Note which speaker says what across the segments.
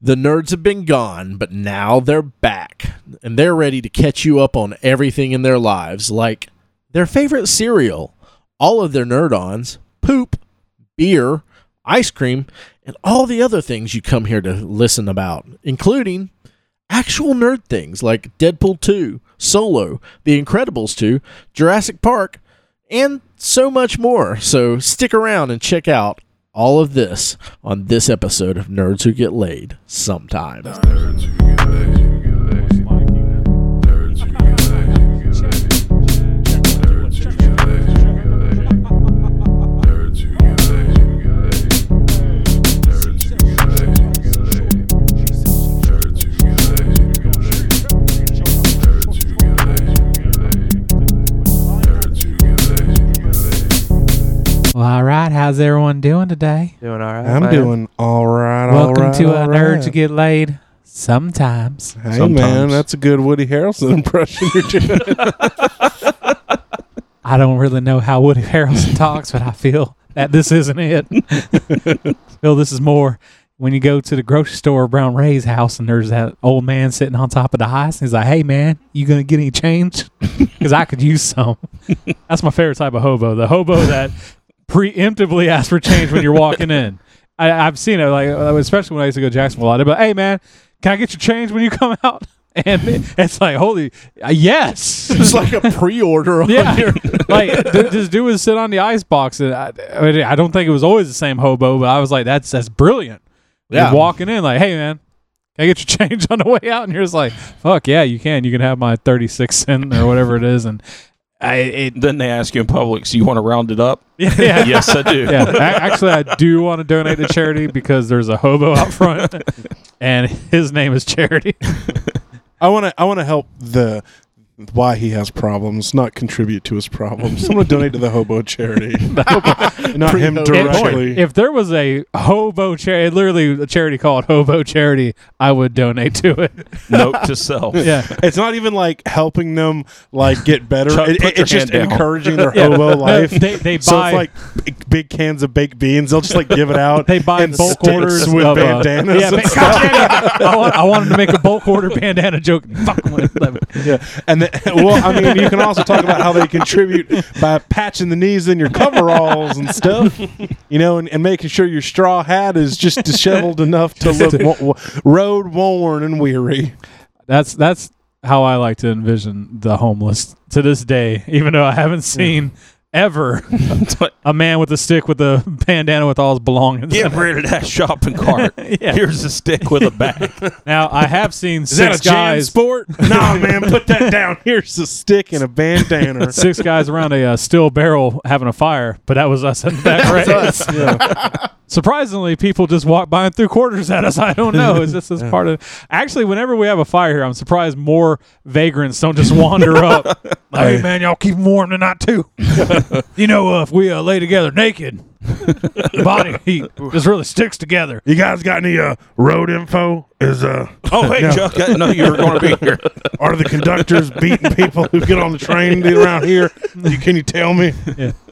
Speaker 1: The nerds have been gone, but now they're back, and they're ready to catch you up on everything in their lives, like their favorite cereal, all of their nerd ons, poop, beer, ice cream, and all the other things you come here to listen about, including actual nerd things like Deadpool 2, Solo, The Incredibles 2, Jurassic Park, and so much more. So stick around and check out all of this on this episode of Nerds Who Get Laid sometime.
Speaker 2: Nerds who get lazy, nerds who get lazy, nerds who get lazy, nerds who get lazy, nerds who get lazy, nerds who get lazy, nerds who get lazy, nerds who get lazy.
Speaker 3: Well, all right. How's everyone doing today?
Speaker 4: Doing all right.
Speaker 5: I'm
Speaker 4: man.
Speaker 5: doing all right. all
Speaker 3: Welcome
Speaker 5: right,
Speaker 3: to
Speaker 5: all
Speaker 3: a nerd to
Speaker 5: right.
Speaker 3: get laid sometimes.
Speaker 5: Hey man,
Speaker 6: Sometimes.
Speaker 5: that's a good Woody Harrelson impression you're doing.
Speaker 3: I don't really know how Woody Harrelson talks, but I feel that this isn't it. Phil, this is more when you go to the grocery store, Brown Ray's house, and there's that old man sitting on top of the ice, and he's like, "Hey man, you gonna get any change? Because I could use some." That's my favorite type of hobo. The hobo that preemptively asks for change when you're walking in. I, I've seen it, like uh, especially when I used to go to Jacksonville. I'd be like, "Hey man, can I get your change when you come out?" And it's like, "Holy, uh, yes!"
Speaker 1: It's like a pre-order on
Speaker 3: Yeah.
Speaker 1: your
Speaker 3: like th- this dude was sitting on the ice box, and I, I mean, I don't think it was always the same hobo, but I was like, that's that's brilliant.
Speaker 1: Yeah.
Speaker 3: Yeah, walking in like, hey man, can I get your change on the way out? And you're just like, fuck yeah, you can. You can have my thirty six cent or whatever it is, and I it
Speaker 6: Then they ask you in public, so you want to round it up?
Speaker 3: yeah. yeah.
Speaker 6: yes, I do.
Speaker 3: Yeah, A- actually, I do want to donate to charity because there's a hobo out front, and his name is Charity.
Speaker 5: I want to. I want to help the why he has problems, not contribute to his problems. I'm gonna donate to the hobo charity, not him
Speaker 1: Pre-hobo.
Speaker 3: If-
Speaker 5: directly.
Speaker 3: If there was a hobo charity, literally a charity called Hobo Charity, I would donate to it.
Speaker 6: Note to self.
Speaker 3: Yeah.
Speaker 5: it's not even like helping them like get better.
Speaker 6: Chuck,
Speaker 5: It-
Speaker 6: put
Speaker 5: it-
Speaker 6: your
Speaker 5: it's just
Speaker 6: hand down.
Speaker 5: encouraging their
Speaker 3: Yeah.
Speaker 5: hobo
Speaker 3: No,
Speaker 5: Oh, life.
Speaker 3: They, they buy
Speaker 5: so it's like big, big cans of baked beans. They'll just like give it out.
Speaker 3: they buy
Speaker 5: and
Speaker 3: bulk
Speaker 5: sticks
Speaker 3: orders
Speaker 5: with
Speaker 3: of, uh,
Speaker 5: bandanas.
Speaker 3: yeah,
Speaker 5: and
Speaker 3: ba-
Speaker 5: stuff.
Speaker 3: I, want, I wanted to make a bulk order bandana joke. Fuck one.
Speaker 5: Yeah, and the, well, I mean, you can also talk about how they contribute by patching the knees in your coveralls and stuff, you know, and, and making sure your straw hat is just disheveled enough to look wo- wo- road worn and weary.
Speaker 3: That's that's how I like to envision the homeless to this day. Even though I haven't seen ever a man with a stick with a bandana with all his belongings.
Speaker 6: Get rid of that shopping cart.
Speaker 3: Yeah.
Speaker 6: Here's a stick with a bag.
Speaker 3: Now I have seen
Speaker 5: that
Speaker 3: six
Speaker 5: a jam
Speaker 3: guys
Speaker 5: sport? Nah, man, put that down. Here's a stick and a bandana.
Speaker 3: six guys around a uh, steel barrel having a fire, but that was us in the back race. Surprisingly, people just walk by and threw quarters at us. I don't know. Is this is part of? Actually, whenever we have a fire here, I'm surprised more vagrants don't just wander up. Like, hey man, y'all keep 'em warm tonight too. you know, uh, if we uh, lay together naked, the body heat just really sticks together.
Speaker 5: You guys got any uh, road info? Is uh,
Speaker 6: Oh, hey, Chuck, I didn't know you were going to be here.
Speaker 5: are the conductors beating people who get on the train around here? You, can you tell me?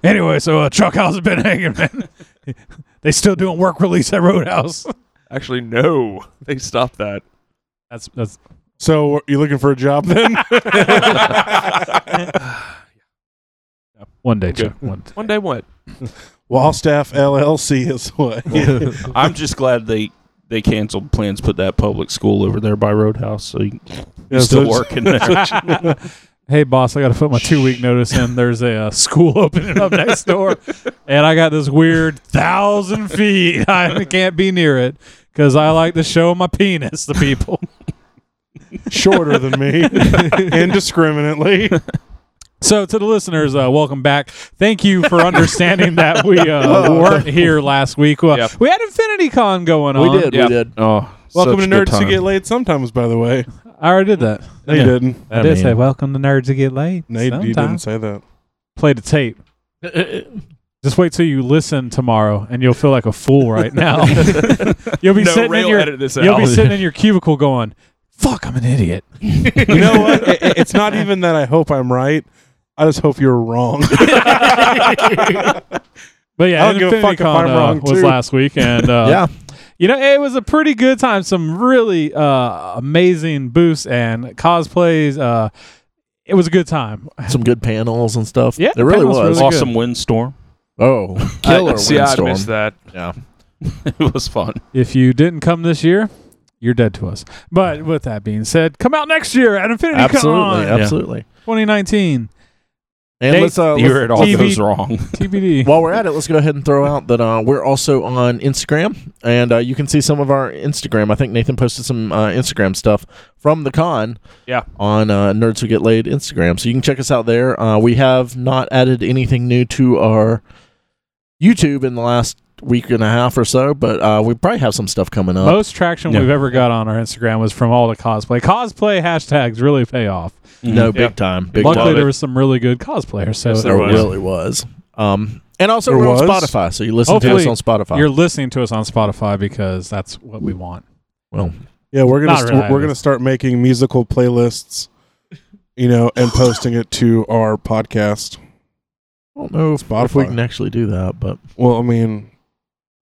Speaker 3: Anyway, so uh, Chuck House has been hanging, man. they still doing work release at Roadhouse.
Speaker 4: Actually, no. They stopped that.
Speaker 3: That's that's
Speaker 5: So, you looking for a job then?
Speaker 3: one day,
Speaker 4: Okay.
Speaker 3: Chuck. One day.
Speaker 4: One day, what?
Speaker 5: Wallstaff LLC is what.
Speaker 6: I'm just glad they they canceled plans to put that public school over there by Roadhouse. So you
Speaker 5: Yeah, so
Speaker 6: still
Speaker 5: it's-
Speaker 6: working there.
Speaker 3: hey boss, I got to put my two week notice in. There's a uh, school opening up next door, and I got this weird thousand feet. I can't be near it because I like to show my penis to people.
Speaker 5: shorter than me indiscriminately.
Speaker 3: So to the listeners, uh, welcome back. Thank you for understanding that we uh, weren't here last week. Well,
Speaker 4: Yep.
Speaker 3: We had Infinity Con going on.
Speaker 1: We did, we did.
Speaker 4: Oh,
Speaker 5: Welcome to
Speaker 4: such good
Speaker 5: Nerds Who
Speaker 4: time.
Speaker 5: Get Laid Sometimes, by the way.
Speaker 3: I already did that.
Speaker 5: No, you
Speaker 6: Yeah.
Speaker 5: didn't.
Speaker 3: I,
Speaker 6: I
Speaker 3: did
Speaker 6: mean-
Speaker 3: say welcome to nerds to get late.
Speaker 5: No, you, you didn't
Speaker 3: Sometimes.
Speaker 5: say that.
Speaker 3: play the tape. Just wait till you listen tomorrow, and you'll feel like a fool right now. you'll be
Speaker 4: No,
Speaker 3: sitting in
Speaker 4: Ray'll
Speaker 3: your
Speaker 4: edit this
Speaker 3: you'll be
Speaker 4: out.
Speaker 3: sitting in your cubicle going, "Fuck, I'm an idiot."
Speaker 5: You know what? It- it- it's not even that I hope I'm right. I just hope you're wrong.
Speaker 3: But yeah,
Speaker 5: I don't give a fuck if
Speaker 3: InfinityCon,
Speaker 5: I'm
Speaker 3: uh,
Speaker 5: wrong,
Speaker 3: was
Speaker 5: too.
Speaker 3: last week, and uh,
Speaker 1: Yeah.
Speaker 3: You know, it was a pretty good time. Some really uh, amazing booths and cosplays. Uh, it was a good time.
Speaker 1: Some good panels and stuff.
Speaker 3: Yeah,
Speaker 1: it really
Speaker 3: panels were
Speaker 1: was.
Speaker 3: really
Speaker 6: awesome windstorm.
Speaker 1: Oh, killer
Speaker 4: I, see,
Speaker 1: windstorm.
Speaker 4: I missed that.
Speaker 1: Yeah.
Speaker 6: it was fun.
Speaker 3: If you didn't come this year, you're dead to us. But with that being said, come out next year at Infinity
Speaker 1: Absolutely,
Speaker 3: Con
Speaker 1: absolutely.
Speaker 3: 2019.
Speaker 1: And
Speaker 3: They-
Speaker 1: let's, uh,
Speaker 6: you
Speaker 1: let's-
Speaker 6: heard all
Speaker 3: TV
Speaker 6: those wrong.
Speaker 3: TBD.
Speaker 1: while we're at it, let's go ahead and throw out that uh, we're also on Instagram, and uh, you can see some of our Instagram. I think Nathan posted some uh, Instagram stuff from the con.
Speaker 4: Yeah.
Speaker 1: On uh, Nerds Who Get Laid Instagram, so you can check us out there. Uh, we have not added anything new to our YouTube in the last week and a half or so, but uh, we probably have some stuff coming up.
Speaker 3: Most traction
Speaker 6: Yeah.
Speaker 3: we've ever got on our Instagram was from all the cosplay. Cosplay hashtags really pay off.
Speaker 1: No,
Speaker 6: Mhm.
Speaker 1: big time. Big
Speaker 3: Luckily,
Speaker 1: time.
Speaker 3: there was some really good cosplayers. So
Speaker 4: Yes,
Speaker 1: There
Speaker 4: there was.
Speaker 1: really was. Um, and also
Speaker 5: There
Speaker 1: we're on
Speaker 5: was?
Speaker 1: Spotify, so you listen
Speaker 3: Hopefully
Speaker 1: to us on Spotify.
Speaker 3: you're listening to us on Spotify because that's what we want.
Speaker 1: well,
Speaker 5: Yeah, we're gonna
Speaker 3: Not
Speaker 5: st-
Speaker 3: really,
Speaker 5: we're
Speaker 3: I
Speaker 5: gonna
Speaker 3: guess.
Speaker 5: start making musical playlists, you know, and posting it to our podcast.
Speaker 1: I don't know if, if we
Speaker 5: Spotify.
Speaker 1: can actually do that, but
Speaker 5: Well, I mean,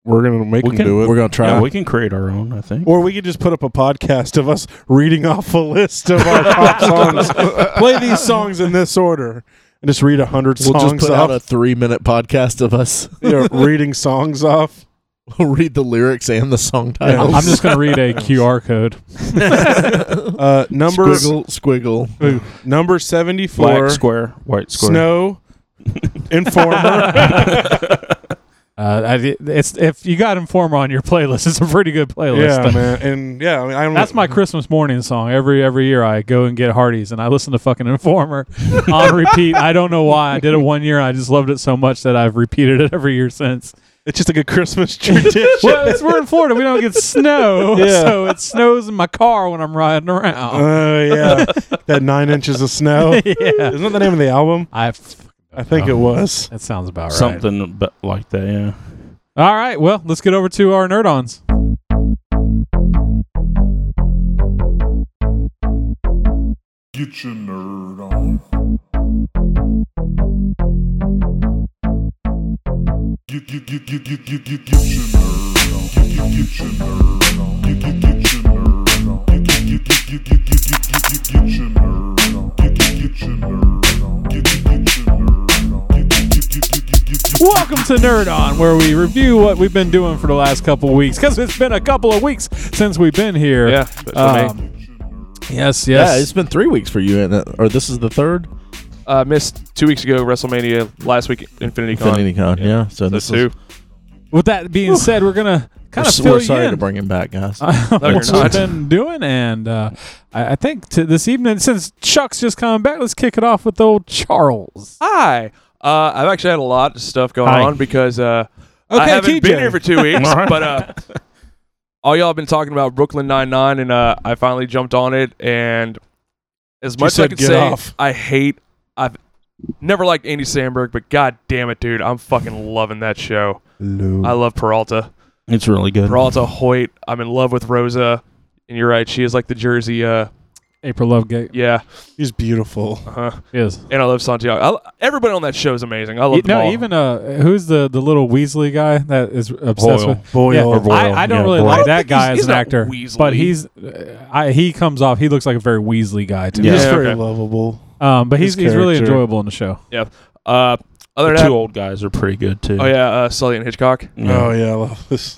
Speaker 5: we're gonna make
Speaker 6: We
Speaker 5: them
Speaker 6: can-
Speaker 5: do it.
Speaker 1: we're gonna try.
Speaker 6: Yeah, we can create our own. I think.
Speaker 5: Or we could just put up a podcast of us reading off a list of our pop songs. Play these songs in this order, and just read a 100
Speaker 1: We'll just
Speaker 5: songs
Speaker 1: put out
Speaker 5: off.
Speaker 1: a three-minute podcast of us
Speaker 5: you know, reading songs off.
Speaker 1: We'll read the lyrics and the song
Speaker 5: Oh.
Speaker 1: titles.
Speaker 3: I'm just going to read a QR code.
Speaker 5: Uh, number
Speaker 1: squiggle, squiggle.
Speaker 5: number seventy four.
Speaker 6: Black square, white square.
Speaker 5: Snow Informer.
Speaker 3: Uh, I, it's if you got Informer on your playlist, it's a pretty good playlist.
Speaker 5: yeah, man, and yeah, I mean, I don't
Speaker 3: That's my Christmas morning song. Every every year, I go and get Hardee's and I listen to fucking Informer on repeat. I don't know why. I did it one year. I just loved it so much that I've repeated it every year since.
Speaker 5: It's just like a Christmas tradition.
Speaker 3: Well, it's, we're in Florida. We don't get snow,
Speaker 5: Yeah.
Speaker 3: so it snows in my car when I'm riding around.
Speaker 5: Oh yeah, that nine inches of snow.
Speaker 3: yeah,
Speaker 5: Isn't that the name of the album?
Speaker 3: I. f-
Speaker 5: I think it
Speaker 3: Oh,
Speaker 5: was.
Speaker 3: That sounds about right.
Speaker 6: Something but like that. Yeah.
Speaker 3: All right. Well, let's get over to our nerd ons.
Speaker 2: Get your nerd on. Get, get, get, get, get, get, get, get your nerd on. Get, get, get your nerd on. Get, get, get your nerd on. Get, get, get, get, get, get, get, get, get, get your nerd on. Get, get, get your nerd on. Get, get, get your nerd on. Get, get, get, get, get, get, get, get.
Speaker 3: Welcome to Nerd On, where we review what we've been doing for the last couple of weeks, because it's been a couple of weeks since we've been here.
Speaker 4: Yeah, but for me,
Speaker 3: Um, yes, yes.
Speaker 1: Yeah, it's been three weeks for you, and or this is the third
Speaker 4: uh, missed two weeks ago WrestleMania. Last week Infinity Con.
Speaker 1: Infinity Con. Yeah, so
Speaker 4: The
Speaker 1: this
Speaker 4: two.
Speaker 1: is
Speaker 3: With that being said, we're gonna
Speaker 1: we're,
Speaker 3: kind of
Speaker 1: s-
Speaker 3: fill
Speaker 1: we're
Speaker 3: you
Speaker 1: sorry
Speaker 3: in. Uh,
Speaker 1: to bring him back, guys.
Speaker 4: No, you're
Speaker 3: what we've
Speaker 4: not.
Speaker 3: been doing, and uh, I, I think to this evening, since Chuck's just coming back, let's kick it off with old Charles.
Speaker 4: Hi. Uh, I've actually had a lot of stuff going
Speaker 3: Hi.
Speaker 4: on because uh, I
Speaker 5: Okay,
Speaker 4: haven't
Speaker 5: TJ.
Speaker 4: been here for two weeks, but uh, all y'all have been talking about Brooklyn Nine Nine, and uh, I finally jumped on it. And as much as I
Speaker 5: said
Speaker 4: can
Speaker 5: get
Speaker 4: say,
Speaker 5: off.
Speaker 4: I hate. I've never liked Andy Samberg, but god damn it, dude, I'm fucking loving that show. I love Peralta.
Speaker 6: It's really good.
Speaker 4: Peralta Hoyt. I'm in love with Rosa. And you're right, she is like the Jersey. Uh,
Speaker 3: April Lovegate
Speaker 4: yeah.
Speaker 5: He's beautiful.
Speaker 4: Uh-huh.
Speaker 3: is.
Speaker 4: And I love Santiago. I, everybody on that show is amazing. I love
Speaker 3: E-
Speaker 4: them
Speaker 3: no,
Speaker 4: all.
Speaker 3: even uh, who's the the little Weasley guy that is obsessed with?
Speaker 5: Boyle.
Speaker 3: Yeah,
Speaker 5: Boyle.
Speaker 3: I, I don't
Speaker 6: yeah,
Speaker 3: really
Speaker 6: Boyle.
Speaker 4: I
Speaker 3: like
Speaker 4: don't
Speaker 3: that
Speaker 4: think
Speaker 3: guy
Speaker 4: he's-
Speaker 3: as
Speaker 4: he's
Speaker 3: an
Speaker 4: not
Speaker 3: actor,
Speaker 4: Weasley.
Speaker 3: but he's uh, I, he comes off. He looks like a very Weasley guy to me.
Speaker 6: Yeah.
Speaker 5: He's very
Speaker 4: okay.
Speaker 5: lovable.
Speaker 3: Um, but he's
Speaker 5: His
Speaker 3: he's really
Speaker 5: character.
Speaker 3: enjoyable in the show.
Speaker 4: Yeah. Uh, other
Speaker 6: The
Speaker 4: than
Speaker 6: two
Speaker 4: that,
Speaker 6: old guys are pretty good too.
Speaker 4: oh yeah, uh, Sully and Hitchcock.
Speaker 5: Oh yeah, I love this.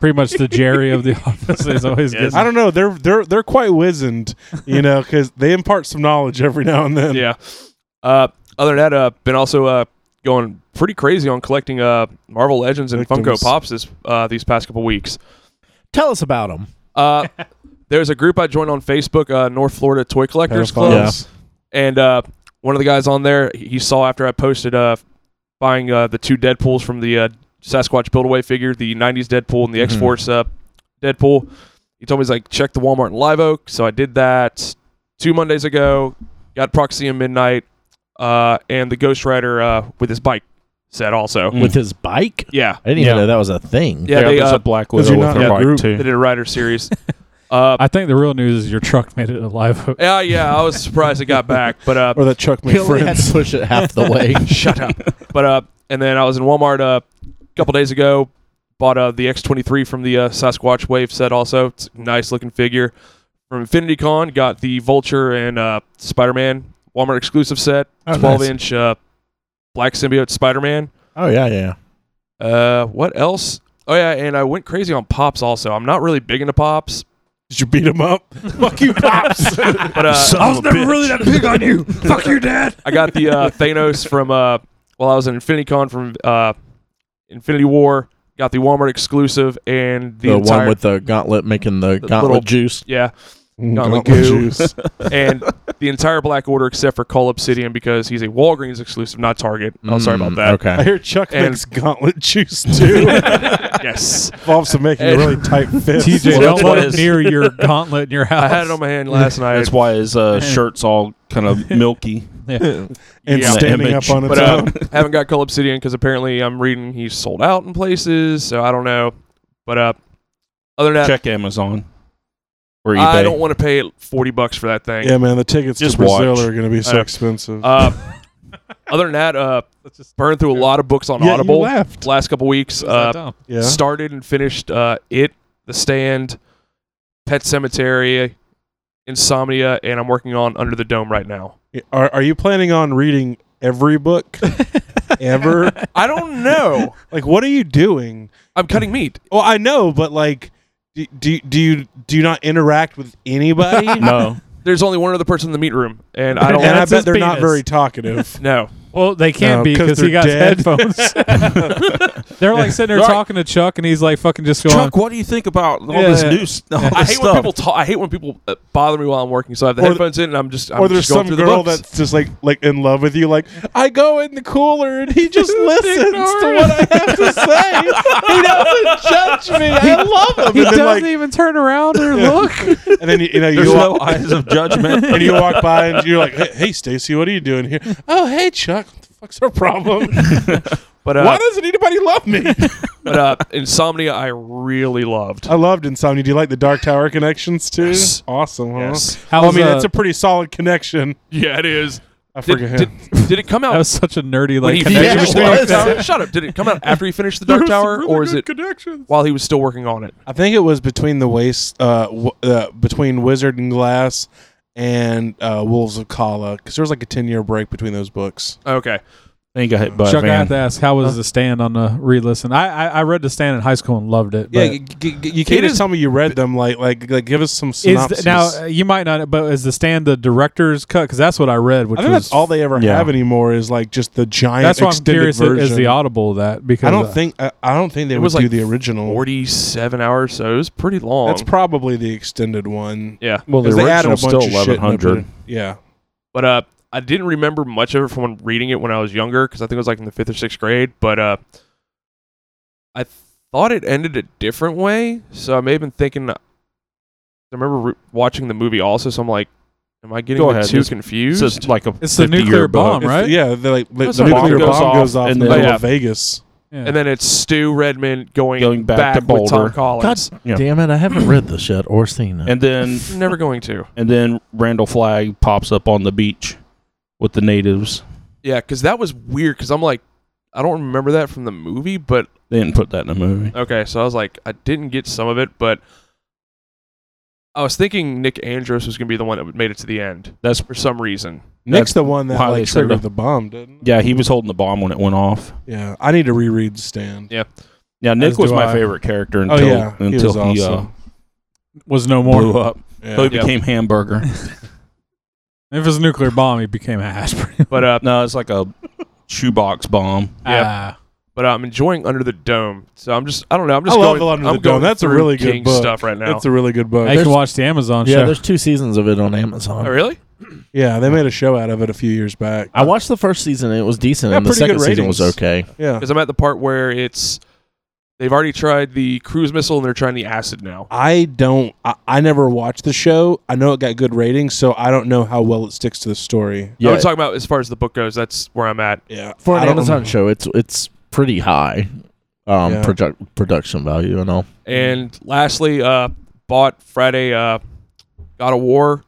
Speaker 3: Pretty much the Jerry of the office is always
Speaker 4: Yes.
Speaker 3: good.
Speaker 5: I don't know. They're they're they're quite wizened, you know, because they impart some knowledge every now and then.
Speaker 4: Yeah. Uh, other than that, uh, been also uh, going pretty crazy on collecting uh, Marvel Legends and
Speaker 5: Victims.
Speaker 4: Funko Pops this uh, these past couple weeks.
Speaker 1: Tell us about him.
Speaker 4: Uh, there's a group I joined on Facebook, uh, North Florida Toy Collectors
Speaker 5: Pedophiles.
Speaker 4: Club, and uh, one of the guys on there he saw after I posted uh, buying uh, the two Deadpool's from the uh, Sasquatch Build Away figure, the '90s Deadpool and the
Speaker 6: Mm-hmm.
Speaker 4: X Force uh, Deadpool. He told me he's like check the Walmart in Live Oak, so I did that two Mondays ago. Got Proxium Midnight uh, and the Ghost Rider uh, with his bike set also.
Speaker 6: Mm.
Speaker 1: with his bike.
Speaker 4: Yeah,
Speaker 1: I didn't even
Speaker 6: Yeah.
Speaker 1: know that was a thing.
Speaker 4: yeah,
Speaker 6: Yeah,
Speaker 4: they,
Speaker 6: there's
Speaker 4: uh,
Speaker 6: a black
Speaker 5: 'cause
Speaker 6: widow
Speaker 5: you're
Speaker 6: with
Speaker 5: not
Speaker 6: her
Speaker 5: in
Speaker 6: bike
Speaker 5: that group.
Speaker 4: they
Speaker 6: too.
Speaker 4: did a Rider series. uh,
Speaker 3: I think the real news is your truck made it alive.
Speaker 4: yeah, yeah, I was surprised it got back, but uh,
Speaker 5: Or that Chuck
Speaker 1: He only had
Speaker 5: McFriends.
Speaker 1: to push it half the way.
Speaker 4: shut up. But uh, and then I was in Walmart uh, a couple days ago, Bought uh, the X23 from the uh, Sasquatch Wave set also. It's a nice looking figure. From Infinity Con, got the Vulture and uh, Spider Man Walmart exclusive set.
Speaker 1: Oh,
Speaker 4: 12
Speaker 1: nice.
Speaker 4: inch uh, Black Symbiote Spider Man.
Speaker 1: Oh yeah, yeah.
Speaker 4: Uh, what else? Oh, yeah, and I went crazy on Pops also. I'm not really big into Pops,
Speaker 1: Did you beat him up? Fuck you, pops.
Speaker 4: but uh,
Speaker 1: I was never really that big on you. Fuck you, dad.
Speaker 4: I got the uh, Thanos from uh, well, I was at InfinityCon from uh, Infinity War. Got the Walmart exclusive and the,
Speaker 1: The, one
Speaker 4: entire-
Speaker 1: with the gauntlet making the,
Speaker 4: The
Speaker 1: gauntlet
Speaker 4: little-
Speaker 1: juice.
Speaker 4: yeah,
Speaker 5: Gauntlet
Speaker 4: goo.
Speaker 5: juice.
Speaker 4: and the entire Black Order except for Call Obsidian because he's a Walgreens exclusive, not Target. I'm sorry about
Speaker 1: Mm,
Speaker 4: that.
Speaker 5: I
Speaker 1: Okay.
Speaker 5: hear Chuck
Speaker 4: And-
Speaker 5: makes gauntlet juice too.
Speaker 4: Yes,
Speaker 5: Involves some making
Speaker 4: And-
Speaker 5: really tight fists.
Speaker 3: TJ,
Speaker 6: Well,
Speaker 3: don't
Speaker 6: that's what
Speaker 3: let it
Speaker 6: is-
Speaker 3: near your gauntlet in your house.
Speaker 4: I had it on my hand last night.
Speaker 6: That's why his uh, shirt's all kind of milky.
Speaker 5: and
Speaker 4: Yeah.
Speaker 5: standing
Speaker 6: Image.
Speaker 5: up on its
Speaker 4: But uh,
Speaker 5: own.
Speaker 4: haven't got Call Obsidian because apparently I'm reading he's sold out in places. So I don't know. But uh, other than that,
Speaker 6: Check Amazon or eBay.
Speaker 4: I don't want to pay forty bucks for that thing.
Speaker 5: yeah, man, the tickets
Speaker 6: Just
Speaker 5: to Brazil
Speaker 6: watch.
Speaker 5: are going to be so
Speaker 4: Uh,
Speaker 5: expensive.
Speaker 4: Uh, other than that, uh, burned through a lot of books on
Speaker 5: yeah,
Speaker 4: Audible
Speaker 5: you left.
Speaker 4: last couple weeks. Uh,
Speaker 5: Yeah,
Speaker 4: Started and finished uh, it, The Stand, Pet Cemetery, Insomnia, and I'm working on Under the Dome right now.
Speaker 5: are are you planning on reading every book ever?
Speaker 4: I don't know.
Speaker 5: Like, what are you doing?
Speaker 4: I'm cutting meat.
Speaker 5: Well, I know, but like, do do, do you do you not interact with anybody?
Speaker 6: No,
Speaker 4: There's only one other person in the meat room, and I
Speaker 5: and
Speaker 4: don't.
Speaker 5: I
Speaker 3: That's
Speaker 5: bet
Speaker 3: his
Speaker 5: they're not
Speaker 3: penis.
Speaker 5: very talkative.
Speaker 4: No,
Speaker 3: Well, they can't
Speaker 5: No,
Speaker 3: be
Speaker 5: 'cause
Speaker 3: because he
Speaker 5: they're
Speaker 3: got
Speaker 5: dead.
Speaker 3: headphones. they're like sitting there
Speaker 6: Right.
Speaker 3: talking to Chuck, and he's like fucking just going.
Speaker 6: Chuck, what do you think about all
Speaker 3: Yeah,
Speaker 6: this
Speaker 3: yeah.
Speaker 6: news? All
Speaker 4: I
Speaker 6: this
Speaker 4: hate
Speaker 6: stuff?
Speaker 4: when people talk. I hate when people uh, bother me while I'm working. So I have
Speaker 5: Or
Speaker 4: the
Speaker 5: the-
Speaker 4: headphones in, and I'm just. I'm
Speaker 5: or there's
Speaker 4: just going
Speaker 5: some
Speaker 4: through the
Speaker 5: girl
Speaker 4: books.
Speaker 5: that's just like like in love with you. Like, I go in the cooler and he just listens to what I have to say. he doesn't judge me. I love him.
Speaker 3: he
Speaker 5: And
Speaker 3: doesn't
Speaker 5: then, like,
Speaker 3: even turn around or look.
Speaker 5: and then you, you know
Speaker 6: There's
Speaker 5: you
Speaker 6: no
Speaker 5: walk,
Speaker 6: eyes of judgment.
Speaker 5: and you walk by and you're like, hey, hey Stacy, what are you doing here? Oh, hey Chuck, what the fuck's our problem?
Speaker 4: but uh,
Speaker 5: Why doesn't anybody love me?
Speaker 4: but uh, Insomnia, I really loved.
Speaker 5: I loved Insomnia. Do you like the Dark Tower connections too?
Speaker 4: Yes.
Speaker 5: Awesome. Huh?
Speaker 4: Yes.
Speaker 3: How
Speaker 5: Well, I
Speaker 3: was,
Speaker 5: mean,
Speaker 3: uh,
Speaker 5: it's a pretty solid connection.
Speaker 4: Yeah, it is.
Speaker 5: I forget
Speaker 4: Did,
Speaker 5: him.
Speaker 4: did, did it come out
Speaker 3: that was such a nerdy
Speaker 4: when he
Speaker 3: like.
Speaker 4: finished
Speaker 3: connection.
Speaker 4: the Dark Tower? Shut up! Did it come out after he finished the Dark Tower, or is it
Speaker 5: connections?
Speaker 4: while he was still working on it?
Speaker 5: I think it was between the waste, uh, w- uh, between Wizard and Glass, and uh, Wolves of Kala, because there was like a ten year break between those books.
Speaker 4: Okay,
Speaker 6: I think I hit by a
Speaker 3: Chuck, I
Speaker 6: van.
Speaker 3: have to ask, how was the stand on the re-listen? I, I I read the stand in high school and loved it. but-
Speaker 5: Yeah, g- g- g- you can't
Speaker 4: It
Speaker 5: just
Speaker 4: is-
Speaker 5: tell me you read them. Like, like, like, give us some
Speaker 3: Is the,
Speaker 5: synopsis.
Speaker 3: now uh, you might not, but is the stand the director's cut? Because that's what I read. Which
Speaker 5: I think
Speaker 3: was,
Speaker 5: that's all they ever
Speaker 6: Yeah.
Speaker 5: have anymore is like just the giant.
Speaker 3: That's why I'm
Speaker 5: extended
Speaker 3: curious.
Speaker 5: version.
Speaker 3: Is the audible of that because
Speaker 5: I don't
Speaker 3: uh,
Speaker 5: think I, I don't think they
Speaker 4: It
Speaker 5: would
Speaker 4: was,
Speaker 5: do
Speaker 4: like,
Speaker 5: the original.
Speaker 4: forty-seven hours, so it was pretty long.
Speaker 5: That's probably the extended one.
Speaker 4: yeah,
Speaker 6: Well,
Speaker 5: 'Cause
Speaker 6: the
Speaker 5: they added a
Speaker 6: original's
Speaker 5: bunch
Speaker 6: still
Speaker 5: of shit and
Speaker 6: eleven hundred.
Speaker 5: updated- Yeah.
Speaker 4: but uh, I didn't remember much of it from reading it when I was younger because I think it was like in the fifth or sixth grade. But uh, I thought it ended a different way, so I may have been thinking. I remember re- watching the movie also, so I'm like, am I getting
Speaker 6: Go
Speaker 4: the
Speaker 6: ahead,
Speaker 4: two
Speaker 6: it's- It's
Speaker 4: confused?
Speaker 6: just like a
Speaker 3: it's the
Speaker 6: 50 year
Speaker 3: nuclear
Speaker 6: book.
Speaker 3: bomb, right?
Speaker 5: Yeah. They're like the,
Speaker 4: That's
Speaker 5: the
Speaker 4: what
Speaker 5: nuclear
Speaker 6: goes
Speaker 5: bomb
Speaker 6: off
Speaker 5: goes off in
Speaker 6: and
Speaker 5: the
Speaker 6: then-
Speaker 5: middle
Speaker 4: Yeah.
Speaker 5: of Vegas.
Speaker 3: Yeah.
Speaker 4: and then it's Stu Redmond going,
Speaker 6: Going back to
Speaker 4: with Tom
Speaker 6: Boulder.
Speaker 4: Collins.
Speaker 6: Yeah.
Speaker 1: Damn it! I haven't read this yet or seen it.
Speaker 6: And then
Speaker 4: Never going to.
Speaker 6: and then Randall Flagg pops up on the beach with the natives.
Speaker 4: Yeah, because that was weird. Because I'm like, I don't remember that from the movie, but
Speaker 6: They didn't put that in the movie.
Speaker 4: okay. So I was like, I didn't get some of it, but I was thinking Nick Andros was gonna be the one that made it to the end.
Speaker 6: That's
Speaker 4: for some reason.
Speaker 5: Nick's the one that
Speaker 6: why they
Speaker 5: like
Speaker 6: set it
Speaker 5: triggered
Speaker 6: up.
Speaker 5: the bomb, didn't? it?
Speaker 6: Yeah, he was holding the bomb when it went off.
Speaker 5: Yeah. I need to reread Stand.
Speaker 6: Yeah, Nick
Speaker 3: As
Speaker 6: was
Speaker 3: do
Speaker 6: my
Speaker 3: I.
Speaker 6: favorite character
Speaker 5: Oh
Speaker 6: until
Speaker 5: yeah. He was
Speaker 6: until he, uh,
Speaker 5: awesome.
Speaker 3: was no more.
Speaker 6: blew up.
Speaker 5: Yeah.
Speaker 6: So he
Speaker 4: Yeah.
Speaker 6: became hamburger.
Speaker 3: If it was a nuclear bomb, he became aspirin.
Speaker 4: But uh,
Speaker 6: no, it's like a shoebox bomb.
Speaker 3: Yeah.
Speaker 4: but I'm enjoying Under the Dome. So I'm just, I don't know. I'm just
Speaker 5: I love
Speaker 4: going.
Speaker 5: Under the
Speaker 4: I'm
Speaker 5: Dome.
Speaker 4: going
Speaker 5: That's a
Speaker 4: through
Speaker 5: really good
Speaker 4: King
Speaker 5: book.
Speaker 4: stuff right now.
Speaker 5: That's a really good book.
Speaker 3: I can watch the Amazon
Speaker 1: Oh, yeah,
Speaker 3: show.
Speaker 1: there's two seasons of it on Amazon.
Speaker 4: oh, really?
Speaker 5: Yeah, they made a show out of it a few years back.
Speaker 1: I watched the first season and it was decent,
Speaker 5: Yeah,
Speaker 1: and the
Speaker 5: pretty
Speaker 1: second
Speaker 5: good
Speaker 1: season was
Speaker 5: ratings.
Speaker 1: okay.
Speaker 5: Yeah.
Speaker 4: Because I'm at the part where it's they've already tried the cruise missile and they're trying the acid now.
Speaker 5: I don't. I, I never watched the show. I know it got good ratings, so I don't know how well it sticks to the story.
Speaker 4: Yeah.
Speaker 1: Yeah,
Speaker 4: I'm talking about as far as the book goes. That's where I'm at.
Speaker 5: Yeah,
Speaker 1: for an Amazon show, it's it's pretty high, um,
Speaker 5: Yeah.
Speaker 1: produc- production value and all.
Speaker 4: And lastly, uh, bought Friday uh, God of War,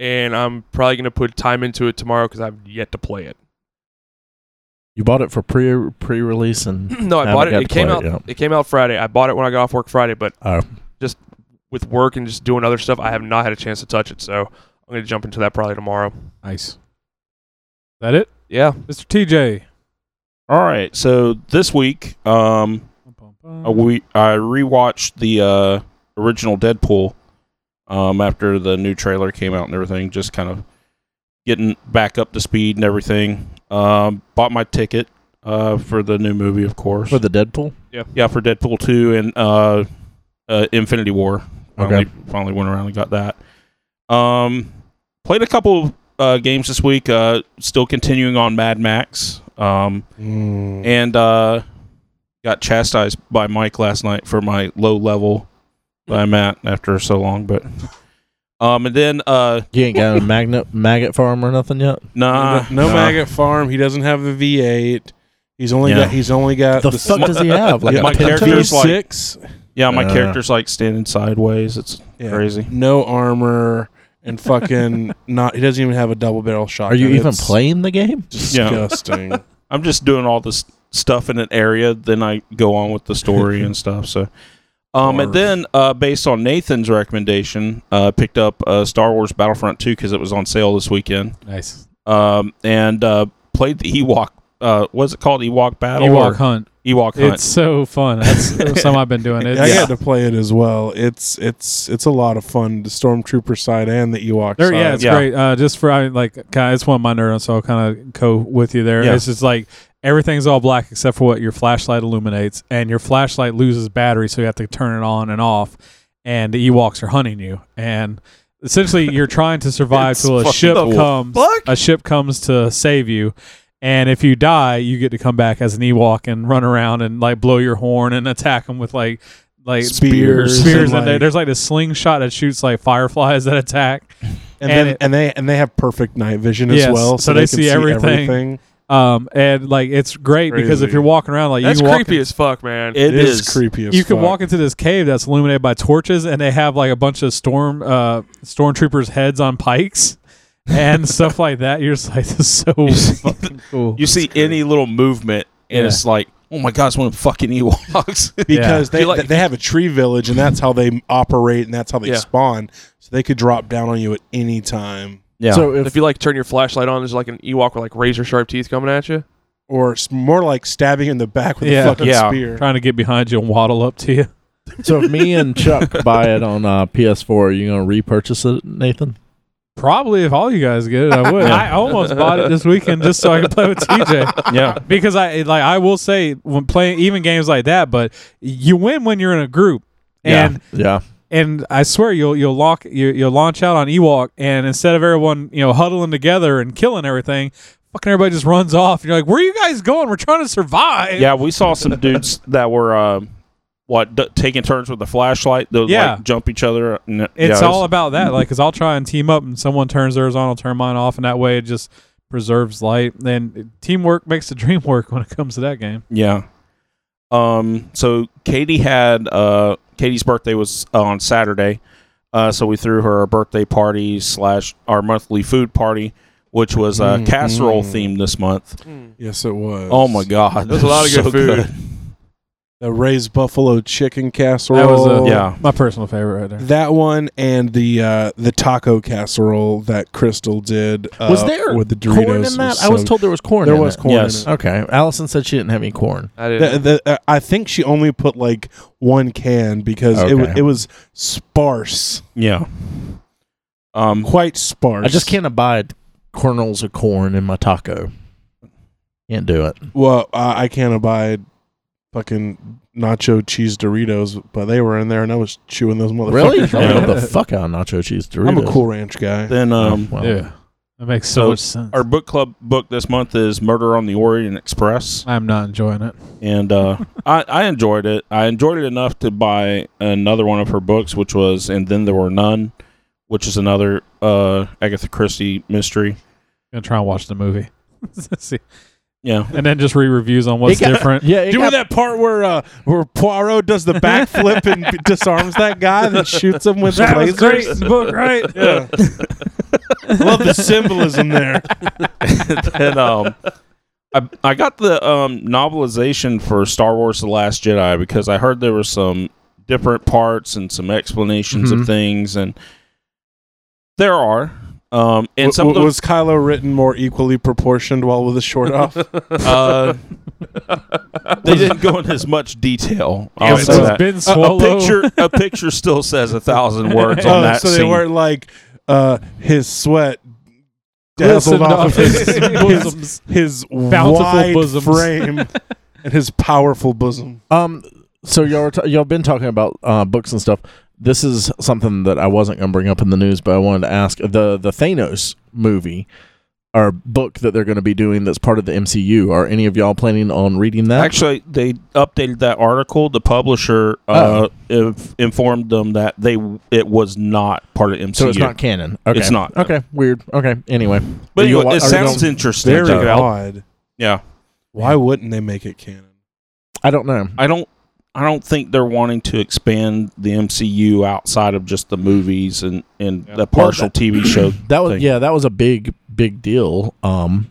Speaker 4: and I'm probably gonna put time into it tomorrow because I've yet to play it.
Speaker 1: You bought it for pre pre release and
Speaker 4: no, I
Speaker 1: Haven't
Speaker 4: bought it.
Speaker 1: got
Speaker 4: It
Speaker 1: to
Speaker 4: came
Speaker 1: play
Speaker 4: out.
Speaker 1: it yet.
Speaker 4: It came out Friday. I bought it when I got off work Friday, but
Speaker 1: Oh.
Speaker 4: just with work and just doing other stuff, I have not had a chance to touch it. So I'm going to jump into that probably tomorrow.
Speaker 3: Nice. Is that it,
Speaker 4: Yeah,
Speaker 3: Mr. TJ?
Speaker 6: All right, so this week, um, Uh,
Speaker 3: Oh,
Speaker 6: we I rewatched the uh, original Deadpool um, after the new trailer came out and everything, just kind of getting back up to speed and everything. Um, bought my ticket uh, for the new movie, of course.
Speaker 1: for the Deadpool.
Speaker 6: yeah, for Deadpool two and uh, uh, Infinity War. Finally,
Speaker 1: Okay.
Speaker 6: finally went around and got that. Um, played a couple uh, games this week. Uh, still continuing on Mad Max. Um,
Speaker 5: Mm.
Speaker 6: and uh, got chastised by Mike last night for my low level that I'm at after so long. But um, and then uh,
Speaker 1: You ain't got a magnet maggot farm or nothing yet. Uh,
Speaker 6: nah,
Speaker 5: no
Speaker 6: nah.
Speaker 5: maggot farm. He doesn't have the V8. He's only
Speaker 6: Yeah.
Speaker 5: got. He's only got
Speaker 1: The fuck does he have? Like
Speaker 6: Yeah,
Speaker 1: a
Speaker 6: my
Speaker 1: pinto?
Speaker 6: character's like-
Speaker 5: six.
Speaker 6: Yeah, my
Speaker 1: Uh.
Speaker 6: character's like standing sideways. It's crazy.
Speaker 5: No armor and fucking not. He doesn't even have a double barrel
Speaker 1: Are
Speaker 5: shotgun.
Speaker 1: you even
Speaker 5: It's
Speaker 1: playing the game?
Speaker 5: Disgusting.
Speaker 6: I'm just doing all this stuff in an area, then I go on with the story and stuff. So, um, and
Speaker 5: Barf.
Speaker 6: then uh, based on Nathan's recommendation, uh, picked up uh, Star Wars Battlefront 2 because it was on sale this weekend.
Speaker 3: nice.
Speaker 6: Um, and uh, played the Ewok. Uh, what's it called? Ewok Battle.
Speaker 3: Ewok
Speaker 6: or-
Speaker 3: hunt.
Speaker 6: Ewok Hunt.
Speaker 3: It's so fun. That's something I've been doing. It's,
Speaker 5: I had to play it as well. It's it's it's a lot of fun. The stormtrooper side and the Ewok
Speaker 3: There-
Speaker 5: side.
Speaker 3: yeah, it's
Speaker 6: Yeah.
Speaker 3: great. Uh, just for I like, kinda, it's one of my nerds, so I'll kind of go with you there.
Speaker 6: Yeah.
Speaker 3: It's just like everything's all black except for what your flashlight illuminates, and your flashlight loses battery, so you have to turn it on and off. And the Ewoks are hunting you, and essentially you're trying to survive
Speaker 6: It's
Speaker 3: till a
Speaker 6: fucking
Speaker 3: ship
Speaker 6: cool.
Speaker 3: comes.
Speaker 4: Fuck?
Speaker 3: A ship comes to save you. And if you die, you get to come back as an Ewok and run around and like blow your horn and attack them with like like
Speaker 5: Spears
Speaker 3: spears.
Speaker 5: and,
Speaker 3: And, they-
Speaker 5: like-
Speaker 3: there's like a slingshot that shoots like fireflies that attack.
Speaker 5: and,
Speaker 3: and
Speaker 5: then,
Speaker 3: it-
Speaker 5: and they and they have perfect night vision as
Speaker 3: Yes,
Speaker 5: well,
Speaker 3: so they see everything. Um, and like it's great because if
Speaker 5: Crazy.
Speaker 3: you're walking around, like
Speaker 4: that's
Speaker 3: you can walk
Speaker 4: creepy as fuck, man.
Speaker 5: It is, creepy. As
Speaker 3: you can
Speaker 5: fuck.
Speaker 3: walk into this cave that's illuminated by torches, and they have like a bunch of storm uh, stormtroopers' heads on pikes and stuff like that. You're just like, this is so fucking cool.
Speaker 6: You see any little movement, and
Speaker 3: Yeah.
Speaker 6: it's like, oh my god, it's one of the fucking Ewoks.
Speaker 5: because
Speaker 4: You
Speaker 5: they
Speaker 4: like-
Speaker 5: they have a tree village and that's how they operate and that's how they
Speaker 4: Yeah.
Speaker 5: spawn. So they could drop down on you at any time.
Speaker 6: yeah.
Speaker 1: So
Speaker 4: if,
Speaker 1: if
Speaker 4: you like turn your flashlight on, there's like an Ewok with like razor sharp teeth coming at you.
Speaker 5: Or s- more like stabbing in the back with
Speaker 3: Yeah.
Speaker 5: a fucking
Speaker 6: Yeah.
Speaker 5: spear.
Speaker 3: trying to get behind you and waddle up to you.
Speaker 1: so if me and Chuck buy it on uh, PS4, are you gonna repurchase it, Nathan?
Speaker 3: Probably if all you guys get it, I would. I almost bought it this weekend just so I could play with TJ.
Speaker 6: yeah,
Speaker 3: because I like I will say when playing even games like that, but you win when you're in a group.
Speaker 6: Yeah.
Speaker 3: And
Speaker 1: Yeah.
Speaker 3: and I swear you'll you'll lock you, you'll launch out on Ewok, and instead of everyone you know huddling together and killing everything, fucking everybody just runs off. You're like, where are you guys going? We're trying to survive.
Speaker 6: yeah. We saw some dudes that were um, what d- taking turns with the flashlight. They'll
Speaker 3: Yeah.
Speaker 6: like, jump each other. N- yeah,
Speaker 3: it's all about that. Like, cause I'll try and team up, and someone turns theirs on, I'll turn mine off, and that way it just preserves light. And teamwork makes the dream work when it comes to that game.
Speaker 6: yeah. Um. So Katie had uh Katie's birthday was uh, on Saturday, uh. So we threw her a birthday party slash our monthly food party, which was uh,
Speaker 4: Mm-hmm.
Speaker 5: Mm,
Speaker 6: casserole
Speaker 5: mm.
Speaker 6: themed this month.
Speaker 5: Yes, it was.
Speaker 6: Oh my god,
Speaker 4: There's a lot of
Speaker 6: So
Speaker 4: good food.
Speaker 5: The raised buffalo chicken casserole.
Speaker 3: That was a-
Speaker 6: Yeah.
Speaker 3: My personal favorite right there.
Speaker 5: That one and the uh, the taco casserole that Crystal did uh,
Speaker 1: was there
Speaker 5: with the Doritos
Speaker 1: corn in that?
Speaker 5: was
Speaker 1: I was
Speaker 5: so-
Speaker 1: told there was corn.
Speaker 5: there
Speaker 1: in
Speaker 5: was
Speaker 1: it.
Speaker 5: corn.
Speaker 6: Yes.
Speaker 5: in it.
Speaker 1: Okay. Allison said she didn't have any corn.
Speaker 4: I didn't.
Speaker 5: The, the, uh, I think she only put like one can because it w-
Speaker 1: Okay.
Speaker 5: it was sparse,
Speaker 6: Yeah. Um.
Speaker 5: quite sparse.
Speaker 1: I just can't abide kernels of corn in my taco. Can't do it.
Speaker 5: Well, I I can't abide fucking nacho cheese Doritos, but they were in there, and I was chewing those motherfuckers.
Speaker 1: I love
Speaker 6: Yeah.
Speaker 1: the fuck out of nacho cheese Doritos.
Speaker 5: I'm a Cool Ranch guy.
Speaker 6: Then
Speaker 1: Oh,
Speaker 6: um.
Speaker 1: well.
Speaker 3: Yeah, that makes so,
Speaker 6: So,
Speaker 3: much sense.
Speaker 6: Our book club book this month is Murder on the Orient Express,
Speaker 3: I'm not enjoying it.
Speaker 6: and uh, I, I enjoyed it. I enjoyed it enough to buy another one of her books, which was And Then There Were None, which is another uh, Agatha Christie mystery.
Speaker 3: gonna try and watch the movie. See.
Speaker 6: Yeah,
Speaker 3: And then just re reviews on what's
Speaker 1: It got-
Speaker 3: different.
Speaker 1: Yeah, it
Speaker 5: Do you
Speaker 1: got,
Speaker 5: remember that part where uh, where Poirot does the backflip and b- disarms that guy, then shoots him with
Speaker 3: That was
Speaker 5: lasers?
Speaker 3: great in the book, right?
Speaker 5: Yeah. Love the symbolism there.
Speaker 6: and um, I, I got the um, novelization for Star Wars: The Last Jedi because I heard there were some different parts and some explanations
Speaker 3: Mhm.
Speaker 6: of things, and there are. Um, and
Speaker 5: W-
Speaker 6: some of
Speaker 5: w- was
Speaker 6: those,
Speaker 5: Kylo written more equally proportioned while with a short off?
Speaker 6: uh, they didn't go into as much detail. I'll
Speaker 3: It's
Speaker 6: say Oh, that.
Speaker 3: been
Speaker 6: A, a
Speaker 3: swallowed.
Speaker 6: picture, a picture still says a thousand words on
Speaker 5: Oh,
Speaker 6: that
Speaker 5: so they
Speaker 6: scene.
Speaker 5: weren't like uh, his sweat dazzled
Speaker 3: Glistened
Speaker 5: off of his
Speaker 3: his
Speaker 5: his,
Speaker 3: bosoms.
Speaker 5: his
Speaker 3: Bountiful
Speaker 5: wide
Speaker 3: bosoms.
Speaker 5: frame and his powerful bosom.
Speaker 1: Um, so y'all were t- y'all been talking about uh, books and stuff. This is something that I wasn't going to bring up in the news, but I wanted to ask the the Thanos movie or book that they're going to be doing that's part of the MCU. Are any of y'all planning on reading that?
Speaker 6: Actually, they updated that article. The publisher uh, inf- informed them that they it was not part of MCU.
Speaker 1: so it's not canon. Okay.
Speaker 6: It's not.
Speaker 1: Okay. Weird. Okay. Anyway,
Speaker 6: But
Speaker 1: Are you
Speaker 6: anyway,
Speaker 1: wa-
Speaker 6: it
Speaker 1: are you
Speaker 6: sounds
Speaker 1: going-
Speaker 6: interesting.
Speaker 5: Very
Speaker 6: though.
Speaker 5: odd.
Speaker 6: Yeah,
Speaker 5: Why wouldn't they make it canon?
Speaker 1: I don't know.
Speaker 6: I don't. I don't think they're wanting to expand the MCU outside of just the movies and, and
Speaker 4: Yeah.
Speaker 6: the partial TV show.
Speaker 1: That was
Speaker 6: thing.
Speaker 1: yeah, that was a big big deal. Um,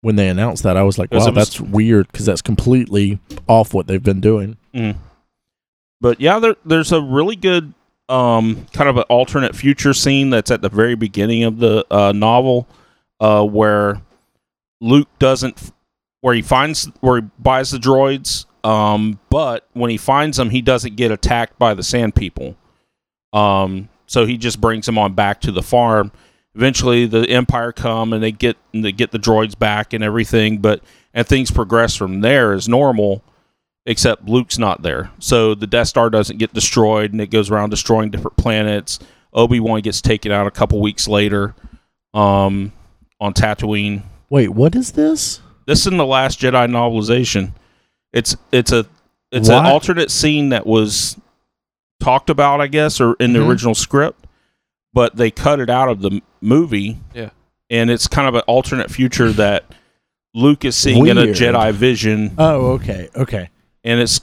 Speaker 1: when they announced that, I was like,
Speaker 6: It was
Speaker 1: wow,
Speaker 6: almost-
Speaker 1: that's weird because that's completely off what they've been doing.
Speaker 6: Mm. But yeah, there, there's a really good um, kind of an alternate future scene that's at the very beginning of the uh, novel uh, where Luke doesn't, f- where he finds, where he buys the droids, um, but when he finds them, he doesn't get attacked by the sand people. Um, so he just brings them on back to the farm. Eventually, the Empire come and they get and they get the droids back and everything, but and things progress from there as normal except Luke's not there. So the Death Star doesn't get destroyed and it goes around destroying different planets. Obi Wan gets taken out a couple weeks later um, on Tatooine.
Speaker 1: Wait, what is this?
Speaker 6: This is in the last Jedi novelization. It's it's a it's an
Speaker 1: What?
Speaker 6: alternate scene that was talked about, I guess, or in the
Speaker 1: Mhm.
Speaker 6: original script, but they cut it out of the m- movie.
Speaker 4: Yeah.
Speaker 6: and it's kind of an alternate future that Luke is seeing in a
Speaker 1: Weird.
Speaker 6: Jedi vision
Speaker 1: Oh, okay, okay.
Speaker 6: and it's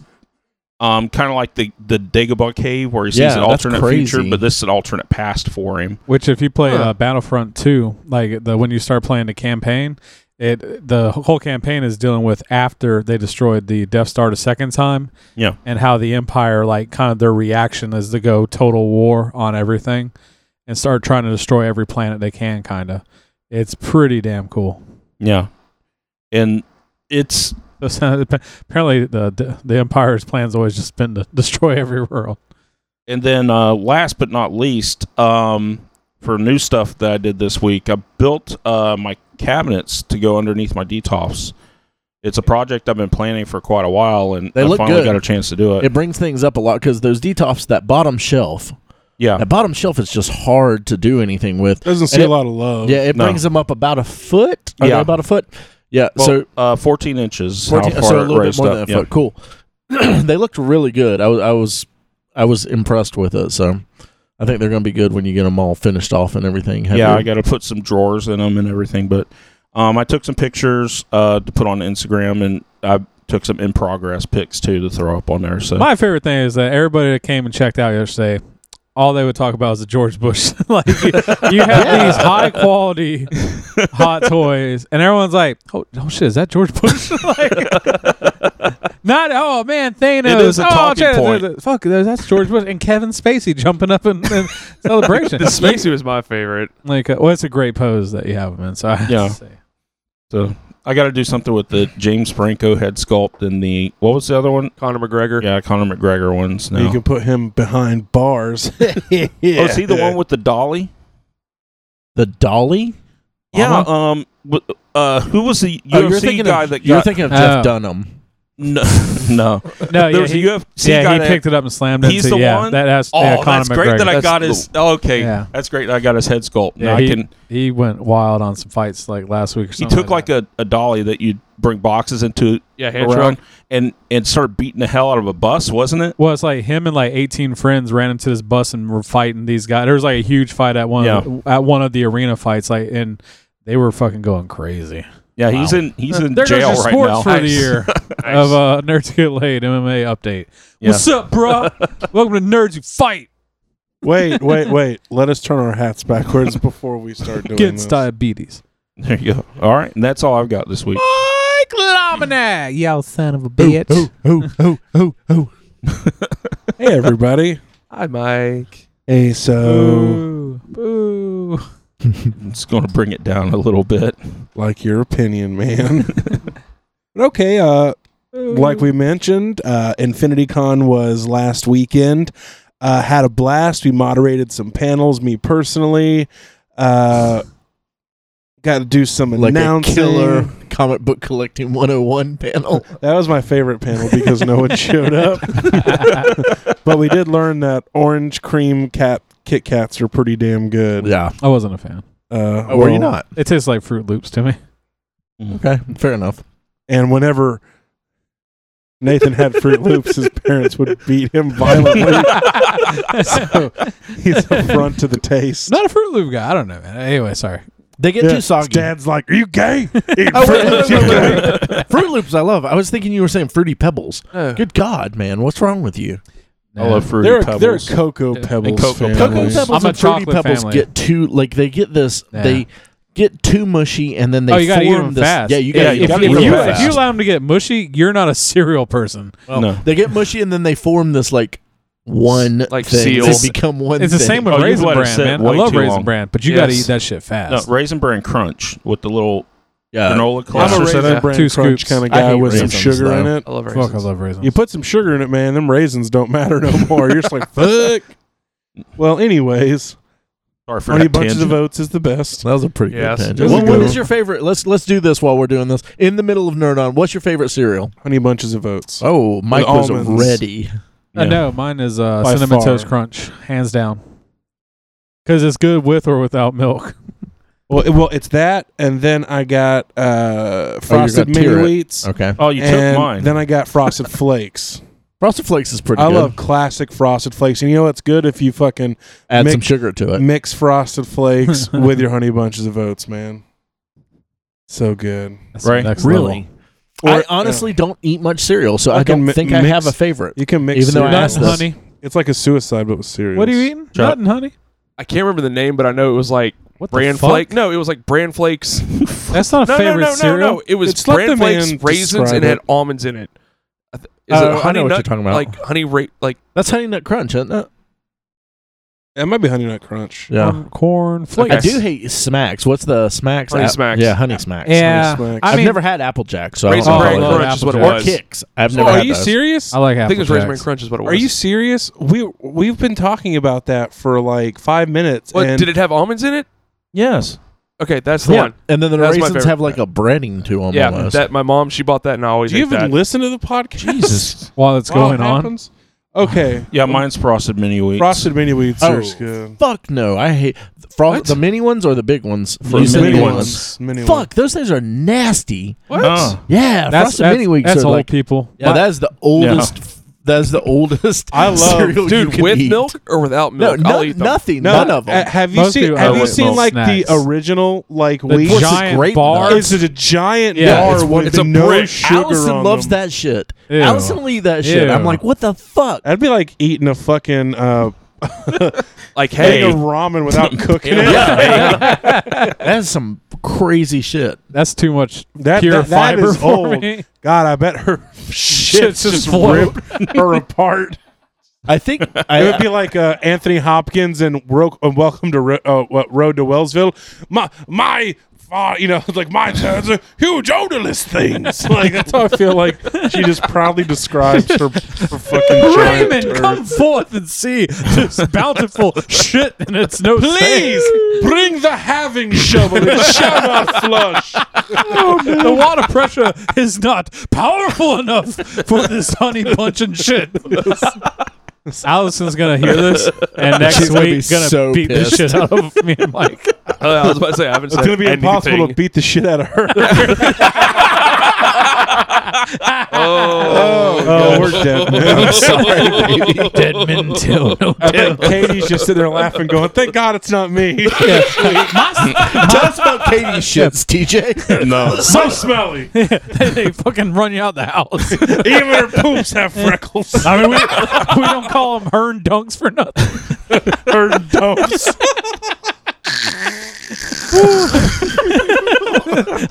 Speaker 6: um kind of like the the Dagobah cave where he sees
Speaker 1: Yeah,
Speaker 6: an
Speaker 1: that's
Speaker 6: alternate
Speaker 1: crazy.
Speaker 6: future, but this is an alternate past for him.
Speaker 3: Which, if you play
Speaker 1: Huh.
Speaker 3: uh, Battlefront Two, like the when you start playing the campaign, it the whole campaign is dealing with after they destroyed the Death Star the second time.
Speaker 6: Yeah.
Speaker 3: and how the Empire like kind of their reaction is to go total war on everything, and start trying to destroy every planet they can. Kind of, it's pretty damn cool.
Speaker 6: Yeah, and it's
Speaker 3: So, Apparently, the- the the Empire's plan's always just been to destroy every world.
Speaker 6: and then uh, last but not least, um, for new stuff that I did this week, I built uh, my cabinets to go underneath my detofs. It's a project I've been planning for quite a while, and
Speaker 1: They
Speaker 6: I
Speaker 1: look
Speaker 6: finally
Speaker 1: good.
Speaker 6: got a chance to do it.
Speaker 1: It brings things up a lot because those detofs, that bottom shelf,
Speaker 6: yeah,
Speaker 1: that bottom shelf is just hard to do anything with.
Speaker 5: Doesn't see
Speaker 1: And
Speaker 5: a
Speaker 1: it-
Speaker 5: lot of love.
Speaker 1: Yeah, it
Speaker 6: No.
Speaker 1: brings them up about a foot. Are they
Speaker 6: Yeah.
Speaker 1: about a foot? Yeah.
Speaker 6: well,
Speaker 1: so
Speaker 6: uh, fourteen inches.
Speaker 1: 14,
Speaker 6: how far
Speaker 1: so a
Speaker 6: it
Speaker 1: little bit
Speaker 6: raised
Speaker 1: more
Speaker 6: up.
Speaker 1: than a
Speaker 6: Yeah.
Speaker 1: foot. Cool. they looked really good. I was I was I was impressed with it. So I think they're going to be good when you get them all finished off and everything. Have
Speaker 6: yeah,
Speaker 1: you-
Speaker 6: I got to put some drawers in them and everything. But um, I took some pictures uh, to put on Instagram, and I took some in progress pics too to throw up on there. So
Speaker 3: My favorite thing is that everybody that came and checked out yesterday, all they would talk about was the George Bush. like you, you have these high quality hot toys, and everyone's like, "Oh, oh shit, is that George Bush?" like, not oh man, Thanos.
Speaker 6: It is a
Speaker 3: oh,
Speaker 6: talking
Speaker 3: shit,
Speaker 6: point.
Speaker 3: there's a- Fuck, there's- that's George Bush and Kevin Spacey jumping up in, in celebration.
Speaker 4: The Spacey was my favorite.
Speaker 3: like, uh, well, it's a great pose that you have him in. So I have to
Speaker 6: Yeah.
Speaker 3: say.
Speaker 6: so I got to do something with the James Franco head sculpt and the what was the other one?
Speaker 4: Conor McGregor.
Speaker 6: Yeah, Conor McGregor ones.
Speaker 5: You
Speaker 6: Now.
Speaker 5: can put him behind bars.
Speaker 6: Oh, is he the one with the dolly?
Speaker 1: the dolly.
Speaker 6: Yeah.
Speaker 1: Uh-huh.
Speaker 6: Um. w- Uh. Who was the
Speaker 1: Oh, you're
Speaker 6: UFC
Speaker 1: thinking
Speaker 6: guy
Speaker 1: of,
Speaker 6: that
Speaker 1: you're
Speaker 6: got?
Speaker 1: thinking of Jeff
Speaker 3: Oh.
Speaker 1: Dunham.
Speaker 6: no. no.
Speaker 3: No,
Speaker 6: there
Speaker 3: yeah,
Speaker 6: was
Speaker 3: he,
Speaker 6: a UFC
Speaker 3: yeah,
Speaker 6: guy
Speaker 3: he
Speaker 6: that-
Speaker 3: picked it up and slammed it.
Speaker 6: He's
Speaker 3: into-
Speaker 6: the
Speaker 3: yeah,
Speaker 6: one?
Speaker 3: That has,
Speaker 6: Oh,
Speaker 3: yeah, Conor
Speaker 6: that's great that
Speaker 3: McGregor.
Speaker 6: I
Speaker 1: That's
Speaker 6: got
Speaker 1: the-
Speaker 6: his. oh, Okay,
Speaker 3: Yeah.
Speaker 6: that's great. that I got his head sculpt.
Speaker 3: Yeah,
Speaker 6: now
Speaker 3: he-
Speaker 6: I can
Speaker 3: He went wild on some fights like last week or
Speaker 6: he
Speaker 3: something.
Speaker 6: took like a, a dolly that you'd bring boxes into
Speaker 4: Yeah, hand
Speaker 6: around
Speaker 4: truck.
Speaker 6: and and started beating the hell out of a bus, wasn't it?
Speaker 3: Well, it's like him and like 18 friends ran into this bus and were fighting these guys. There was like a huge fight at one of, at one of the arena fights, like and they were fucking going crazy.
Speaker 6: Yeah, he's in he's in
Speaker 3: There
Speaker 6: jail
Speaker 3: goes your
Speaker 6: right
Speaker 3: sports
Speaker 6: now.
Speaker 3: for the
Speaker 4: Nice.
Speaker 3: year of uh, Nerds Get Laid MMA update.
Speaker 6: Yeah.
Speaker 3: What's up, bro? Welcome to Nerds Who Fight
Speaker 5: wait, wait, wait. Let us turn our hats backwards before we start doing
Speaker 3: Against
Speaker 5: this.
Speaker 3: Diabetes.
Speaker 6: There you go. All right, and that's all I've got this week.
Speaker 3: I Clomina, yo son of a bitch.
Speaker 5: Ooh, ooh, ooh, ooh. hey, everybody.
Speaker 4: Hi, Mike.
Speaker 5: Hey, so,
Speaker 3: Boo. Boo.
Speaker 6: It's going to bring it down a little bit.
Speaker 5: like your opinion, man. but okay, uh,
Speaker 3: Mm-hmm.
Speaker 5: like we mentioned, uh, Infinity Con was last weekend. Uh, had a blast. We moderated some panels. Me personally, uh, got to do some
Speaker 1: like a
Speaker 5: announcing.
Speaker 1: killer comic book collecting 101 panel.
Speaker 5: That was my favorite panel because no one showed up. but we did learn that orange cream cat Kit Kats are pretty damn good.
Speaker 1: yeah.
Speaker 3: I wasn't a fan.
Speaker 5: Uh,
Speaker 1: Or were you
Speaker 5: well,
Speaker 1: not?
Speaker 3: It tastes like Fruit Loops to me.
Speaker 1: Okay. Fair enough.
Speaker 5: And whenever Nathan had Fruit Loops, his parents would beat him violently. so he's an affront to the taste.
Speaker 3: Not a Fruit Loop guy. I don't know, man. Anyway, sorry.
Speaker 1: They get
Speaker 5: Yeah,
Speaker 1: too
Speaker 5: his
Speaker 1: soggy.
Speaker 5: Dad's like, "Are you gay? Eat
Speaker 1: Oh,
Speaker 5: Fruit
Speaker 1: wait,
Speaker 5: Loops,
Speaker 1: wait, wait,
Speaker 5: you gay?"
Speaker 1: wait, wait. Fruit Loops, I love. I was thinking you were saying Fruity Pebbles.
Speaker 4: Oh.
Speaker 1: Good God, man. What's wrong with you?
Speaker 6: I love fruity
Speaker 5: They're a,
Speaker 6: pebbles.
Speaker 5: they're a cocoa
Speaker 3: And
Speaker 5: pebbles.
Speaker 6: Cocoa
Speaker 5: family.
Speaker 1: Cocoa
Speaker 6: Pebbles.
Speaker 1: Pebbles
Speaker 3: I'm a
Speaker 1: and Fruity
Speaker 3: chocolate
Speaker 1: Pebbles
Speaker 3: family.
Speaker 1: get too, like, they get this,
Speaker 3: Yeah.
Speaker 1: they get too mushy and then they
Speaker 3: oh, you gotta eat
Speaker 1: form
Speaker 3: them
Speaker 1: this.
Speaker 3: fast.
Speaker 1: Yeah, you
Speaker 6: Yeah,
Speaker 1: gotta
Speaker 6: you
Speaker 1: eat
Speaker 3: if,
Speaker 1: them
Speaker 6: gotta eat
Speaker 3: if
Speaker 1: really
Speaker 3: you,
Speaker 1: fast.
Speaker 3: if you allow them to get mushy, you're not a cereal person.
Speaker 1: Well,
Speaker 6: No.
Speaker 1: They get mushy and then they form this like one
Speaker 4: Like
Speaker 1: thing.
Speaker 4: seal.
Speaker 1: They become one.
Speaker 3: It's the
Speaker 1: thing.
Speaker 3: same with
Speaker 6: Oh, you
Speaker 3: Raisin
Speaker 6: let it
Speaker 3: Bran,
Speaker 6: sit
Speaker 3: man. I
Speaker 6: way
Speaker 3: love
Speaker 6: too
Speaker 3: Raisin
Speaker 6: long.
Speaker 3: Bran, but you gotta
Speaker 4: Yes.
Speaker 3: eat that shit
Speaker 6: No,
Speaker 3: fast.
Speaker 6: raisin bran crunch with the little
Speaker 1: Oh, Yeah.
Speaker 6: granola
Speaker 5: I'm a
Speaker 6: clusters. in
Speaker 5: raisin
Speaker 6: it.
Speaker 5: bran
Speaker 3: Two
Speaker 5: crunch
Speaker 3: scoops.
Speaker 5: kind of
Speaker 1: I
Speaker 5: guy
Speaker 1: hate
Speaker 5: with some
Speaker 1: raisins,
Speaker 5: sugar in
Speaker 1: though.
Speaker 5: it.
Speaker 4: I love raisins.
Speaker 3: Fuck, I love raisins.
Speaker 5: You put some sugar in it, man. Them raisins don't matter no more. You're just like, fuck. Well, anyways,
Speaker 6: Sorry for
Speaker 5: honey
Speaker 6: that
Speaker 5: bunches of
Speaker 6: tangent.
Speaker 5: oats is the best.
Speaker 1: That was a pretty good
Speaker 4: Yes.
Speaker 1: tangent.
Speaker 5: That's a
Speaker 1: What,
Speaker 5: good
Speaker 1: what
Speaker 5: one.
Speaker 1: is your favorite? Let's let's do this while we're doing this. In the middle of Nerd On, what's your favorite cereal?
Speaker 5: Honey bunches of oats.
Speaker 1: Oh, Mike
Speaker 5: With
Speaker 1: was
Speaker 5: almonds.
Speaker 1: ready.
Speaker 3: Uh,
Speaker 6: Yeah.
Speaker 3: no, mine is uh,
Speaker 5: By
Speaker 3: cinnamon
Speaker 5: far.
Speaker 3: toast crunch, hands down. Because it's good with or without milk.
Speaker 5: Well, it- well, it's that, and then I got uh, frosted
Speaker 1: gonna
Speaker 5: mini
Speaker 1: Oh, tear it.
Speaker 5: wheats.
Speaker 1: Okay.
Speaker 6: Oh, you
Speaker 5: and
Speaker 6: took mine.
Speaker 5: Then I got frosted flakes.
Speaker 1: Frosted Flakes is pretty
Speaker 5: I
Speaker 1: good.
Speaker 5: love classic frosted flakes, and you know what's good if you fucking
Speaker 1: Add some
Speaker 5: Mick-
Speaker 1: sugar to it.
Speaker 5: mix frosted flakes with your honey bunches of oats, man. So good.
Speaker 3: That's
Speaker 6: Right.
Speaker 3: next level.
Speaker 1: I
Speaker 5: Or-
Speaker 1: honestly don't eat much cereal, so
Speaker 5: I
Speaker 1: I
Speaker 5: can
Speaker 1: don't
Speaker 5: mi-
Speaker 1: think I
Speaker 5: mix-
Speaker 1: have a favorite.
Speaker 5: you can mix.
Speaker 1: Even though I
Speaker 5: cereals.
Speaker 1: asked
Speaker 3: Nut and
Speaker 1: this.
Speaker 3: honey.
Speaker 5: it's like a suicide, but with cereals.
Speaker 3: What are you eating?
Speaker 6: Shut
Speaker 3: Nut
Speaker 6: up.
Speaker 3: and honey.
Speaker 4: I can't remember the name, but I know it was like
Speaker 3: What the
Speaker 4: bran
Speaker 3: fuck?
Speaker 4: flake. No, it was like bran flakes.
Speaker 3: That's not a
Speaker 4: no, no,
Speaker 3: favorite
Speaker 4: no, no,
Speaker 3: cereal.
Speaker 4: no. It was
Speaker 5: It's let
Speaker 4: bran
Speaker 5: the
Speaker 4: flakes,
Speaker 5: man
Speaker 4: raisins,
Speaker 5: describe
Speaker 4: and it had
Speaker 5: it.
Speaker 4: almonds in it. I th-
Speaker 1: Oh, I know what you're talking about.
Speaker 4: Like honey, ra- like
Speaker 1: That's Honey Nut Crunch, isn't it?
Speaker 5: It might be honey nut crunch.
Speaker 3: Corn, Um, corn flakes.
Speaker 1: I do hate Smacks. What's the Smacks?
Speaker 4: Honey
Speaker 1: app?
Speaker 4: Smacks.
Speaker 1: Yeah, Honey Smacks.
Speaker 3: Yeah,
Speaker 5: Honey smacks.
Speaker 3: I
Speaker 1: I've
Speaker 3: mean,
Speaker 1: never had Applejack, so I don't
Speaker 4: raisin
Speaker 1: know.
Speaker 3: Oh, I
Speaker 4: bran
Speaker 3: love
Speaker 4: crunch is what it
Speaker 3: Apple
Speaker 1: or
Speaker 4: was.
Speaker 1: Kicks. I've
Speaker 5: Oh,
Speaker 1: never
Speaker 5: are
Speaker 1: had
Speaker 5: you
Speaker 1: those.
Speaker 5: serious?
Speaker 3: I like
Speaker 4: I
Speaker 3: Apple
Speaker 4: think it was raisin bran
Speaker 3: Jacks.
Speaker 4: crunch is what it was.
Speaker 5: Are you serious? We we've been talking about that for like five minutes.
Speaker 4: What,
Speaker 5: and
Speaker 4: did it have almonds in it?
Speaker 6: yes.
Speaker 4: Okay, that's the
Speaker 1: Yeah,
Speaker 4: one.
Speaker 1: and then the
Speaker 4: That's my
Speaker 1: raisins
Speaker 4: favorite.
Speaker 1: have like a breading to them.
Speaker 4: Yeah,
Speaker 1: almost.
Speaker 4: that my mom she bought that and I always
Speaker 5: Do you
Speaker 4: ate
Speaker 5: even
Speaker 4: that.
Speaker 5: listen to the podcast?
Speaker 6: Jesus.
Speaker 3: While it's
Speaker 5: While it
Speaker 3: going on,
Speaker 5: happens? Okay.
Speaker 6: Yeah, mine's frosted mini wheats.
Speaker 5: Frosted mini wheats
Speaker 1: Oh.
Speaker 5: are good.
Speaker 1: Fuck no, I hate fro-
Speaker 4: What?
Speaker 1: the mini ones or the big ones.
Speaker 6: The
Speaker 1: You said
Speaker 6: mini
Speaker 1: big
Speaker 6: ones.
Speaker 5: Mini ones.
Speaker 1: Fuck, those things are nasty.
Speaker 4: What?
Speaker 6: Uh,
Speaker 1: Yeah,
Speaker 3: that's
Speaker 1: frosted
Speaker 3: that's,
Speaker 1: mini wigs
Speaker 3: that's
Speaker 1: are
Speaker 3: old
Speaker 1: like.
Speaker 3: people.
Speaker 1: Yeah, that is the oldest. That is the oldest.
Speaker 5: I love-
Speaker 1: cereal you
Speaker 4: Dude,
Speaker 1: can
Speaker 4: with
Speaker 1: eat.
Speaker 4: milk or without
Speaker 1: No,
Speaker 4: milk? I'll
Speaker 1: no
Speaker 4: eat them.
Speaker 1: nothing.
Speaker 5: No,
Speaker 1: none of them.
Speaker 3: eh,
Speaker 5: uh, have you
Speaker 3: Most
Speaker 5: seen
Speaker 3: people
Speaker 5: have
Speaker 3: are
Speaker 5: you
Speaker 3: with
Speaker 5: seen
Speaker 3: little
Speaker 5: like
Speaker 3: snacks.
Speaker 5: the original like
Speaker 3: the
Speaker 5: wheat?
Speaker 1: What's
Speaker 3: giant
Speaker 1: grape
Speaker 3: bar.
Speaker 1: nut?
Speaker 5: Is it a giant
Speaker 3: Yeah,
Speaker 5: bar
Speaker 1: it's-
Speaker 5: with
Speaker 4: it's a
Speaker 5: no
Speaker 4: brick.
Speaker 5: sugar
Speaker 1: Allison
Speaker 5: on
Speaker 1: loves
Speaker 5: them?
Speaker 1: that shit.
Speaker 3: Ew.
Speaker 1: Allison will eat that shit.
Speaker 3: Ew.
Speaker 1: I'm like, what the fuck?
Speaker 5: That'd be like eating a fucking uh,
Speaker 4: Like hey,
Speaker 5: egg of ramen without cooking it.
Speaker 1: That's some crazy shit.
Speaker 3: That's too much
Speaker 5: That,
Speaker 3: pure
Speaker 5: that, that
Speaker 3: fiber
Speaker 5: is
Speaker 3: for
Speaker 5: old.
Speaker 3: me.
Speaker 5: God, I bet her
Speaker 3: just
Speaker 5: shit's just
Speaker 3: float.
Speaker 5: ripped her apart.
Speaker 1: I think
Speaker 5: It
Speaker 1: I,
Speaker 5: would be like uh, Anthony Hopkins and Ro- uh, Welcome to Ro- uh, what, Road to Wellsville. My my. Uh, you know, like my hands are huge odorless things. Like that's how I feel like she just proudly describes her, her fucking giant
Speaker 3: Raymond,
Speaker 5: turd.
Speaker 3: come forth and see this bountiful shit, and it's no
Speaker 5: Please bring the having shovel. It shall not flush.
Speaker 1: Oh,
Speaker 3: the water pressure is not powerful enough for this honey bunch and shit. Allison's gonna hear this, and next
Speaker 1: She's gonna be
Speaker 3: week gonna
Speaker 1: so
Speaker 3: beat
Speaker 1: pissed.
Speaker 3: the shit out of me and Mike.
Speaker 4: uh, I was about to say I haven't
Speaker 5: It's
Speaker 4: said
Speaker 5: gonna be
Speaker 4: anything.
Speaker 5: impossible to beat the shit out of her.
Speaker 4: Oh,
Speaker 5: oh, we're dead. Man.
Speaker 3: Sorry, baby. Deadman Till. No
Speaker 5: I think Katie's just sitting there laughing, going, "Thank God it's not me."
Speaker 1: tell us about Katie's shits, TJ.
Speaker 6: No.
Speaker 5: so smelly.
Speaker 3: they, they fucking run you out the house.
Speaker 5: Even her poops have freckles.
Speaker 3: I mean, we, we don't call them Hearn Dunks for nothing.
Speaker 5: Her dumps.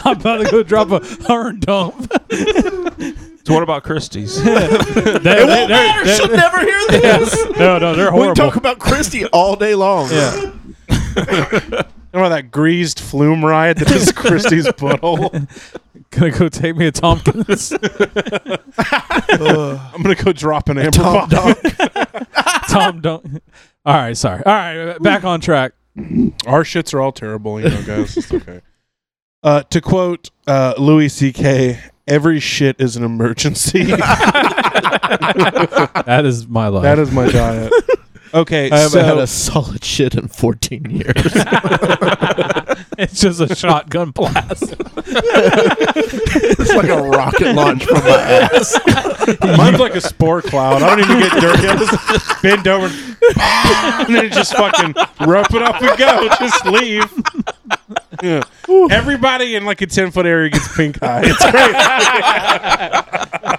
Speaker 3: I'm about to go drop a hard dump.
Speaker 6: So what about Christie's?
Speaker 1: It won't matter. She'll never hear this.
Speaker 3: no, no, they're
Speaker 1: We talk about Christie all day long.
Speaker 3: yeah.
Speaker 5: Remember that greased flume ride that is Christie's butthole?
Speaker 3: Gonna go take me a Tompkins.
Speaker 5: I'm gonna go drop an amber
Speaker 1: Tom
Speaker 5: bottle.
Speaker 1: Dog.
Speaker 3: Tom, don't. All right, sorry. All right, back on track.
Speaker 5: Our shits are all terrible, you know, guys. It's okay. Uh, to quote uh, Louis C.K., every shit is an emergency.
Speaker 3: That is my life.
Speaker 5: that is my diet. Okay,
Speaker 1: I haven't
Speaker 5: so
Speaker 1: had a solid shit in 14 years.
Speaker 3: it's just a shotgun blast.
Speaker 1: it's like a rocket launch from my ass.
Speaker 5: mine's like a spore cloud. I don't even get dirty. I just bend over and then just fucking rope it up and go. Just leave. Yeah. Everybody in like a 10 foot area gets pink eye. It's great.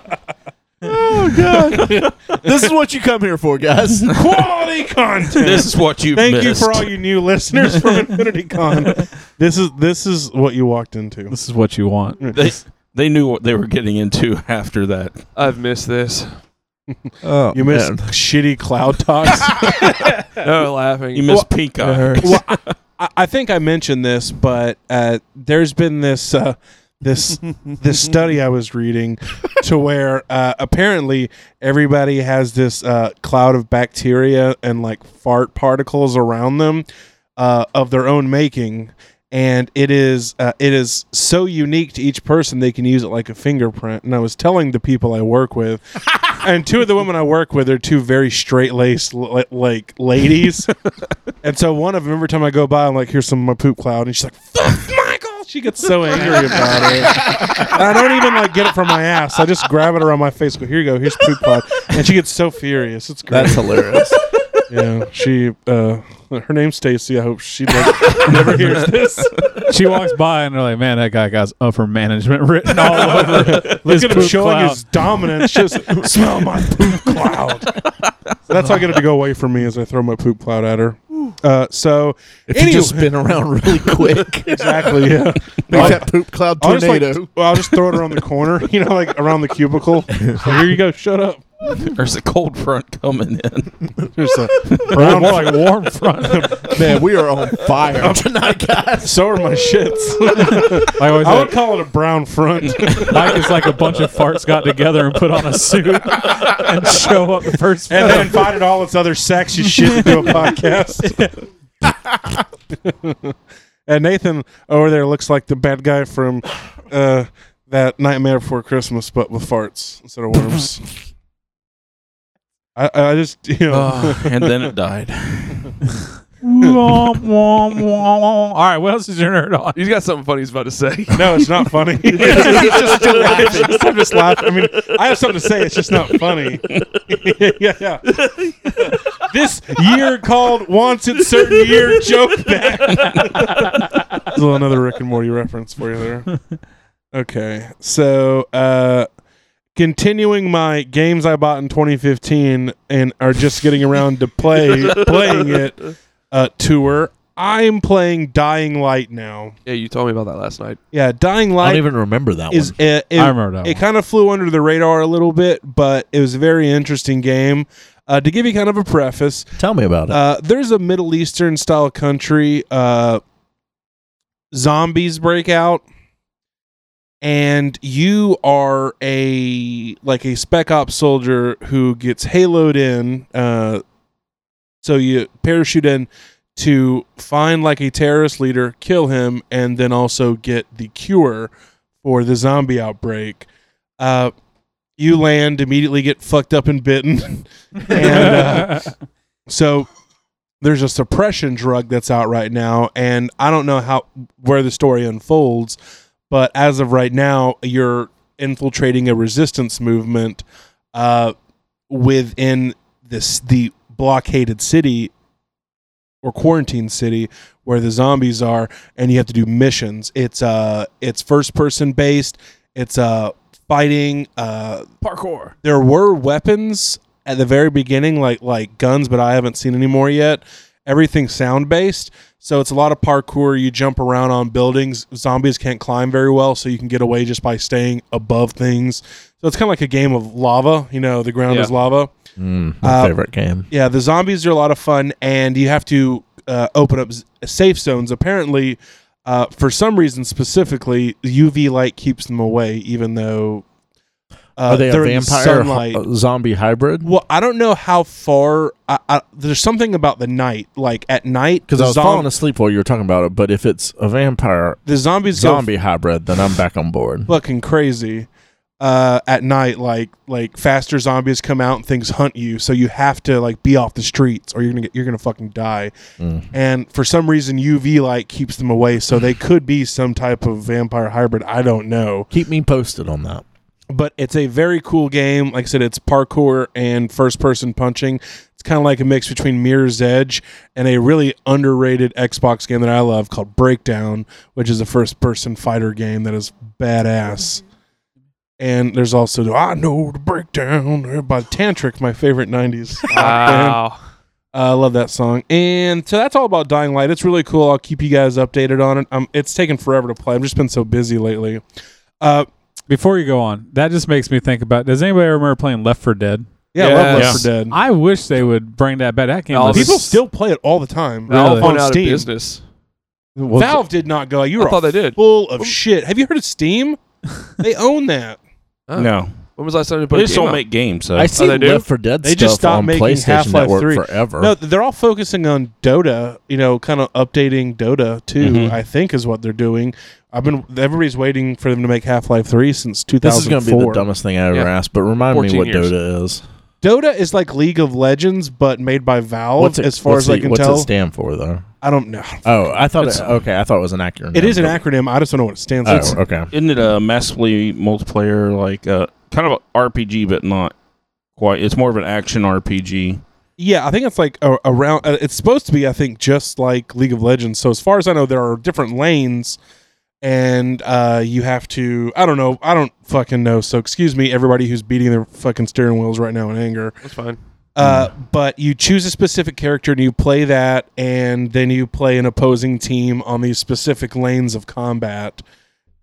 Speaker 1: This is what you come here for, guys.
Speaker 5: Quality content.
Speaker 6: this is what you
Speaker 5: Thank
Speaker 6: missed.
Speaker 5: you for all you new listeners from Infinity Con. This is this is what you walked into.
Speaker 3: This is what you want.
Speaker 6: they, they knew what they were getting into after that.
Speaker 4: I've missed this.
Speaker 1: Oh,
Speaker 5: You missed shitty cloud talks.
Speaker 4: No laughing.
Speaker 6: You missed pink eye.
Speaker 5: well, I, I- I think I mentioned this, but uh, there's been this uh, this this study I was reading to where uh, apparently everybody has this uh, cloud of bacteria and like fart particles around them uh, of their own making. And it is uh, it is so unique to each person they can use it like a fingerprint. And I was telling the people I work with, and two of the women I work with are two very straight laced like ladies, and so one of them, every time I go by, I'm like, here's some of my poop cloud. And she's like, fuck, Michael. She gets so angry about it. And I don't even like get it from my ass. I just grab it around my face. Go, here you go. Here's poop cloud. And she gets so furious. It's great.
Speaker 1: That's hilarious.
Speaker 5: yeah. She, uh, her name's Stacy. I hope she never, never hears this.
Speaker 3: She walks by and they're like, "Man, that guy got upper management written all over."
Speaker 5: Look
Speaker 3: his
Speaker 5: at him
Speaker 3: poop
Speaker 5: showing
Speaker 3: cloud."
Speaker 5: his dominance. Just smell my poop cloud. So that's how I get it to go away from me as I throw my poop cloud at her. Uh, so
Speaker 1: If you just spin around really quick, make
Speaker 5: exactly. Yeah.
Speaker 1: that poop cloud
Speaker 5: I'll just, like,
Speaker 1: tornado.
Speaker 5: well, I'll just throw it around the corner, you know, like around the cubicle. So here you go. Shut up.
Speaker 6: There's a cold front coming in.
Speaker 5: There's a brown
Speaker 3: more like warm front.
Speaker 1: Man, we are on fire tonight, guys.
Speaker 5: So are my shits.
Speaker 3: I always
Speaker 5: I
Speaker 3: like,
Speaker 5: would call it a brown front.
Speaker 3: Mike is like a bunch of farts got together and put on a suit and show up the first.
Speaker 5: And then invited all its other sexy shit to a podcast. and Nathan over there looks like the bad guy from uh, that Nightmare Before Christmas, but with farts instead of worms. I, I just, you know.
Speaker 6: Oh, and then it died.
Speaker 3: Womp, womp, womp. All right, what else is your nerd on?
Speaker 4: He's got something funny he's about to say.
Speaker 5: No, it's not funny. It's just- I'm just laughing. I mean, I have something to say. It's just not funny. yeah, yeah. This year called wants it certain year joke back. There's a little another Rick and Morty reference for you there. Okay, so uh, continuing my games I bought in 2015 and are just getting around to play playing it uh, tour. I'm playing Dying Light now.
Speaker 4: Yeah, you told me about that last night.
Speaker 5: Yeah, Dying
Speaker 1: I
Speaker 5: Light
Speaker 1: don't even remember that
Speaker 5: is
Speaker 1: one.
Speaker 5: uh, it,
Speaker 3: I remember that
Speaker 5: it
Speaker 3: one.
Speaker 5: kind of flew under the radar a little bit, but it was a very interesting game. Uh, to give you kind of a preface,
Speaker 1: Tell me about it.
Speaker 5: uh, there's a Middle Eastern style country. Uh, zombies break out, and you are a like a spec ops soldier who gets haloed in. Uh, so you parachute in to find like a terrorist leader, kill him, and then also get the cure for the zombie outbreak. Uh, you land immediately, get fucked up and bitten, and. Uh, so there's a suppression drug that's out right now, and I don't know how where the story unfolds, but as of right now, you're infiltrating a resistance movement uh, within this the blockaded city or quarantine city where the zombies are, and you have to do missions. It's uh it's first person based. It's uh fighting uh
Speaker 6: Parkour.
Speaker 5: there were weapons at the very beginning, like like guns, but I haven't seen any more yet. everything's sound based. So it's a lot of parkour. You jump around on buildings. Zombies can't climb very well, so you can get away just by staying above things. So it's kind of like a game of lava. You know, the ground
Speaker 4: Yeah.
Speaker 5: is lava.
Speaker 1: Mm, my
Speaker 5: Uh,
Speaker 1: favorite game.
Speaker 5: Yeah, the zombies are a lot of fun, and you have to uh, open up z- safe zones. Apparently, uh, for some reason specifically, UV light keeps them away, even though uh,
Speaker 1: Are they a
Speaker 5: they're in the
Speaker 1: vampire
Speaker 5: sunlight.
Speaker 1: ho- zombie hybrid?
Speaker 5: Well, I don't know how far. I, I, there's something about the night, like at night,
Speaker 1: Because
Speaker 5: the
Speaker 1: I was
Speaker 5: zom-
Speaker 1: falling asleep while you were talking about it. But if it's a vampire
Speaker 5: the zombies
Speaker 1: zombie hybrid, then I'm back on board.
Speaker 5: go fucking crazy. Uh, at night, like like faster zombies come out and things hunt you, so you have to like be off the streets or you're gonna get, you're gonna fucking die.
Speaker 1: Mm.
Speaker 5: and for some reason UV light keeps them away, so they could be some type of vampire hybrid. I don't know,
Speaker 1: Keep me posted on that.
Speaker 5: but it's a very cool game. Like I said, it's parkour and first-person punching. It's kind of like a mix between Mirror's Edge and a really underrated Xbox game that I love called Breakdown, which is a first-person fighter game that is badass. And there's also I know the breakdown uh, by Tantric, my favorite '90s. band.
Speaker 4: Wow.
Speaker 5: I love that song. And so that's all about Dying Light. It's really cool. I'll keep you guys updated on it. Um, it's taken forever to play. I've just been so busy lately. Uh,
Speaker 3: Before you go on, that just makes me think about. Does anybody remember playing Left for Dead?
Speaker 5: yeah, I love
Speaker 6: Yes.
Speaker 5: Left 4 Dead.
Speaker 3: I wish they would bring that back. That game
Speaker 4: No,
Speaker 3: was
Speaker 5: People
Speaker 4: this-
Speaker 5: still play it all the time.
Speaker 4: Valve
Speaker 3: Really?
Speaker 4: went
Speaker 5: On
Speaker 4: out
Speaker 5: Steam.
Speaker 4: of business.
Speaker 3: was-
Speaker 5: Valve did not go. You
Speaker 4: I
Speaker 5: were
Speaker 4: thought they did.
Speaker 5: full of shit. Have you heard of Steam? they own that.
Speaker 4: Oh.
Speaker 6: no,
Speaker 4: When was the last time you
Speaker 6: but
Speaker 4: played
Speaker 6: they
Speaker 4: a
Speaker 6: just
Speaker 4: game
Speaker 6: don't
Speaker 4: out?
Speaker 6: make games. So.
Speaker 1: I see
Speaker 4: they do?
Speaker 1: Left for Dead
Speaker 5: Oh, They
Speaker 1: stuff
Speaker 5: just stopped
Speaker 1: on
Speaker 5: making
Speaker 1: PlayStation
Speaker 5: Half-Life
Speaker 1: Network
Speaker 5: 3.
Speaker 1: forever.
Speaker 5: No, they're all focusing on Dota. You know, kind of updating Dota too.
Speaker 1: Mm-hmm.
Speaker 6: Mhm.
Speaker 5: I think is what they're doing. I've been everybody's waiting for them to make Half Life Three since two
Speaker 1: this is
Speaker 5: thousand four.
Speaker 1: going to be the dumbest thing I ever
Speaker 4: Yeah.
Speaker 1: asked. But remind me
Speaker 4: 14
Speaker 1: what
Speaker 4: years.
Speaker 1: Dota is.
Speaker 5: Dota is like League of Legends, but made by Valve.
Speaker 1: What's it?
Speaker 5: as far
Speaker 1: what's
Speaker 5: as I
Speaker 1: it-
Speaker 5: can
Speaker 1: what's
Speaker 5: tell,
Speaker 1: it stand for though?
Speaker 5: I don't know.
Speaker 1: Oh, I thought
Speaker 6: It's-
Speaker 1: it, okay. I thought it was an acronym.
Speaker 5: It is an
Speaker 1: but-
Speaker 5: acronym. I just don't know what it stands
Speaker 1: Oh,
Speaker 5: for.
Speaker 1: okay.
Speaker 6: Isn't it a massively multiplayer, like uh, kind of a RPG, but not quite? It's more of an action RPG.
Speaker 5: Yeah, I think it's like a, around. Uh, it's supposed to be, I think, just like League of Legends. So as far as I know, there are different lanes, and uh, you have to. I don't know. I don't fucking know. So excuse me, everybody who's beating their fucking steering wheels right now in anger.
Speaker 4: That's fine.
Speaker 5: Uh, But you choose a specific character and you play that, and then you play an opposing team on these specific lanes of combat.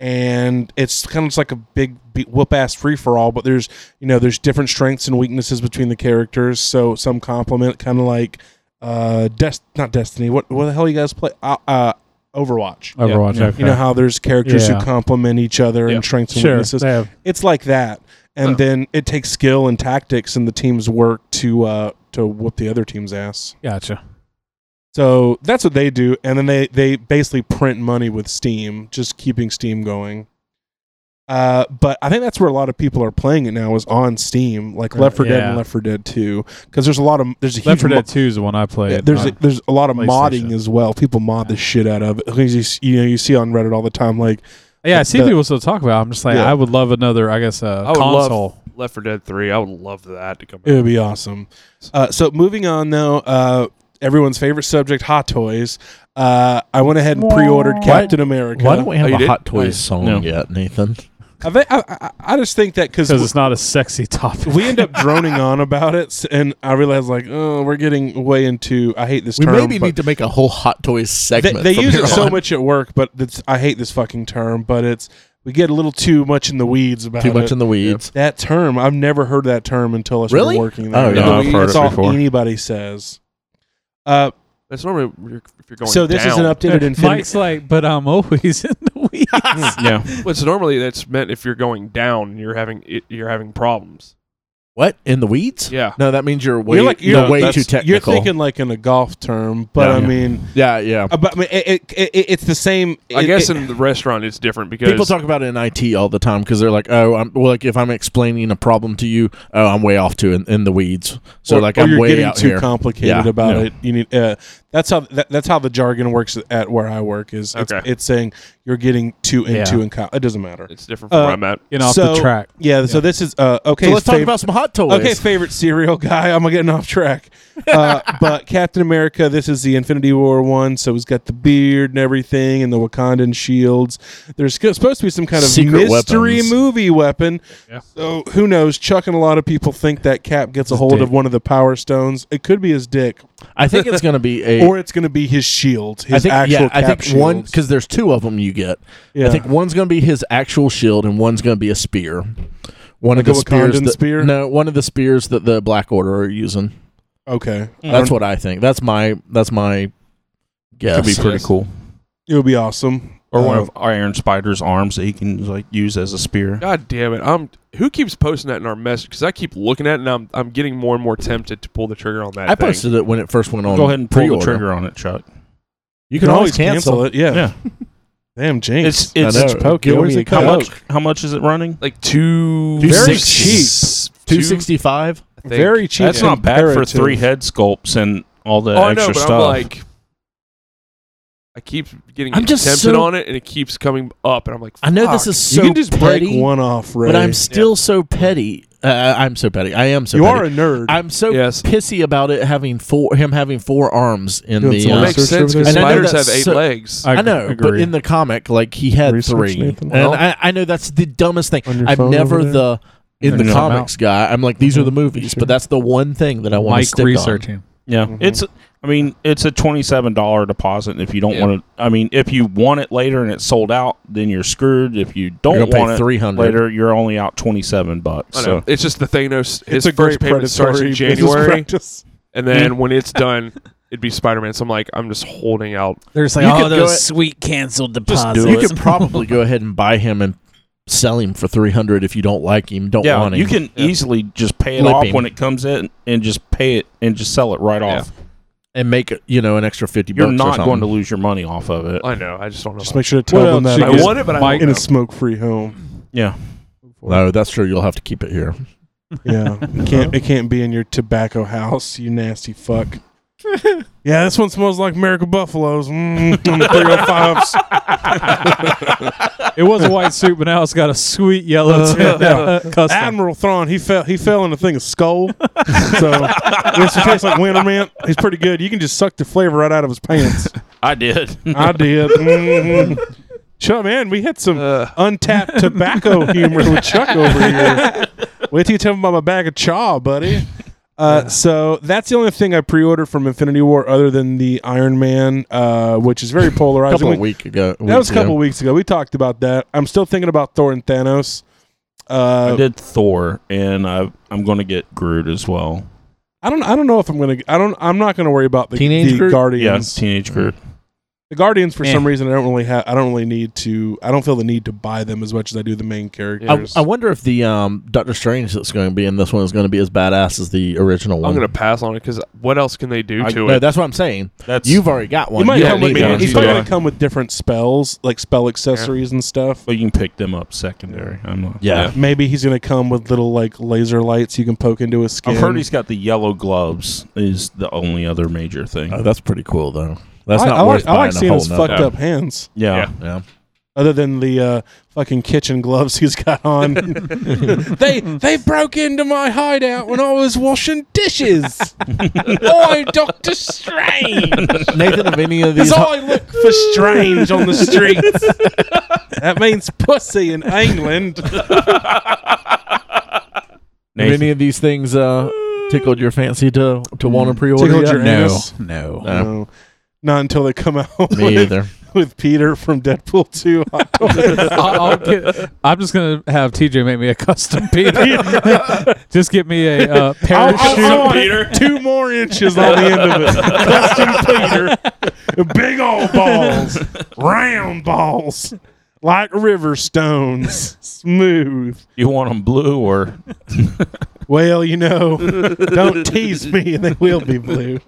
Speaker 5: And it's kind of just like a big whoop ass free for all, but there's you know there's different strengths and weaknesses between the characters. So some complement, kind of like uh, Dest not Destiny. What what the hell you guys play? Uh, uh, Overwatch.
Speaker 3: Overwatch.
Speaker 6: Yeah.
Speaker 3: okay.
Speaker 5: You know how there's characters
Speaker 3: Yeah.
Speaker 5: who complement each other
Speaker 4: Yeah.
Speaker 5: and strengths and
Speaker 3: sure.
Speaker 5: weaknesses
Speaker 3: They have
Speaker 5: it's like that and
Speaker 4: Oh.
Speaker 5: then it takes skill and tactics and the team's work to uh to whoop the other team's ass
Speaker 3: Gotcha.
Speaker 5: so that's what they do and then they they basically print money with steam just keeping steam going uh, but I think that's where a lot of people are playing it now is on Steam, like
Speaker 3: Right.
Speaker 5: Left 4 Dead
Speaker 3: Uh, Yeah.
Speaker 5: and Left 4 Dead 2, because there's a lot of there's a huge
Speaker 3: Left 4
Speaker 5: mo-
Speaker 3: Dead 2 is the one I played.
Speaker 5: yeah, there's
Speaker 3: Uh,
Speaker 5: a, there's a lot of modding
Speaker 3: PlayStation.
Speaker 5: as well. People mod the shit out of it. 'Cause You, s- you know, you see on Reddit all the time, like
Speaker 3: yeah, I see
Speaker 5: the-
Speaker 3: people still talk about. It. I'm just like,
Speaker 5: Yeah.
Speaker 3: I would love another. I guess uh,
Speaker 4: I would love-
Speaker 3: console.
Speaker 4: Left for Dead 3. I would love that to come
Speaker 5: It
Speaker 4: out.
Speaker 5: would be awesome. Uh, so moving on though, uh, everyone's favorite subject, hot toys. Uh, I went ahead and pre-ordered Captain America.
Speaker 1: Why don't we have
Speaker 4: Oh, you
Speaker 1: a
Speaker 4: did?
Speaker 1: Hot Toys song
Speaker 6: No.
Speaker 1: yet, Nathan?
Speaker 5: I, thi- I, I, I just think that because
Speaker 3: because it's not a sexy topic.
Speaker 5: we end up droning on about it, s- and I realize like, oh, we're getting way into. I hate this
Speaker 1: We
Speaker 5: term.
Speaker 1: maybe
Speaker 5: but
Speaker 1: need to make a whole Hot Toys
Speaker 5: they,
Speaker 1: segment.
Speaker 5: they
Speaker 1: from
Speaker 5: use
Speaker 1: here
Speaker 5: it so
Speaker 1: on.
Speaker 5: much at work, but it's, I hate this fucking term. But it's we get a little too much in the weeds about
Speaker 1: Too much
Speaker 5: it.
Speaker 1: in the weeds.
Speaker 5: that term. I've never heard that term until I started
Speaker 1: Really?
Speaker 5: working there.
Speaker 1: Oh, yeah.
Speaker 6: No, I've
Speaker 5: That's
Speaker 6: heard it
Speaker 5: all
Speaker 6: before.
Speaker 5: anybody says. Uh,
Speaker 4: That's normally if you're- if you're going
Speaker 5: so this is an
Speaker 4: down.
Speaker 5: updated Infinity.
Speaker 3: Mike's like, but I'm always in the weeds.
Speaker 6: Yeah,
Speaker 4: Well, it's normally that's meant if you're going down and you're having it, you're having problems.
Speaker 1: What in the weeds?
Speaker 4: Yeah.
Speaker 1: No, that means you're way
Speaker 5: you're like you're
Speaker 1: no, way
Speaker 5: that's-
Speaker 1: too technical.
Speaker 5: You're thinking like in a golf term, but
Speaker 6: Yeah.
Speaker 5: I mean,
Speaker 1: yeah, yeah.
Speaker 5: uh, but I mean, it, it, it, it's the same.
Speaker 4: I
Speaker 5: it-
Speaker 4: guess
Speaker 5: it-
Speaker 4: in the restaurant it's different because
Speaker 1: People talk about it in IT all the time because they're like, "Oh, I'm well, like if I'm explaining a problem to you, oh, I'm way off to in, in the weeds." So
Speaker 5: or-
Speaker 1: like
Speaker 5: or
Speaker 1: I'm
Speaker 5: you're
Speaker 1: way
Speaker 5: getting
Speaker 1: out
Speaker 5: too
Speaker 1: here.
Speaker 5: complicated
Speaker 1: Yeah,
Speaker 5: about
Speaker 1: no.
Speaker 5: it. You need uh, that's how that, that's how the jargon works at where I work. Is it's,
Speaker 4: Okay.
Speaker 5: it's saying you're getting too into
Speaker 3: Yeah.
Speaker 5: and com- it doesn't matter.
Speaker 4: it's different from
Speaker 5: Uh,
Speaker 4: where I'm at.
Speaker 3: Get off the
Speaker 5: So-
Speaker 3: track.
Speaker 5: Yeah, So this is uh, okay.
Speaker 1: so let's talk
Speaker 5: fav-
Speaker 1: about some hot toys.
Speaker 5: Okay, favorite cereal guy. I'm getting off track. Uh, but Captain America, this is the Infinity War one, so he's got the beard and everything, and the Wakandan shields. There's sc- supposed to be some kind of
Speaker 1: Secret
Speaker 5: mystery
Speaker 1: weapons.
Speaker 5: movie weapon.
Speaker 4: Yeah.
Speaker 5: So who knows? Chuck and a lot of people think that Cap gets a hold
Speaker 1: dick.
Speaker 5: of one of the Power Stones. It could be his dick.
Speaker 1: I think it's going to be a they.
Speaker 5: or it's going to be his shield, his
Speaker 1: I think,
Speaker 5: actual
Speaker 1: yeah, I
Speaker 5: cap
Speaker 1: think one
Speaker 5: shields.
Speaker 1: because there's two of them you get.
Speaker 5: yeah.
Speaker 1: I think one's going to be his actual shield and one's going to be a spear. One of
Speaker 5: Like
Speaker 1: the
Speaker 5: a Wakandan
Speaker 1: spears. That,
Speaker 5: spear?
Speaker 1: No, one of the spears that the Black Order are using.
Speaker 5: okay,
Speaker 1: That's what I think. That's my. That's my guess.
Speaker 6: That'd be pretty
Speaker 4: Yes.
Speaker 6: cool.
Speaker 5: it'll be awesome.
Speaker 6: Or one
Speaker 5: Uh,
Speaker 6: of Iron Spider's arms that he can like use as a spear.
Speaker 4: God damn it! I'm who keeps posting that in our message because I keep looking at it and I'm I'm getting more and more tempted to pull the trigger on that.
Speaker 1: I
Speaker 4: thing.
Speaker 1: posted it when it first went on.
Speaker 6: Go ahead and pull
Speaker 1: pre-order.
Speaker 6: the trigger on it, Chuck.
Speaker 1: You can, always cancel, it.
Speaker 5: it. Yeah.
Speaker 6: Yeah.
Speaker 5: Damn, Jinx.
Speaker 6: It's it's
Speaker 1: I know.
Speaker 5: Poke,
Speaker 1: Get
Speaker 5: it'll
Speaker 1: where's
Speaker 5: be
Speaker 1: it
Speaker 5: a
Speaker 6: how
Speaker 1: cut?
Speaker 6: much how much is it running?
Speaker 4: like two
Speaker 1: Two
Speaker 4: very
Speaker 1: sixty.
Speaker 4: cheap,
Speaker 1: Two sixty five.
Speaker 4: I think.
Speaker 5: very cheap.
Speaker 6: That's not bad for
Speaker 5: comparative.
Speaker 6: three head sculpts and all the
Speaker 4: Oh, I know,
Speaker 6: extra
Speaker 4: but
Speaker 6: stuff.
Speaker 4: I'm like, I keep getting
Speaker 1: I'm just
Speaker 4: tempted
Speaker 1: so-
Speaker 4: on it and it keeps coming up and I'm like,
Speaker 1: I know
Speaker 4: fuck.
Speaker 1: this is
Speaker 5: You
Speaker 1: so
Speaker 5: can just
Speaker 1: petty,
Speaker 5: break one off, Ray.
Speaker 1: but I'm still so petty. Uh, I'm so petty. I am so.
Speaker 5: you
Speaker 1: petty.
Speaker 5: are a nerd.
Speaker 1: I'm so
Speaker 4: Yes.
Speaker 1: pissy about it having four him having four arms in
Speaker 5: Doing
Speaker 1: the.
Speaker 5: some
Speaker 4: It
Speaker 1: Uh,
Speaker 5: research.
Speaker 4: makes sense
Speaker 5: over
Speaker 4: because
Speaker 5: there.
Speaker 1: And I know
Speaker 4: spiders have
Speaker 1: that's
Speaker 4: eight
Speaker 1: so-
Speaker 4: legs.
Speaker 1: I know, but in the comic, like he had
Speaker 5: Research,
Speaker 1: three,
Speaker 5: Nathan.
Speaker 1: and
Speaker 4: Well-
Speaker 1: I, I know that's the dumbest thing.
Speaker 5: On your
Speaker 1: I'm
Speaker 5: phone
Speaker 1: never
Speaker 5: over there?
Speaker 1: the in
Speaker 3: Check
Speaker 1: the
Speaker 3: them
Speaker 1: comics guy. I'm like these are the movies,
Speaker 5: Sure.
Speaker 1: but that's the one thing that I want to
Speaker 3: Mike
Speaker 1: stick on.
Speaker 3: researching.
Speaker 6: yeah,
Speaker 1: Mm-hmm.
Speaker 5: Mhm.
Speaker 6: it's I mean it's a twenty seven dollar deposit. If you don't
Speaker 4: Yeah.
Speaker 6: want to, I mean if you want it later and it's sold out, then you're screwed. If you don't
Speaker 1: You're gonna
Speaker 6: want
Speaker 1: pay
Speaker 6: it
Speaker 1: three hundred.
Speaker 6: later, you're only out twenty seven bucks.
Speaker 4: I know.
Speaker 6: So
Speaker 4: It's just the Thanos. His
Speaker 5: it's a
Speaker 4: first
Speaker 5: great
Speaker 4: payment starts in
Speaker 5: predatory business
Speaker 4: January,
Speaker 5: practice.
Speaker 4: and then when it's done, it'd be Spider Man. So I'm like, I'm just holding out.
Speaker 3: They're just like,
Speaker 1: You
Speaker 3: oh,
Speaker 1: could go
Speaker 3: those
Speaker 1: at-
Speaker 3: sweet canceled
Speaker 6: Just do
Speaker 3: deposits.
Speaker 6: it.
Speaker 1: You could probably go ahead and buy him and sell him for three hundred if you don't like him, don't
Speaker 6: yeah,
Speaker 1: want him.
Speaker 6: you can
Speaker 4: Yeah.
Speaker 6: easily just pay it
Speaker 1: Flip
Speaker 6: off
Speaker 1: him.
Speaker 6: when it comes in and just pay it and just sell it right
Speaker 4: Yeah.
Speaker 6: off.
Speaker 1: and make you know an extra fifty.
Speaker 6: You're
Speaker 1: bucks or
Speaker 6: not going
Speaker 1: something.
Speaker 6: to lose your money off of it.
Speaker 4: I know. I just don't know.
Speaker 5: Just
Speaker 4: about
Speaker 5: make sure to
Speaker 6: What
Speaker 5: tell them that
Speaker 6: else you
Speaker 4: it.
Speaker 5: it
Speaker 4: I
Speaker 5: was
Speaker 4: want it, but I
Speaker 3: Mike-
Speaker 4: don't
Speaker 5: in
Speaker 4: know.
Speaker 5: a smoke-free home.
Speaker 6: Yeah.
Speaker 1: No, that's true. You'll have to keep it here.
Speaker 5: Yeah, it can't it can't be in your tobacco house, you nasty fuck. yeah, this one smells like Miracle Buffaloes. Mm, 305s.
Speaker 3: It was a white suit, but now it's got a sweet yellow tint, uh, custom.
Speaker 5: Admiral Thrawn, he fell he fell in a thing of skull. so this it tastes like winter mint. He's pretty good. You can just suck the flavor right out of his pants.
Speaker 6: I did.
Speaker 5: I did. Mhm. Chuck, man, we had some
Speaker 4: Uh,
Speaker 5: untapped tobacco humor with Chuck over here. Wait till you tell him about my bag of chaw, buddy. Uh, so that's the only thing I pre-ordered from Infinity War, other than the Iron Man, uh, which is very
Speaker 1: A
Speaker 5: polarizing.
Speaker 1: couple
Speaker 5: We-
Speaker 1: of week ago.
Speaker 5: that was a couple weeks ago. We talked about that. I'm still thinking about Thor and Thanos. Uh,
Speaker 6: I did Thor, and I, I'm going to get Groot as well.
Speaker 5: I don't. I don't know if I'm gonna. I don't. I'm not gonna worry about the,
Speaker 1: Teenage
Speaker 5: the
Speaker 1: Groot?
Speaker 6: Yeah,
Speaker 5: Guardians.
Speaker 6: Teenage Groot.
Speaker 1: Mm-hmm.
Speaker 5: The Guardians, for
Speaker 3: Eh.
Speaker 5: some reason, I don't really have. I don't really need to. I don't feel the need to buy them as much as I do the main
Speaker 1: I,
Speaker 5: characters.
Speaker 1: I wonder if the um, Doctor Strange that's going to be in this one is going to be as badass as the original one.
Speaker 4: I'm gonna pass on it because what else can they do
Speaker 6: I-
Speaker 4: to
Speaker 1: no,
Speaker 4: it?
Speaker 1: that's what I'm saying.
Speaker 6: That's
Speaker 1: You've already got
Speaker 5: He
Speaker 1: one.
Speaker 5: might
Speaker 1: You
Speaker 4: Yeah,
Speaker 5: come
Speaker 1: don't
Speaker 5: with,
Speaker 1: need
Speaker 4: maybe
Speaker 1: one.
Speaker 5: he's
Speaker 4: Yeah.
Speaker 5: probably
Speaker 4: Yeah.
Speaker 5: gonna come with different spells, like spell accessories and stuff.
Speaker 6: But you can pick them up secondary. I'm not.
Speaker 1: Yeah.
Speaker 5: Maybe he's gonna come with little like laser lights you can poke into his skin.
Speaker 6: I've heard he's got the yellow gloves. Is the only other major thing.
Speaker 1: Oh, that's pretty cool though. That's
Speaker 5: I,
Speaker 1: not
Speaker 5: I
Speaker 1: worth
Speaker 5: like, I
Speaker 1: buying
Speaker 5: like
Speaker 1: a
Speaker 5: seeing
Speaker 1: whole
Speaker 5: his
Speaker 1: nother-
Speaker 5: fucked up hands.
Speaker 6: yeah.
Speaker 4: Yeah.
Speaker 1: Yeah.
Speaker 5: Other than the uh, fucking kitchen gloves he's got on. they they broke into my hideout when I was washing dishes. oh, Doctor Strange!
Speaker 1: Nathan, of any of these,
Speaker 5: Because I look for strange on the streets. that means pussy in England.
Speaker 1: have
Speaker 6: Nathan,
Speaker 1: any of these things uh, tickled your fancy to to want to pre-order?
Speaker 5: Mm. Tickled
Speaker 1: yet?
Speaker 5: your anus?
Speaker 3: no.
Speaker 1: No.
Speaker 5: No. Not until they come out
Speaker 1: Me
Speaker 5: with,
Speaker 1: either.
Speaker 5: with Peter from Deadpool 2.
Speaker 3: I'll, I'll get, I'm just gonna have TJ make me a custom Peter. just get me a uh,
Speaker 5: I'll- I'll-
Speaker 3: parachute.
Speaker 5: I want Two more inches on the end of it. Custom Peter. Big old balls. Round balls. Like river stones. Smooth.
Speaker 6: you want them blue or
Speaker 5: Well, you know, don't tease me and they will be blue.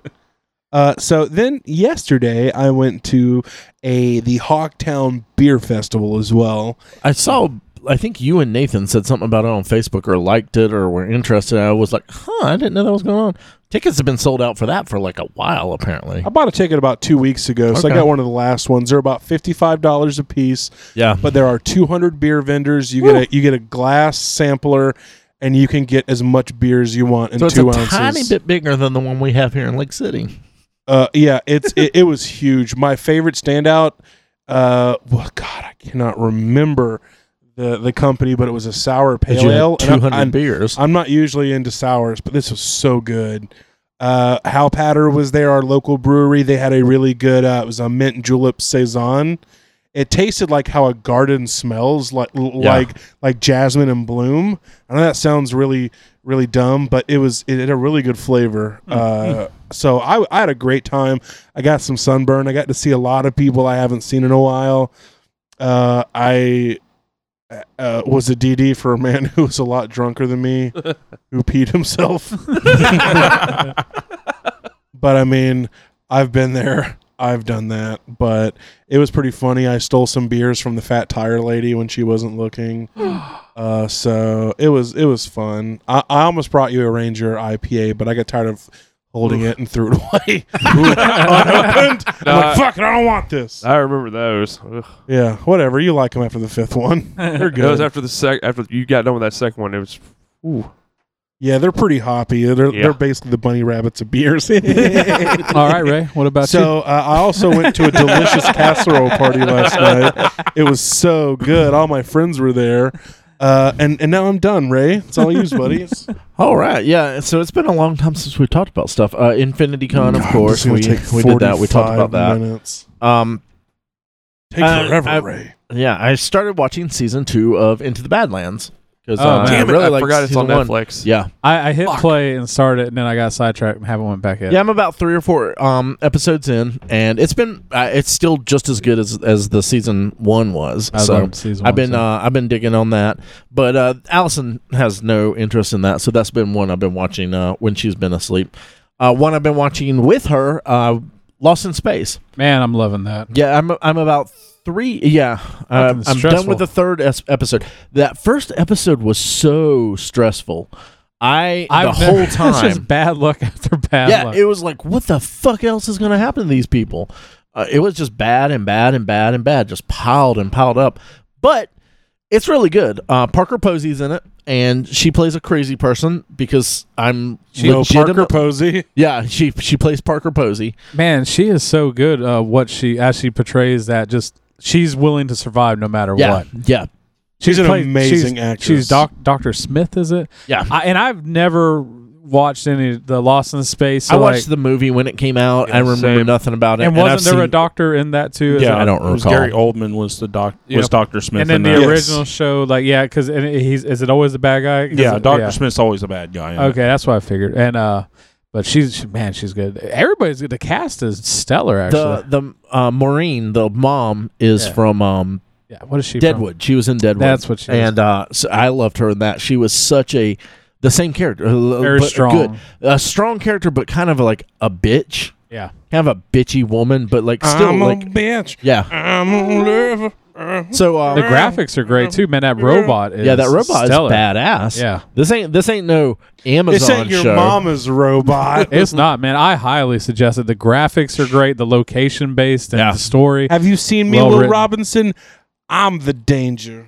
Speaker 5: Uh, so then yesterday I went to a the Hawktown Beer Festival as well.
Speaker 1: I saw. I think you and Nathan said something about it on Facebook or liked it or were interested. I was like, huh, I didn't know that was going on. Tickets have been sold out for that for like a while, apparently.
Speaker 5: I bought a ticket about two weeks ago, so I
Speaker 1: Okay.
Speaker 5: got one of the last ones. They're about fifty five dollars a piece.
Speaker 1: Yeah.
Speaker 5: but there are 200 beer vendors. You get a you get a glass sampler, and you can get as much beer as you want in
Speaker 1: So it's
Speaker 5: two
Speaker 1: a
Speaker 5: ounces.
Speaker 1: tiny bit bigger than the one we have here in Lake City.
Speaker 5: Uh, yeah, it's it, it was huge. My favorite standout. Uh, well, God, I cannot remember the the company, but it was a sour pale ale.
Speaker 1: Two
Speaker 5: and I-
Speaker 1: hundred
Speaker 5: I'm-
Speaker 1: beers.
Speaker 5: I'm not usually into sours, but this was so good. Uh, Hal Patter was there, our local brewery. They had a really good. Uh, it was a mint and julep saison. It tasted like how a garden smells, like l-
Speaker 1: Yeah.
Speaker 5: like like jasmine and bloom. I know that sounds really really dumb, but it was it had a really good flavor. Uh, so I, I had a great time. I got some sunburn. I got to see a lot of people I haven't seen in a while. Uh, I uh, was a DD for a man who was a lot drunker than me, who peed himself. but I mean, I've been there. I've done that, but it was pretty funny. I stole some beers from the fat tire lady when she wasn't looking. Uh, so it was it was fun. I, I almost brought you a Ranger IPA, but I got tired of holding it and threw it away unopened.
Speaker 4: No,
Speaker 5: I'm like,
Speaker 4: I-
Speaker 5: fuck it, I don't want this.
Speaker 4: Uh, I remember those. Ugh.
Speaker 5: yeah, whatever. You like them after the fifth one. They're
Speaker 4: It was
Speaker 5: good.
Speaker 4: after the sec after you got done with that second one. It was ooh.
Speaker 5: Yeah, they're pretty hoppy. They're
Speaker 4: Yeah.
Speaker 5: they're basically the bunny rabbits of beers.
Speaker 3: All right, Ray. What about you?
Speaker 5: So uh, I also went to a delicious casserole party last night. It was so good. All my friends were there, uh, and and now I'm done. Ray, it's all yours, buddy.
Speaker 1: All right, yeah. So it's been a long time since we talked about stuff. Uh, Infinity Con, of
Speaker 5: God,
Speaker 1: course,
Speaker 5: this is
Speaker 1: we,
Speaker 5: gonna take
Speaker 1: we did that. We talked
Speaker 5: 45
Speaker 1: about that.
Speaker 5: Minutes.
Speaker 1: Um,
Speaker 5: Take
Speaker 1: Uh,
Speaker 5: forever,
Speaker 1: I-
Speaker 5: Ray.
Speaker 1: yeah, I started watching season two of Into the Badlands because
Speaker 3: Oh,
Speaker 1: uh,
Speaker 4: Damn
Speaker 1: I
Speaker 4: it!
Speaker 1: really
Speaker 4: I
Speaker 1: liked
Speaker 4: forgot it's on
Speaker 1: season one.
Speaker 4: Netflix.
Speaker 1: Yeah,
Speaker 3: I, I hit play and started, and then I got sidetracked and haven't went back yet.
Speaker 1: yeah. I'm about three or four um, episodes in, and it's been uh, it's still just as good as as the season one was.
Speaker 3: I
Speaker 1: so
Speaker 3: loved season
Speaker 1: I've
Speaker 3: one,
Speaker 1: been
Speaker 3: so-
Speaker 1: uh, I've been digging on that, but uh, Allison has no interest in that, so that's been one I've been watching uh, when she's been asleep. Uh, one I've been watching with her, uh, Lost in Space.
Speaker 3: man, I'm loving that.
Speaker 1: Yeah, I'm I'm about three. Yeah, uh,
Speaker 3: Fucking
Speaker 1: I'm done
Speaker 3: stressful.
Speaker 1: with the third es- episode. That first episode was so stressful. I the
Speaker 3: I've
Speaker 1: whole
Speaker 3: never- it's
Speaker 1: time
Speaker 3: just bad luck after bad
Speaker 1: yeah,
Speaker 3: luck.
Speaker 1: it was like, what the fuck else is going to happen to these people? Uh, it was just bad and bad and bad and bad, just piled and piled up. But it's really good. Uh, Parker Posey's in it, and she plays a crazy person because I'm
Speaker 5: no
Speaker 1: legitimate-
Speaker 5: Parker Posey.
Speaker 1: yeah, she she plays Parker Posey.
Speaker 3: Man, she is so good. Uh, what she as she portrays that just she's willing to survive no matter
Speaker 1: Yeah,
Speaker 3: what.
Speaker 1: yeah,
Speaker 5: She's an
Speaker 3: played-
Speaker 5: amazing
Speaker 3: she's,
Speaker 5: actress.
Speaker 3: She's doc, Dr. Smith, is it?
Speaker 1: yeah.
Speaker 3: I, and I've never watched any of the Lost in Space. So
Speaker 1: I watched
Speaker 3: like,
Speaker 1: the movie when it came out. I remember
Speaker 4: same.
Speaker 1: nothing about it.
Speaker 3: and
Speaker 1: I've
Speaker 3: wasn't there a
Speaker 1: seen-
Speaker 3: doctor in that too? Is
Speaker 1: Yeah,
Speaker 3: it-
Speaker 1: I don't
Speaker 6: It was
Speaker 1: recall.
Speaker 6: Gary Oldman was the doc was
Speaker 4: Yep.
Speaker 6: Doctor Smith,
Speaker 3: And then the
Speaker 6: in that.
Speaker 5: Yes.
Speaker 3: original show, like yeah, because he's is it always the bad guy? 'Cause
Speaker 6: yeah,
Speaker 3: it-
Speaker 6: Doctor Smith's always a bad guy. in it.
Speaker 3: Okay, that's what I figured. And uh, but she's she, man, she's good. Everybody's good. The cast is stellar. Actually,
Speaker 1: the the uh, Maureen, the mom, is
Speaker 3: Yeah.
Speaker 1: from um,
Speaker 3: yeah. What is she? from?
Speaker 1: Deadwood. She was in Deadwood.
Speaker 3: That's what she. is.
Speaker 1: and uh, so I loved her in that. She was such a the same character, uh,
Speaker 3: Very
Speaker 1: but
Speaker 3: strong.
Speaker 1: good, a strong character, but kind of like a bitch,
Speaker 3: Yeah.
Speaker 1: kind of a bitchy woman, but like still
Speaker 5: I'm
Speaker 1: like
Speaker 5: a uh, bitch.
Speaker 1: yeah.
Speaker 5: I'm a lover. Uh,
Speaker 1: So
Speaker 3: The
Speaker 1: um,
Speaker 3: graphics are great too, man. That robot is
Speaker 1: yeah, that robot
Speaker 3: stellar.
Speaker 1: is badass.
Speaker 3: Yeah.
Speaker 1: this ain't this ain't no Amazon
Speaker 5: This ain't your
Speaker 1: show.
Speaker 5: mama's robot.
Speaker 3: It's not, man. I highly suggest it. The graphics are great, the location based and
Speaker 1: Yeah.
Speaker 3: the story.
Speaker 5: Have you seen me,
Speaker 3: Well
Speaker 5: Will
Speaker 3: written.
Speaker 5: Robinson? I'm the danger.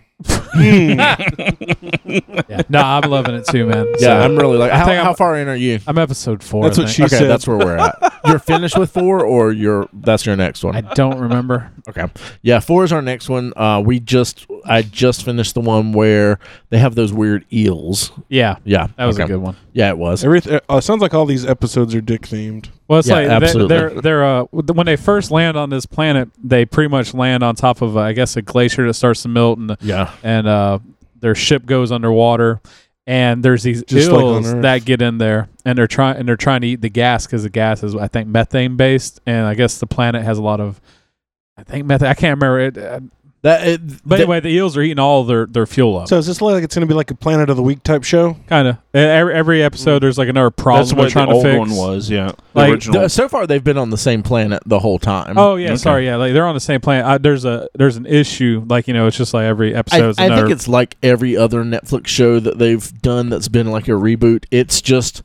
Speaker 3: Yeah. No, I'm loving it too, man.
Speaker 1: Yeah,
Speaker 3: So,
Speaker 1: I'm really like how,
Speaker 3: think I'm-
Speaker 1: how far in are you?
Speaker 3: I'm episode four.
Speaker 5: That's
Speaker 3: I
Speaker 5: what
Speaker 3: think.
Speaker 5: she
Speaker 1: okay,
Speaker 5: said.
Speaker 1: that's where we're at. You're finished with four, or you're that's your next one.
Speaker 3: I don't remember.
Speaker 1: Okay. Yeah, four is our next one. Uh, we just I just finished the one where they have those weird eels.
Speaker 3: Yeah,
Speaker 1: Yeah,
Speaker 3: that was a
Speaker 1: okay.
Speaker 3: good one.
Speaker 1: Yeah, it was.
Speaker 5: Everything uh, sounds like all these episodes are dick themed.
Speaker 3: Well, it's
Speaker 1: Yeah,
Speaker 3: like they,
Speaker 1: absolutely.
Speaker 3: they're they're uh w- when they first land on this planet, they pretty much land on top of uh, I guess a glacier that starts to melt and
Speaker 1: Yeah.
Speaker 3: and uh their ship goes underwater. And there's these
Speaker 5: Just like on
Speaker 3: eels
Speaker 5: Earth.
Speaker 3: that get in there, and they're trying and they're trying to eat the gas because the gas is I think methane based, and I guess the planet has a lot of I think methane. I can't remember it, uh,
Speaker 1: That it,
Speaker 3: but
Speaker 1: th-
Speaker 3: anyway, the eels are eating all their their fuel
Speaker 1: Oh.
Speaker 3: up.
Speaker 5: So is this like it's going to be like a Planet of the Week type show?
Speaker 3: kind of every, every episode, there's like another problem
Speaker 6: Mm. That's
Speaker 3: we're
Speaker 6: what the
Speaker 3: trying to
Speaker 6: old
Speaker 3: fix.
Speaker 6: one was. Yeah, the
Speaker 3: Like,
Speaker 6: original.
Speaker 1: th- so far they've been on the same planet the whole time.
Speaker 3: Oh yeah,
Speaker 6: Okay.
Speaker 3: sorry. Yeah, like they're on the same planet. I, there's a there's an issue. Like you know, it's just like every episode.
Speaker 1: I,
Speaker 3: is
Speaker 1: I
Speaker 3: another,
Speaker 1: think it's like every other Netflix show that they've done that's been like a reboot. It's just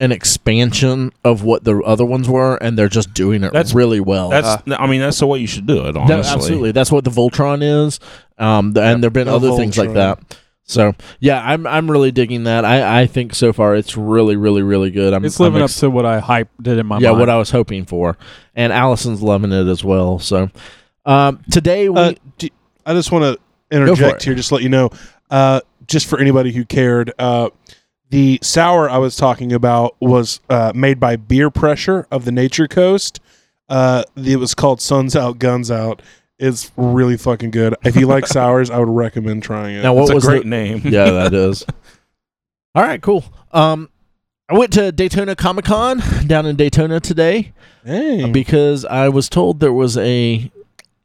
Speaker 1: an expansion of what the other ones were, and they're just doing it
Speaker 6: That's-
Speaker 1: really well.
Speaker 6: that's. I mean, that's the way you should do it.
Speaker 1: That-
Speaker 6: Honestly,
Speaker 1: absolutely. That's what the Voltron is. Um, th- and there've been
Speaker 5: The
Speaker 1: other things like
Speaker 5: Voltron.
Speaker 1: that. So yeah, I'm I'm really digging that. I, I think so far it's really really really good. I'm
Speaker 3: it's living
Speaker 1: I'm
Speaker 3: up to what I hype did in my
Speaker 1: yeah
Speaker 3: mind.
Speaker 1: what I was hoping for, and Allison's loving it as well. So um, today we
Speaker 5: Uh, do, I just want to
Speaker 1: Go for
Speaker 5: interject
Speaker 1: it.
Speaker 5: here, just to let you know, uh, just for anybody who cared, uh, the sour I was talking about was uh, made by Beer Pressure of the Nature Coast. Uh, it was called Suns Out, Guns Out. It's really fucking good. If you like sours, I would recommend trying it.
Speaker 1: Now, what
Speaker 6: That's a
Speaker 1: was the-
Speaker 6: great name.
Speaker 1: yeah, that is. All right, cool. Um, I went to Daytona Comic Con down in Daytona today
Speaker 5: Hey.
Speaker 1: because I was told there was a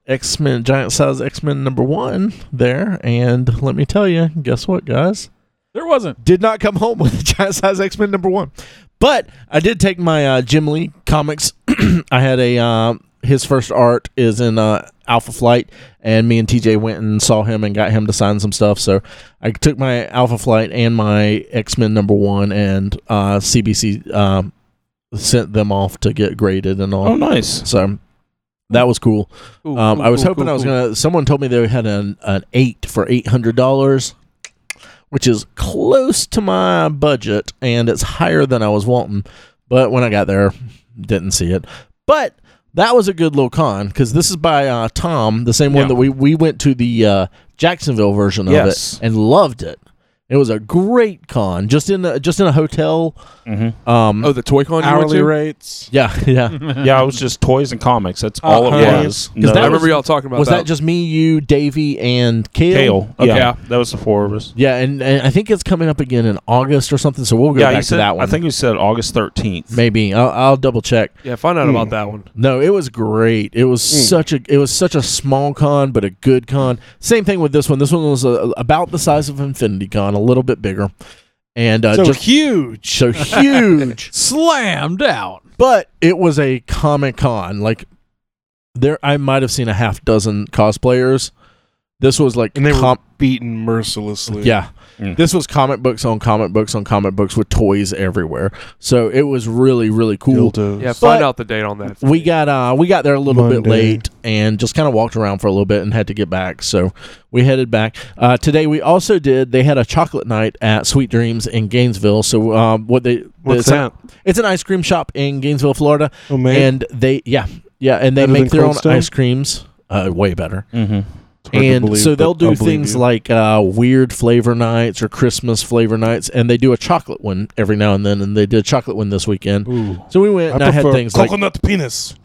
Speaker 1: X Men giant size X Men number one there, and let me tell you, guess what, guys?
Speaker 3: There wasn't.
Speaker 1: Did not come home with a giant size X Men number one, but I did take my uh, Jim Lee comics. I had a uh, his first art is in uh, Alpha Flight, and me and TJ went and saw him and got him to sign some stuff. So I took my Alpha Flight and my X Men number one, and uh, CBC um, sent them off to get graded and all.
Speaker 6: Oh, nice.
Speaker 1: So that was cool.
Speaker 4: Cool,
Speaker 1: Um,
Speaker 4: cool,
Speaker 1: I was
Speaker 4: cool,
Speaker 1: hoping
Speaker 4: cool,
Speaker 1: I was
Speaker 4: cool.
Speaker 1: gonna. Someone told me they had an, an eight for eight hundred dollars, which is close to my budget, and it's higher than I was wanting. But when I got there, didn't see it. But that was a good little con because this is by uh, Tom, the same one
Speaker 6: Yeah.
Speaker 1: that we we went to the uh, Jacksonville version of
Speaker 6: Yes.
Speaker 1: it and loved it. It was a great con, just in a, just in a hotel.
Speaker 6: hmm
Speaker 1: Um,
Speaker 4: Oh, the toy con you went
Speaker 5: Hourly
Speaker 4: to?
Speaker 5: rates.
Speaker 1: yeah, yeah.
Speaker 6: Yeah, it was just toys and comics. That's all it
Speaker 4: Uh-huh.
Speaker 6: was.
Speaker 1: Yeah. 'Cause that
Speaker 4: I
Speaker 1: was-
Speaker 4: remember y'all talking about
Speaker 1: was
Speaker 4: that.
Speaker 1: that just me, you, Davey, and Kale?
Speaker 6: Kale.
Speaker 1: Okay.
Speaker 6: Yeah, that was the four of us.
Speaker 1: Yeah, and, and I think it's coming up again in August or something. So we'll go
Speaker 6: yeah,
Speaker 1: back
Speaker 6: he said
Speaker 1: to that one.
Speaker 6: I think he said August thirteenth.
Speaker 1: maybe I'll, I'll double check.
Speaker 4: yeah, find out about that one.
Speaker 1: No, it was great. It was
Speaker 6: Mm.
Speaker 1: such a it was such a small con, but a good con. Same thing with this one. This one was uh about the size of Infinity Con, a little bit bigger, and uh,
Speaker 5: so
Speaker 1: just
Speaker 5: huge.
Speaker 1: so huge.
Speaker 3: Slammed out.
Speaker 1: but it was a comic con. Like there, I might have seen a half dozen cosplayers. This was like
Speaker 5: And they
Speaker 1: com-
Speaker 5: were beaten mercilessly.
Speaker 1: Yeah.
Speaker 6: Mm.
Speaker 1: This was comic books on comic books on comic books with toys everywhere. So it was really, really cool.
Speaker 5: Dildos.
Speaker 4: Yeah, find
Speaker 1: But-
Speaker 4: out the date on that.
Speaker 1: We got uh we got there a little bit
Speaker 5: Monday.
Speaker 1: late and just kind of walked around for a little bit and had to get back. So we headed back. Uh, today we also did they had a chocolate night at Sweet Dreams in Gainesville. So um, what they
Speaker 5: What's
Speaker 1: it's
Speaker 5: that?
Speaker 1: it's an ice cream shop in Gainesville, Florida,
Speaker 5: Oh, man.
Speaker 1: and they yeah yeah and they
Speaker 5: Better
Speaker 1: make
Speaker 5: than
Speaker 1: their
Speaker 5: Cold
Speaker 1: own
Speaker 5: Stone?
Speaker 1: ice creams uh, way better.
Speaker 6: hmm
Speaker 5: It's hard to
Speaker 1: and
Speaker 5: believe,
Speaker 1: so they'll
Speaker 5: but I
Speaker 1: do
Speaker 5: believe
Speaker 1: things
Speaker 5: you.
Speaker 1: like uh, weird flavor nights or Christmas flavor nights, and they do a chocolate one every now and then. And they did a chocolate one this weekend.
Speaker 5: Ooh.
Speaker 1: So we went and I, had
Speaker 5: prefer
Speaker 1: things like,
Speaker 5: coconut penis.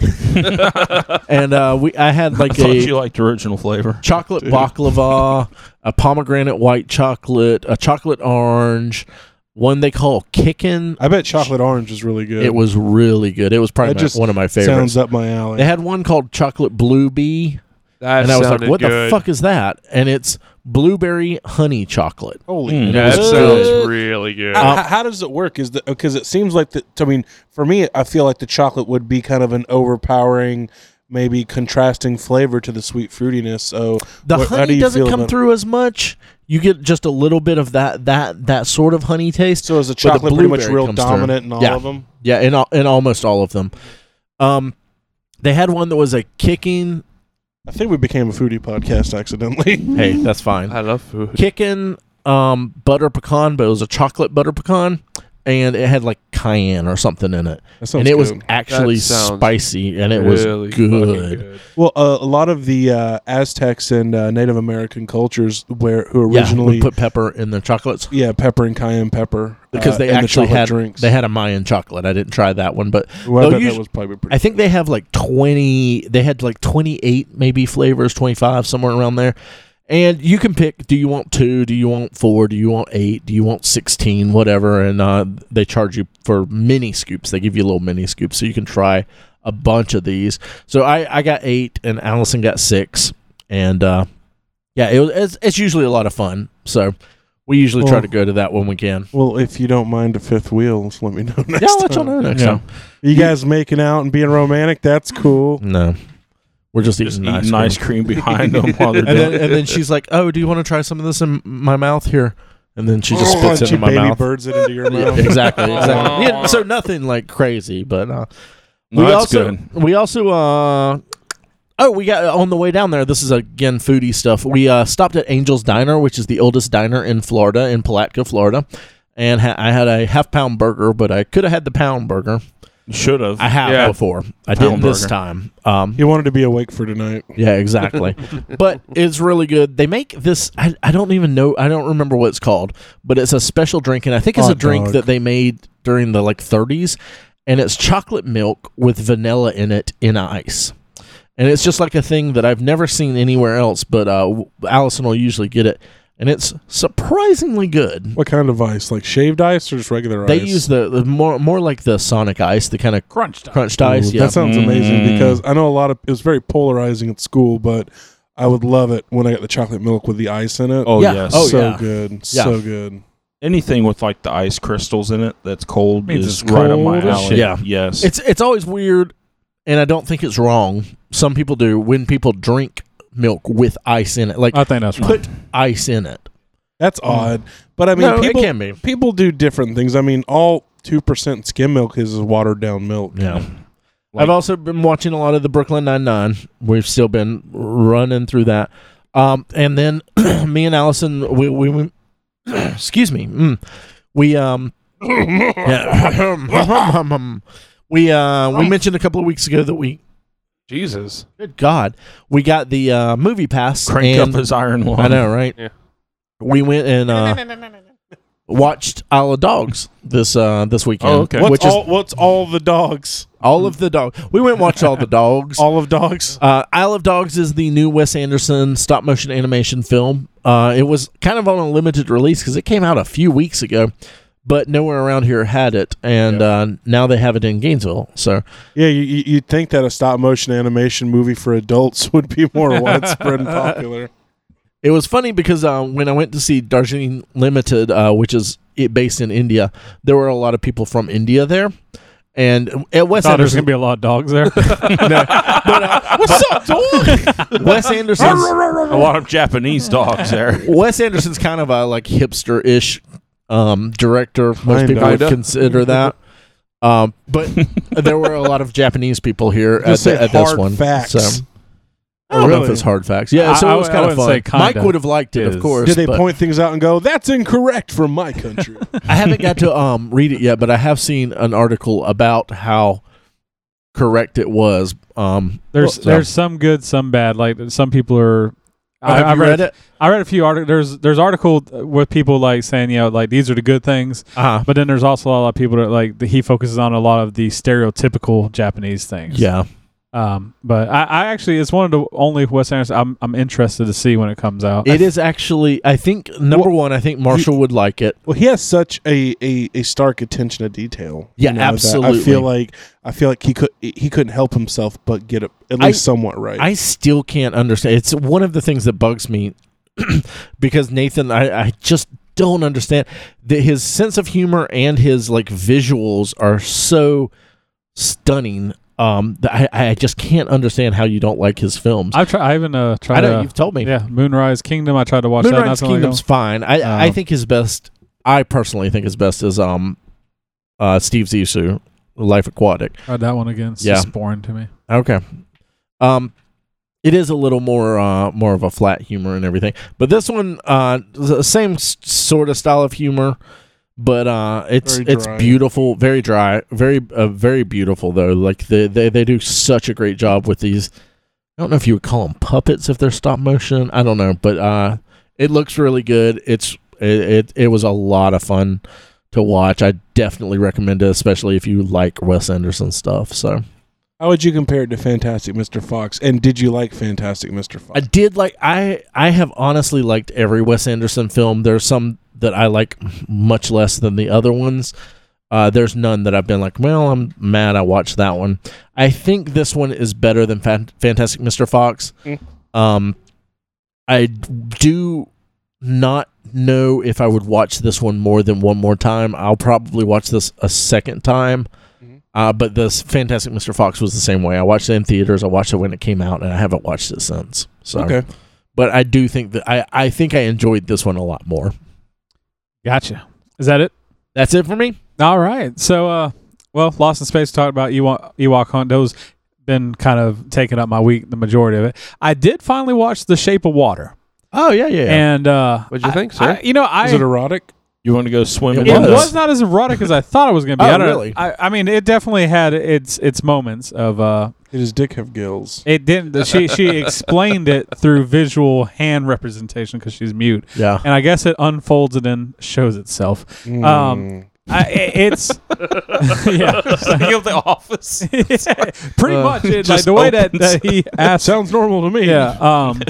Speaker 1: and uh, we I had
Speaker 6: I
Speaker 1: like
Speaker 6: thought
Speaker 1: a
Speaker 6: you liked original flavor.
Speaker 1: chocolate
Speaker 5: Dude.
Speaker 1: baklava, a pomegranate white chocolate, a chocolate orange, one they call kickin.
Speaker 5: I bet chocolate orange is really good.
Speaker 1: It was really good. It was probably
Speaker 5: That
Speaker 1: my-
Speaker 5: just
Speaker 1: one of my favorites.
Speaker 5: sounds up my
Speaker 1: they
Speaker 5: alley.
Speaker 1: had one called chocolate blue bee,
Speaker 4: That
Speaker 1: and I was like,
Speaker 4: sounded
Speaker 1: "What the
Speaker 4: good.
Speaker 1: fuck is that?" And it's blueberry honey chocolate.
Speaker 5: Holy.
Speaker 6: Mm.
Speaker 4: Yeah,
Speaker 1: It
Speaker 4: that
Speaker 1: was
Speaker 4: sounds
Speaker 5: good.
Speaker 4: really good.
Speaker 1: Uh,
Speaker 5: How, how- how does it work? Is the because it seems like the. I mean, for me, I feel like the chocolate would be kind of an overpowering, maybe contrasting flavor to the sweet fruitiness. So
Speaker 1: the
Speaker 5: what- how do
Speaker 1: honey
Speaker 5: you
Speaker 1: doesn't
Speaker 5: feel
Speaker 1: come
Speaker 5: about-
Speaker 1: through as much. You get just a little bit of that that that sort of honey taste.
Speaker 5: So is the
Speaker 1: the
Speaker 5: chocolate pretty much
Speaker 1: blueberry
Speaker 5: real
Speaker 1: comes through.
Speaker 5: dominant in all
Speaker 1: Yeah.
Speaker 5: of them?
Speaker 1: Yeah, in al- in almost all of them. Um, they had one that was a kicking.
Speaker 5: I think we became a foodie podcast accidentally.
Speaker 1: Hey, that's fine.
Speaker 4: I love food.
Speaker 1: Kicking um butter pecan, but it was a chocolate butter pecan, and it had like cayenne or something in it,
Speaker 5: That sounds
Speaker 1: and it was
Speaker 5: good.
Speaker 1: actually
Speaker 4: That sounds
Speaker 1: spicy, and it was
Speaker 4: Really fucking
Speaker 1: good.
Speaker 5: well. Uh, a lot of the uh, Aztecs and uh, Native American cultures where who
Speaker 1: Yeah,
Speaker 5: originally
Speaker 1: we put pepper in their chocolates.
Speaker 5: Yeah, pepper and cayenne pepper
Speaker 1: Because
Speaker 5: uh,
Speaker 1: they
Speaker 5: in the
Speaker 1: actually
Speaker 5: chocolate
Speaker 1: had
Speaker 5: drinks.
Speaker 1: they had a Mayan chocolate. I didn't try that one, but
Speaker 5: Ooh, I
Speaker 1: though
Speaker 5: bet
Speaker 1: usu-
Speaker 5: that was probably pretty.
Speaker 1: I think they have like 20, they had like 28 maybe flavors, 25, somewhere around there. And you can pick do you want two, do you want four, do you want eight, do you want 16, whatever. And uh, they charge you for mini scoops. They give you little mini scoops so you can try a bunch of these. So I, I got eight and Allison got six. And uh, yeah, it was, it's, it's usually a lot of fun. So we usually try
Speaker 5: Well-
Speaker 1: to go to that when we can.
Speaker 5: Well, if you don't mind a fifth wheel, just let me know next
Speaker 1: Yeah, I'll let y'all
Speaker 5: time.
Speaker 1: know next
Speaker 6: Yeah.
Speaker 1: time.
Speaker 5: You guys making out and being romantic? That's cool.
Speaker 1: No. We're just,
Speaker 6: Just
Speaker 1: eating,
Speaker 6: eating
Speaker 1: ice cream.
Speaker 6: ice cream behind them while they're
Speaker 1: and
Speaker 6: doing
Speaker 1: then
Speaker 6: it.
Speaker 1: and then she's like, "Oh, do you want to try some of this in my mouth here?" And then she just
Speaker 5: Oh,
Speaker 1: spits
Speaker 5: and
Speaker 1: it
Speaker 5: she
Speaker 1: in my
Speaker 5: baby
Speaker 1: mouth.
Speaker 5: birds it into your
Speaker 1: Yeah,
Speaker 5: mouth.
Speaker 1: exactly, exactly. Yeah, so nothing like crazy, but uh,
Speaker 6: No, that's
Speaker 1: also
Speaker 6: good.
Speaker 1: we also uh, oh we got on the way down there. This is again foodie stuff. We uh, stopped at Angel's Diner, which is the oldest diner in Florida, in Palatka, Florida, and ha- I had a half pound burger, but I could have had the pound burger.
Speaker 6: You should have.
Speaker 1: I have
Speaker 4: Yeah.
Speaker 1: before. I didn't this
Speaker 6: Poundburger.
Speaker 1: time. Um,
Speaker 5: He wanted to be awake for tonight.
Speaker 1: yeah, exactly. but it's really good. They make this. I, I don't even know. I don't remember what it's called, but it's a special drink, and I think it's a
Speaker 5: Hot
Speaker 1: drink
Speaker 5: dog.
Speaker 1: that they made during the like 30s, and it's chocolate milk with vanilla in it in ice. And it's just like a thing that I've never seen anywhere else, but uh, w- Allison will usually get it, and it's surprisingly good.
Speaker 5: What kind of ice? Like shaved ice or just regular
Speaker 1: They
Speaker 5: ice?
Speaker 1: use the, the more more like the Sonic Ice, the kind of
Speaker 3: Crunch time.
Speaker 1: crunched ice.
Speaker 5: Ooh,
Speaker 1: yeah,
Speaker 5: That sounds amazing
Speaker 6: Mm.
Speaker 5: because I know a lot of it was very polarizing at school, but I would love it when I got the chocolate milk with the ice in it.
Speaker 6: oh
Speaker 1: yeah.
Speaker 6: yes.
Speaker 1: Oh,
Speaker 5: so
Speaker 1: yeah.
Speaker 5: good,
Speaker 1: Yeah.
Speaker 5: so good.
Speaker 6: Anything with like the ice crystals in it that's cold
Speaker 3: Means
Speaker 6: is
Speaker 3: it's
Speaker 6: right up my
Speaker 5: cold as
Speaker 6: alley.
Speaker 1: shit. Yeah.
Speaker 6: Yes.
Speaker 1: It's it's always weird, and I don't think it's wrong. Some people do when people drink milk with ice in it, like
Speaker 3: I think that's right.
Speaker 1: put ice in it.
Speaker 5: That's odd, but I mean,
Speaker 1: Mm. no,
Speaker 5: people
Speaker 1: it can be.
Speaker 5: people do different things. I mean, all two percent skim milk is watered down milk.
Speaker 1: Yeah. I've also been watching a lot of the Brooklyn Nine Nine. We've still been running through that, um, and then me and Allison, we, we, we excuse me, mm, we um, yeah, we uh, we mentioned a couple of weeks ago that we
Speaker 4: Jesus.
Speaker 1: Good God, we got the uh, movie pass.
Speaker 6: crank up
Speaker 1: and-
Speaker 6: his iron lung.
Speaker 1: I know, right?
Speaker 4: Yeah.
Speaker 1: We went and uh, watched Isle of Dogs this uh, this weekend.
Speaker 6: Oh, okay.
Speaker 5: What's
Speaker 1: Which
Speaker 5: all
Speaker 1: is
Speaker 5: what's all the dogs?
Speaker 1: all of the dogs. We went and watched all the dogs.
Speaker 5: All of dogs.
Speaker 1: Uh, Isle of Dogs is the new Wes Anderson stop motion animation film. Uh, it was kind of on a limited release because it came out a few weeks ago, but nowhere around here had it, and uh, now they have it in Gainesville. So
Speaker 5: Yeah, you, you- you'd think that a stop motion animation movie for adults would be more widespread and popular.
Speaker 1: It was funny because uh, when I went to see Darjeeling Limited, uh, which is it based in India, there were a lot of people from India there, and at Wes
Speaker 3: Thought there's
Speaker 1: Anderson.
Speaker 3: gonna be a lot of dogs there.
Speaker 1: What's up, dog? Wes Anderson's
Speaker 6: a lot of Japanese dogs there.
Speaker 1: Wes Anderson's kind of a like hipster ish um, director. Most people would
Speaker 4: Kinda.
Speaker 1: consider that. Um, but there were a lot of Japanese people here at,
Speaker 5: Just
Speaker 1: the,
Speaker 5: say
Speaker 1: at this
Speaker 5: hard
Speaker 1: one.
Speaker 5: facts.
Speaker 1: So I don't know if
Speaker 5: Really?
Speaker 1: it's hard facts. Yeah,
Speaker 3: I-
Speaker 1: so
Speaker 3: I
Speaker 1: it was
Speaker 3: w- I
Speaker 1: kind of
Speaker 3: wouldn't
Speaker 1: fun.
Speaker 3: say kinda.
Speaker 1: Mike would have liked it,
Speaker 3: Is-
Speaker 1: of course.
Speaker 5: Did they
Speaker 1: but-
Speaker 5: point things out and go, "That's incorrect from my country"?
Speaker 1: I haven't got to um, read it yet, but I have seen an article about how correct it was. Um,
Speaker 3: There's
Speaker 1: so-
Speaker 3: there's some good, some bad. Like some people are.
Speaker 1: have you read it?
Speaker 3: I read a few articles. There's there's articles with people like saying you know like these are the good things,
Speaker 1: Uh-huh.
Speaker 3: but then there's also a lot of people that like the, he focuses on a lot of the stereotypical Japanese things.
Speaker 1: Yeah,
Speaker 3: Um. But I, I actually it's one of the only Wes Anderson I'm I'm interested to see when it comes out.
Speaker 1: it is actually. I think number
Speaker 5: Well,
Speaker 1: one. I think Marshall would like it.
Speaker 5: Well, he has such a, a, a stark attention to detail.
Speaker 1: Yeah,
Speaker 5: that
Speaker 1: absolutely.
Speaker 5: I feel like I feel like he could he couldn't help himself but get it at least
Speaker 1: I-
Speaker 5: somewhat right.
Speaker 1: I still can't understand. It's one of the things that bugs me because Nathan, I, I just don't understand that his sense of humor and his like visuals are so stunning. Um, that I, I just can't understand how you don't like his films.
Speaker 3: I've tried. I even uh tried.
Speaker 1: I know
Speaker 3: uh,
Speaker 1: you've told me.
Speaker 3: yeah, Moonrise Kingdom. I tried to watch that. not
Speaker 1: Moonrise
Speaker 3: so long ago.
Speaker 1: Kingdom's fine. I I
Speaker 3: Um,
Speaker 1: think his best. I personally think his best is um, uh, Steve Zissou, Life Aquatic.
Speaker 3: Tried that one again. It's
Speaker 1: Yeah.
Speaker 3: just boring to me.
Speaker 1: Okay, um, it is a little more uh more of a flat humor and everything, but this one uh the same s- sort of style of humor, but uh it's
Speaker 5: Very
Speaker 1: it's
Speaker 5: dry.
Speaker 1: beautiful, very dry, very uh, very beautiful though. Like they, they they do such a great job with these. I don't know if you would call them puppets if they're stop motion. I don't know, but uh, it looks really good. It's it, it it was a lot of fun to watch. I definitely recommend it, especially if you like Wes Anderson stuff. So
Speaker 5: How would you compare it to Fantastic Mr. Fox? And did you like Fantastic Mr.
Speaker 1: I
Speaker 5: Fox?
Speaker 1: did like I I have honestly liked every Wes Anderson film. There's some that I like much less than the other ones. Uh, there's none that I've been like, well, I'm mad I watched that one. I think this one is better than Fan- Fantastic Mr. Fox.
Speaker 5: Mm.
Speaker 1: Um, I do not know if I would watch this one more than one more time. I'll probably watch this a second time.
Speaker 5: Mhm.
Speaker 1: Uh, but this Fantastic Mr. Fox was the same way. I watched it in theaters. I watched it when it came out, and I haven't watched it since. So,
Speaker 5: okay.
Speaker 1: but I do think that I, I think I enjoyed this one a lot more.
Speaker 3: Gotcha. Is that it?
Speaker 1: That's it for me.
Speaker 3: All right. So, uh, well, Lost in Space talked about Ewok, Ewok Hunt. Those been kind of taking up my week, the majority of it. I did finally watch The Shape of Water,
Speaker 1: Oh yeah, yeah. yeah.
Speaker 3: and uh,
Speaker 4: What'd you
Speaker 3: I-
Speaker 4: think, sir?
Speaker 3: I- you know, I
Speaker 5: Is it erotic?
Speaker 6: You want to go swim?
Speaker 1: It
Speaker 6: in
Speaker 3: It
Speaker 1: was.
Speaker 6: the-
Speaker 3: was not as erotic as I thought it was going to be.
Speaker 1: Oh,
Speaker 3: I don't
Speaker 1: really?
Speaker 3: I, I mean, it definitely had its its moments of uh,
Speaker 5: Did his dick have gills?
Speaker 3: It didn't. the- She she explained it through visual hand representation because she's mute,
Speaker 1: Yeah.
Speaker 3: and I guess it unfolds and then shows itself.
Speaker 6: Hmm.
Speaker 5: Hmm.
Speaker 3: Um, I, i- it's yeah,
Speaker 6: Think of the office.
Speaker 3: pretty
Speaker 6: Uh,
Speaker 3: much it, like
Speaker 6: just
Speaker 3: the way that,
Speaker 6: opens.
Speaker 3: that he asked.
Speaker 5: sounds normal to me.
Speaker 3: yeah, um,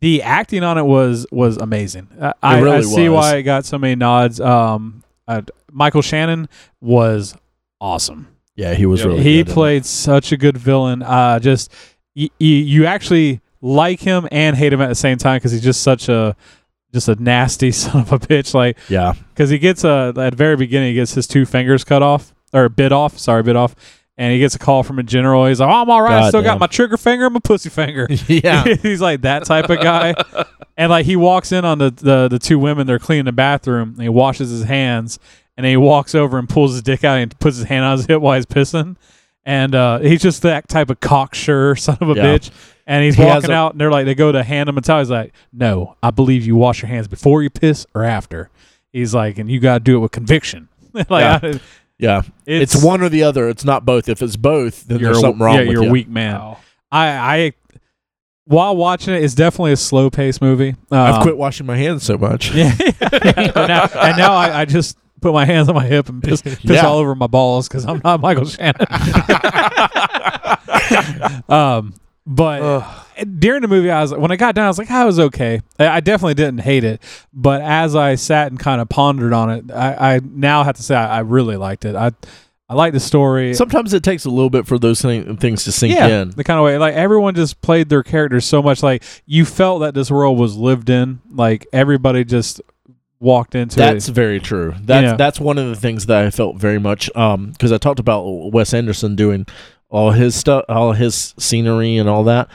Speaker 3: the acting on it was was amazing. I, I,
Speaker 1: really
Speaker 3: I see
Speaker 1: was.
Speaker 3: why it got so many nods. Um, uh, Michael Shannon was awesome.
Speaker 1: Yeah, he was
Speaker 6: Yeah.
Speaker 1: really
Speaker 3: he
Speaker 1: good in it.
Speaker 3: played such a good villain. Uh, just y- y- you actually like him and hate him at the same time because he's just such a just a nasty son of a bitch. Like
Speaker 1: Yeah.
Speaker 3: because he gets uh at the very beginning he gets his two fingers cut off or bit off. Sorry, bit off. And he gets a call from a general. He's like, "Oh, I'm all right. I
Speaker 1: God
Speaker 3: still
Speaker 1: damn.
Speaker 3: got my trigger finger, and my pussy finger."
Speaker 1: Yeah.
Speaker 3: he's like that type of guy. and like he walks in on the, the the two women they're cleaning the bathroom and he washes his hands and then he walks over and pulls his dick out and puts his hand on his hip while he's pissing. And uh, he's just that type of cocksure son of a
Speaker 1: Yeah.
Speaker 3: bitch. And he's
Speaker 1: He has
Speaker 3: walking
Speaker 1: a-
Speaker 3: out and they're like they go to hand him a towel. He's like, No, I believe you wash your hands before you piss or after. He's like, and you gotta do it with conviction. like
Speaker 1: Yeah.
Speaker 3: I-
Speaker 1: Yeah. It's, one or the other. It's not both. If it's both, then there's
Speaker 3: a-
Speaker 1: something wrong
Speaker 3: yeah,
Speaker 1: with
Speaker 3: you're a
Speaker 1: you.
Speaker 3: weak man. I, I while watching it, it's definitely a slow paced movie. Um,
Speaker 1: I've quit washing my hands so much.
Speaker 3: Yeah, and now, and now I, I just put my hands on my hip and piss, piss
Speaker 1: Yeah.
Speaker 3: all over my balls because I'm not Michael Shannon. um, but during the movie, I was when I got down, I was like, I was okay. I, I definitely didn't hate it, but as I sat and kind of pondered on it, I, I now have to say I, I really liked it. I I like the story.
Speaker 1: Sometimes it takes a little bit for those thing, things to sink
Speaker 3: yeah,
Speaker 1: in.
Speaker 3: the kind of way like everyone just played their characters so much. Like you felt that this world was lived in. Like everybody just walked into it.
Speaker 1: That's very true. That's
Speaker 3: Yeah.
Speaker 1: that's one of the things that I felt very much um because I talked about Wes Anderson doing all his stuff, all his scenery and all that.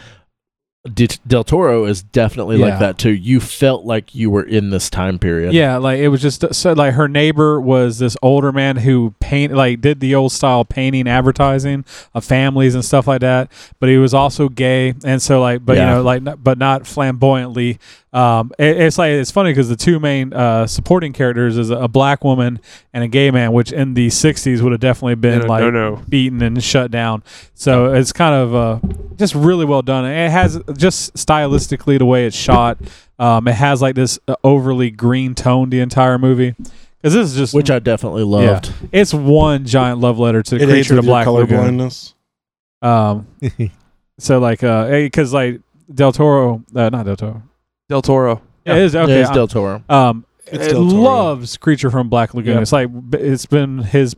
Speaker 1: De- Del Toro is definitely
Speaker 3: Yeah.
Speaker 1: like that too. You felt like you were in this time period.
Speaker 3: Yeah, like it was just uh, so like her neighbor was this older man who paint like did the old style painting advertising of families and stuff like that. But he was also gay, and so like, but
Speaker 1: Yeah.
Speaker 3: you know, like, n- but not flamboyantly. Um, it- it's like it's funny because the two main uh, supporting characters is a black woman and a gay man, which in the '60s would have definitely been
Speaker 4: No,
Speaker 3: like
Speaker 4: no, no.
Speaker 3: beaten and shut down. So it's kind of uh, just really well done. And It has just stylistically the way it's shot. Um, it has like this uh, overly green tone the entire movie because this is just
Speaker 1: which I definitely
Speaker 3: yeah.
Speaker 1: loved.
Speaker 3: It's one giant love letter to the
Speaker 5: It aids
Speaker 3: creature
Speaker 5: with
Speaker 3: of
Speaker 5: your
Speaker 3: black
Speaker 5: color
Speaker 3: lagoon.
Speaker 5: blindness.
Speaker 3: Um, so like uh, because like Del Toro, uh, not Del Toro.
Speaker 4: Del Toro.
Speaker 3: Yeah, it is
Speaker 1: Yeah,
Speaker 3: okay.
Speaker 1: it's Del Toro.
Speaker 3: um,
Speaker 5: It's
Speaker 3: it
Speaker 5: Del Toro.
Speaker 3: loves Creature from Black Lagoon.
Speaker 6: Yeah.
Speaker 3: It's like b- it's been his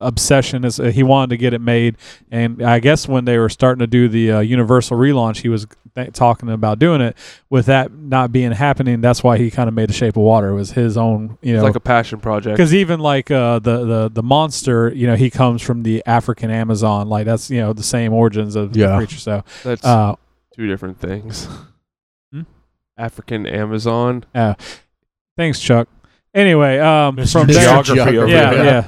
Speaker 3: obsession. Is uh, he wanted to get it made, and I guess when they were starting to do the uh, Universal relaunch, he was th- talking about doing it. With that not being happening, that's why he kind of made The Shape of Water. It was his own, you
Speaker 4: It's
Speaker 3: know,
Speaker 4: like a passion project.
Speaker 3: because even like uh, the the the monster, you know, he comes from the African Amazon. Like that's you know the same origins of
Speaker 1: Yeah.
Speaker 3: the creature. So
Speaker 4: That's
Speaker 3: uh,
Speaker 4: two different things.
Speaker 3: Hmm?
Speaker 4: African Amazon.
Speaker 3: thanks, Chuck. Anyway, um, from
Speaker 1: Mr.
Speaker 3: there,
Speaker 6: geography
Speaker 1: Geography.
Speaker 6: over
Speaker 3: yeah,
Speaker 6: here.
Speaker 3: yeah.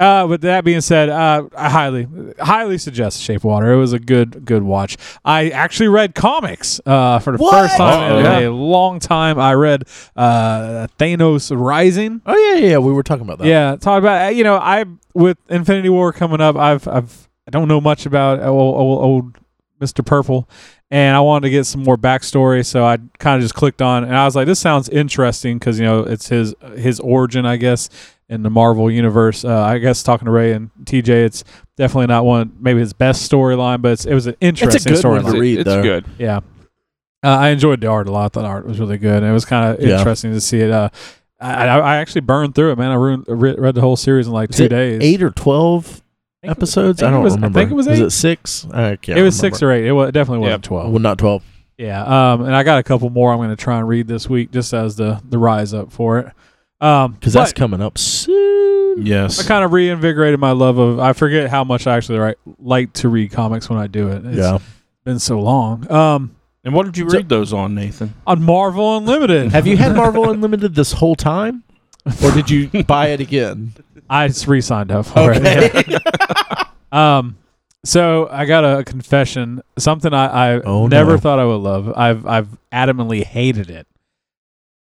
Speaker 3: Uh, with that being said, uh, I highly, highly suggest Shape of Water. It was a good, good watch. I actually read comics uh, for the
Speaker 1: What?
Speaker 3: first time in a
Speaker 4: Uh-oh.
Speaker 3: long time. I read uh, Thanos Rising.
Speaker 1: Oh yeah, yeah, yeah. We were talking about that.
Speaker 3: Yeah, talk about uh, you know I with Infinity War coming up. I've I've I don't know much about old old, old Mister Purple, and I wanted to get some more backstory. So I kind of just clicked on, and I was like, this sounds interesting because you know it's his his origin, I guess, in the Marvel universe. Uh, I guess talking to Ray and TJ, it's definitely not one maybe his best storyline, but it's, it was an interesting
Speaker 1: good one.
Speaker 3: storyline.
Speaker 1: It's a- read,
Speaker 4: it's
Speaker 1: though.
Speaker 4: good.
Speaker 3: Yeah. Uh, I enjoyed the art a lot. The art was really good. And it was kind of
Speaker 1: Yeah.
Speaker 3: interesting to see it. Uh, I, I, I actually burned through it, man. I ruined, re- read the whole series in like
Speaker 1: Is
Speaker 3: two
Speaker 1: it
Speaker 3: days.
Speaker 1: Eight or twelve
Speaker 3: I think it was-
Speaker 1: episodes.
Speaker 3: I
Speaker 1: I
Speaker 3: think it
Speaker 1: don't
Speaker 3: was- I
Speaker 1: remember.
Speaker 3: think it was
Speaker 1: Is
Speaker 3: eight.
Speaker 1: it six? I can't
Speaker 3: it was six or eight. It, was, it definitely
Speaker 4: Yeah.
Speaker 3: wasn't 12.
Speaker 1: Well, not twelve.
Speaker 3: yeah. Um, and I got a couple more I'm going to try and read this week just as the, the rise up for it.
Speaker 1: Because
Speaker 3: Because
Speaker 1: that's coming up soon.
Speaker 3: I
Speaker 6: Yes.
Speaker 3: kind of reinvigorated my love of. I forget how much I actually write, like to read comics when I do it. It's
Speaker 1: yeah.
Speaker 3: been so long. Um,
Speaker 6: And what did you
Speaker 1: So-
Speaker 6: read those on, Nathan?
Speaker 3: on Marvel Unlimited,
Speaker 1: Have you had Marvel Unlimited this whole time? Or did you buy it again?
Speaker 3: I just re-signed up for it. Um, so I got a confession. Something I, I
Speaker 1: Oh,
Speaker 3: never
Speaker 1: no.
Speaker 3: thought I would love. I've I've adamantly hated it.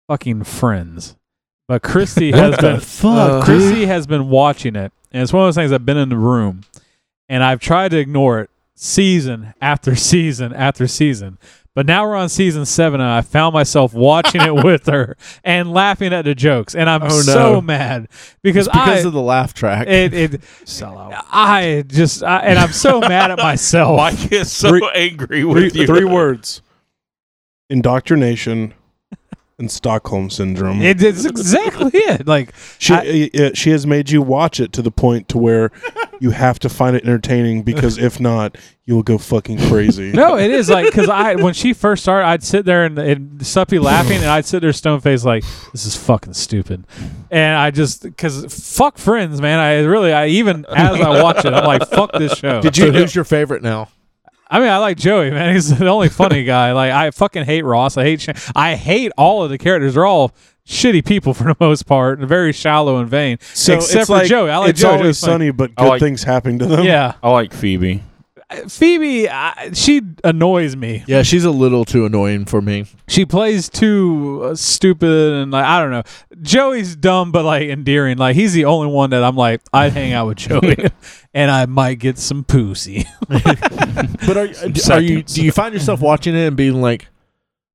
Speaker 3: Fucking Friends. But Christy has
Speaker 1: What the
Speaker 3: been uh,
Speaker 1: fuck, dude?
Speaker 3: Christy has been watching it, and it's one of those things. I've been in the room, and I've tried to ignore it season after season after season. But now we're on season seven, and I found myself watching it with her and laughing at the jokes, and I'm
Speaker 1: Oh, no.
Speaker 3: so mad because,
Speaker 1: It's because
Speaker 3: I
Speaker 1: of the laugh track.
Speaker 3: it, it
Speaker 4: Sell out.
Speaker 3: I just I, and I'm so mad at myself.
Speaker 6: Mike is so
Speaker 5: Three-
Speaker 6: angry
Speaker 5: Three,
Speaker 6: with you.
Speaker 5: three words: indoctrination and Stockholm syndrome.
Speaker 3: It, it's exactly it. Like
Speaker 5: she
Speaker 3: I-
Speaker 5: uh, uh, she has made you watch it to the point to where you have to find it entertaining because if not, you will go fucking crazy.
Speaker 3: No, it is like because I when she first started, I'd sit there and, and Suppy laughing, and I'd sit there stone faced like this is fucking stupid, and I just because fuck friends, man. I really, I even as I watch it, I'm like fuck this show.
Speaker 1: Did you? So who's your favorite now?
Speaker 3: I mean, I like Joey, man. He's the only funny guy. Like I fucking hate Ross. I hate Shan- I hate all of the characters. They're all shitty people for the most part, and very shallow and vain.
Speaker 5: So
Speaker 3: except
Speaker 5: it's
Speaker 3: for
Speaker 5: like,
Speaker 3: Joey, I like
Speaker 5: it's
Speaker 3: Joey.
Speaker 5: always
Speaker 3: Joey's funny.
Speaker 5: sunny, but
Speaker 6: I
Speaker 5: good
Speaker 6: like-
Speaker 5: things happen to them.
Speaker 3: Yeah,
Speaker 6: I like Phoebe.
Speaker 3: Phoebe, I, she annoys me.
Speaker 1: Yeah, she's a little too annoying for me.
Speaker 3: she plays too uh, stupid and like I don't know. Joey's dumb but like endearing. Like he's the only one that I'm like I'd hang out with Joey and I might get some pussy.
Speaker 1: But are, are you? Do you find yourself watching it and being like,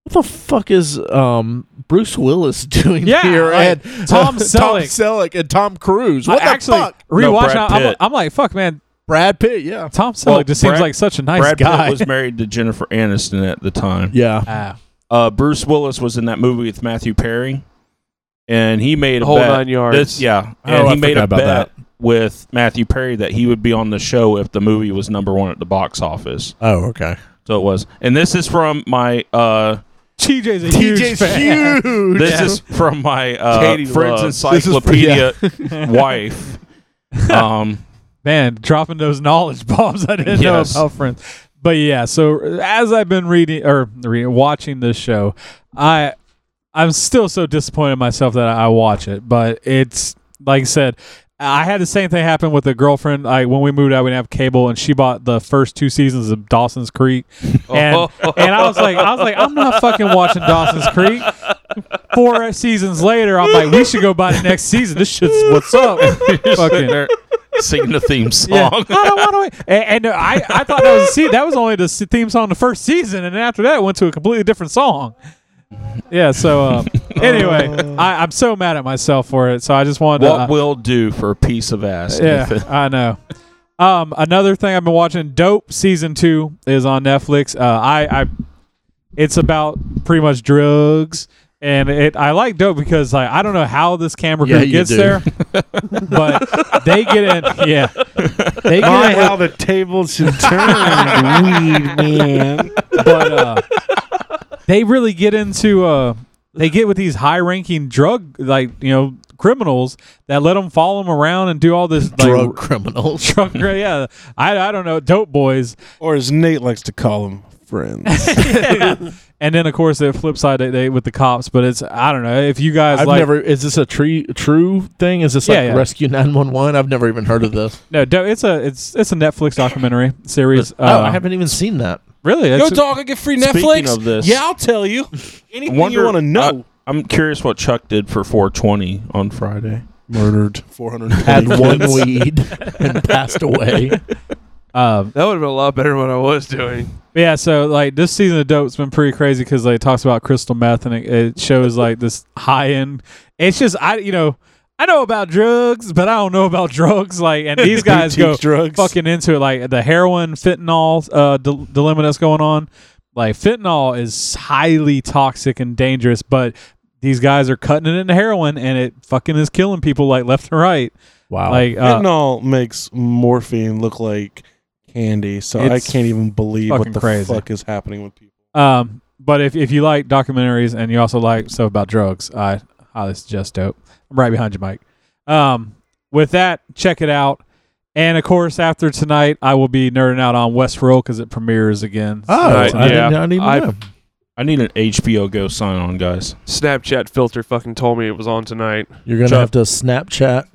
Speaker 1: "What the fuck is um, Bruce Willis doing
Speaker 3: Yeah,
Speaker 1: here?"
Speaker 3: like,
Speaker 1: and
Speaker 3: Tom
Speaker 1: Tom
Speaker 3: Selleck.
Speaker 1: Selleck, and Tom Cruise. What
Speaker 3: I
Speaker 1: the
Speaker 3: actually
Speaker 1: fuck?
Speaker 3: rewatch.
Speaker 6: Brad
Speaker 3: I'm,
Speaker 6: Pitt.
Speaker 3: I'm like fuck, man.
Speaker 1: Brad Pitt. Yeah,
Speaker 3: Tom Selleck
Speaker 6: Well,
Speaker 3: just seems
Speaker 6: Brad-
Speaker 3: like such a nice
Speaker 6: Brad
Speaker 3: guy.
Speaker 6: Pitt was married to Jennifer Aniston at the time.
Speaker 1: yeah.
Speaker 3: Ah.
Speaker 6: Uh, Bruce Willis was in that movie with Matthew Perry, and he made a
Speaker 4: The whole
Speaker 6: bet-
Speaker 4: nine yards.
Speaker 6: This- yeah,
Speaker 1: Oh,
Speaker 6: and
Speaker 1: I
Speaker 6: he made
Speaker 1: forgot
Speaker 6: a
Speaker 1: about
Speaker 6: bet with Matthew Perry that he would be on the show if the movie was number one at the box office.
Speaker 1: Oh, okay.
Speaker 6: So it was, and this is from my uh,
Speaker 3: TJ's a huge fan.
Speaker 1: huge.
Speaker 6: this is from my uh,
Speaker 4: Katie
Speaker 6: Friends
Speaker 4: loves-
Speaker 1: This is-
Speaker 6: Encyclopedia wife. Um,
Speaker 3: man, dropping those knowledge bombs I didn't
Speaker 6: Yes.
Speaker 3: know about friends. But yeah, so as I've been reading or reading, watching this show, I I'm still so disappointed in myself that I watch it. But it's like I said, I had the same thing happen with a girlfriend. Like when we moved out, we didn't have cable, and she bought the first two seasons of Dawson's Creek, and and I was like, I was like, I'm not fucking watching Dawson's Creek. Four seasons later, I'm like, we should go buy the next season. This shit's what's up.
Speaker 6: sitting
Speaker 3: fucking
Speaker 6: there singing the theme
Speaker 3: yeah.
Speaker 6: song.
Speaker 3: I don't want to. And, and I, I thought that was see that was only the s- theme song the first season, and then after that it went to a completely different song. Yeah. So um,
Speaker 1: Oh.
Speaker 3: anyway, I, I'm so mad at myself for it. So I just wanted
Speaker 6: What
Speaker 3: to. uh,
Speaker 6: will do for a piece of ass?
Speaker 3: yeah,
Speaker 6: Nathan?
Speaker 3: I know. Um, another thing I've been watching, Dope season two is on Netflix. Uh, I, I, it's about pretty much drugs. And it, I like dope because like, I don't know how this camera
Speaker 1: Yeah,
Speaker 3: crew
Speaker 1: you
Speaker 3: gets
Speaker 1: do.
Speaker 3: there, but they get in. Yeah, they get
Speaker 5: My,
Speaker 3: in with-
Speaker 5: how the tables have turned, weed man.
Speaker 3: but uh, they really get into uh, they get with these high ranking drug like you know criminals that let them follow them around and do all this like,
Speaker 1: drug criminals.
Speaker 3: drug yeah I, I don't know dope boys
Speaker 5: Or as Nate likes to call them, friends.
Speaker 3: and then of course the flip side they, they with the cops but it's I don't know if you guys
Speaker 1: I've
Speaker 3: like
Speaker 1: never. Is this a tree, true thing? Is this like
Speaker 3: Yeah, yeah.
Speaker 1: Rescue Nine One One? I've never even heard of this.
Speaker 3: no dope, it's a it's it's a Netflix documentary series
Speaker 1: oh, I
Speaker 3: uh,
Speaker 1: haven't even seen that.
Speaker 3: really it's,
Speaker 5: dog, I get free
Speaker 6: Speaking of this,
Speaker 5: Yeah, I'll tell you. Anything
Speaker 6: Wonder-
Speaker 5: you want to know.
Speaker 6: I, am curious what Chuck did for 420 on Friday.
Speaker 5: Murdered 420.
Speaker 1: Had one weed and passed away.
Speaker 3: um,
Speaker 4: That would have been a lot better than what I was doing.
Speaker 3: Yeah, so like this season of Dope's been pretty crazy because like, it talks about crystal meth and it, it shows like this high end. It's just I you know I know about drugs, but I don't know about drugs. Like, and these guys go
Speaker 5: drugs.
Speaker 3: fucking into it. Like the heroin fentanyl uh, dil- dilemma that's going on. Like fentanyl is highly toxic and dangerous, but these guys are cutting it into heroin and it fucking is killing people like left and right.
Speaker 1: Wow.
Speaker 3: Like uh,
Speaker 5: Fentanyl makes morphine look like candy, so I
Speaker 3: It's
Speaker 5: can't even believe
Speaker 3: fucking
Speaker 5: what the
Speaker 3: crazy.
Speaker 5: fuck is happening with people.
Speaker 3: Um, but if, if you like documentaries and you also like stuff about drugs, I highly suggest Dope. I'm right behind you, Mike. Um, with that, check it out. And of course, after tonight, I will be nerding out on Westworld because it premieres again.
Speaker 1: oh,
Speaker 4: Right,
Speaker 1: I,
Speaker 4: yeah.
Speaker 1: didn't, I didn't even
Speaker 4: I-
Speaker 1: know.
Speaker 6: I need an HBO Go sign on, guys.
Speaker 4: Snapchat filter fucking told me it was on tonight.
Speaker 1: You're gonna
Speaker 6: Chuck.
Speaker 1: have to Snapchat.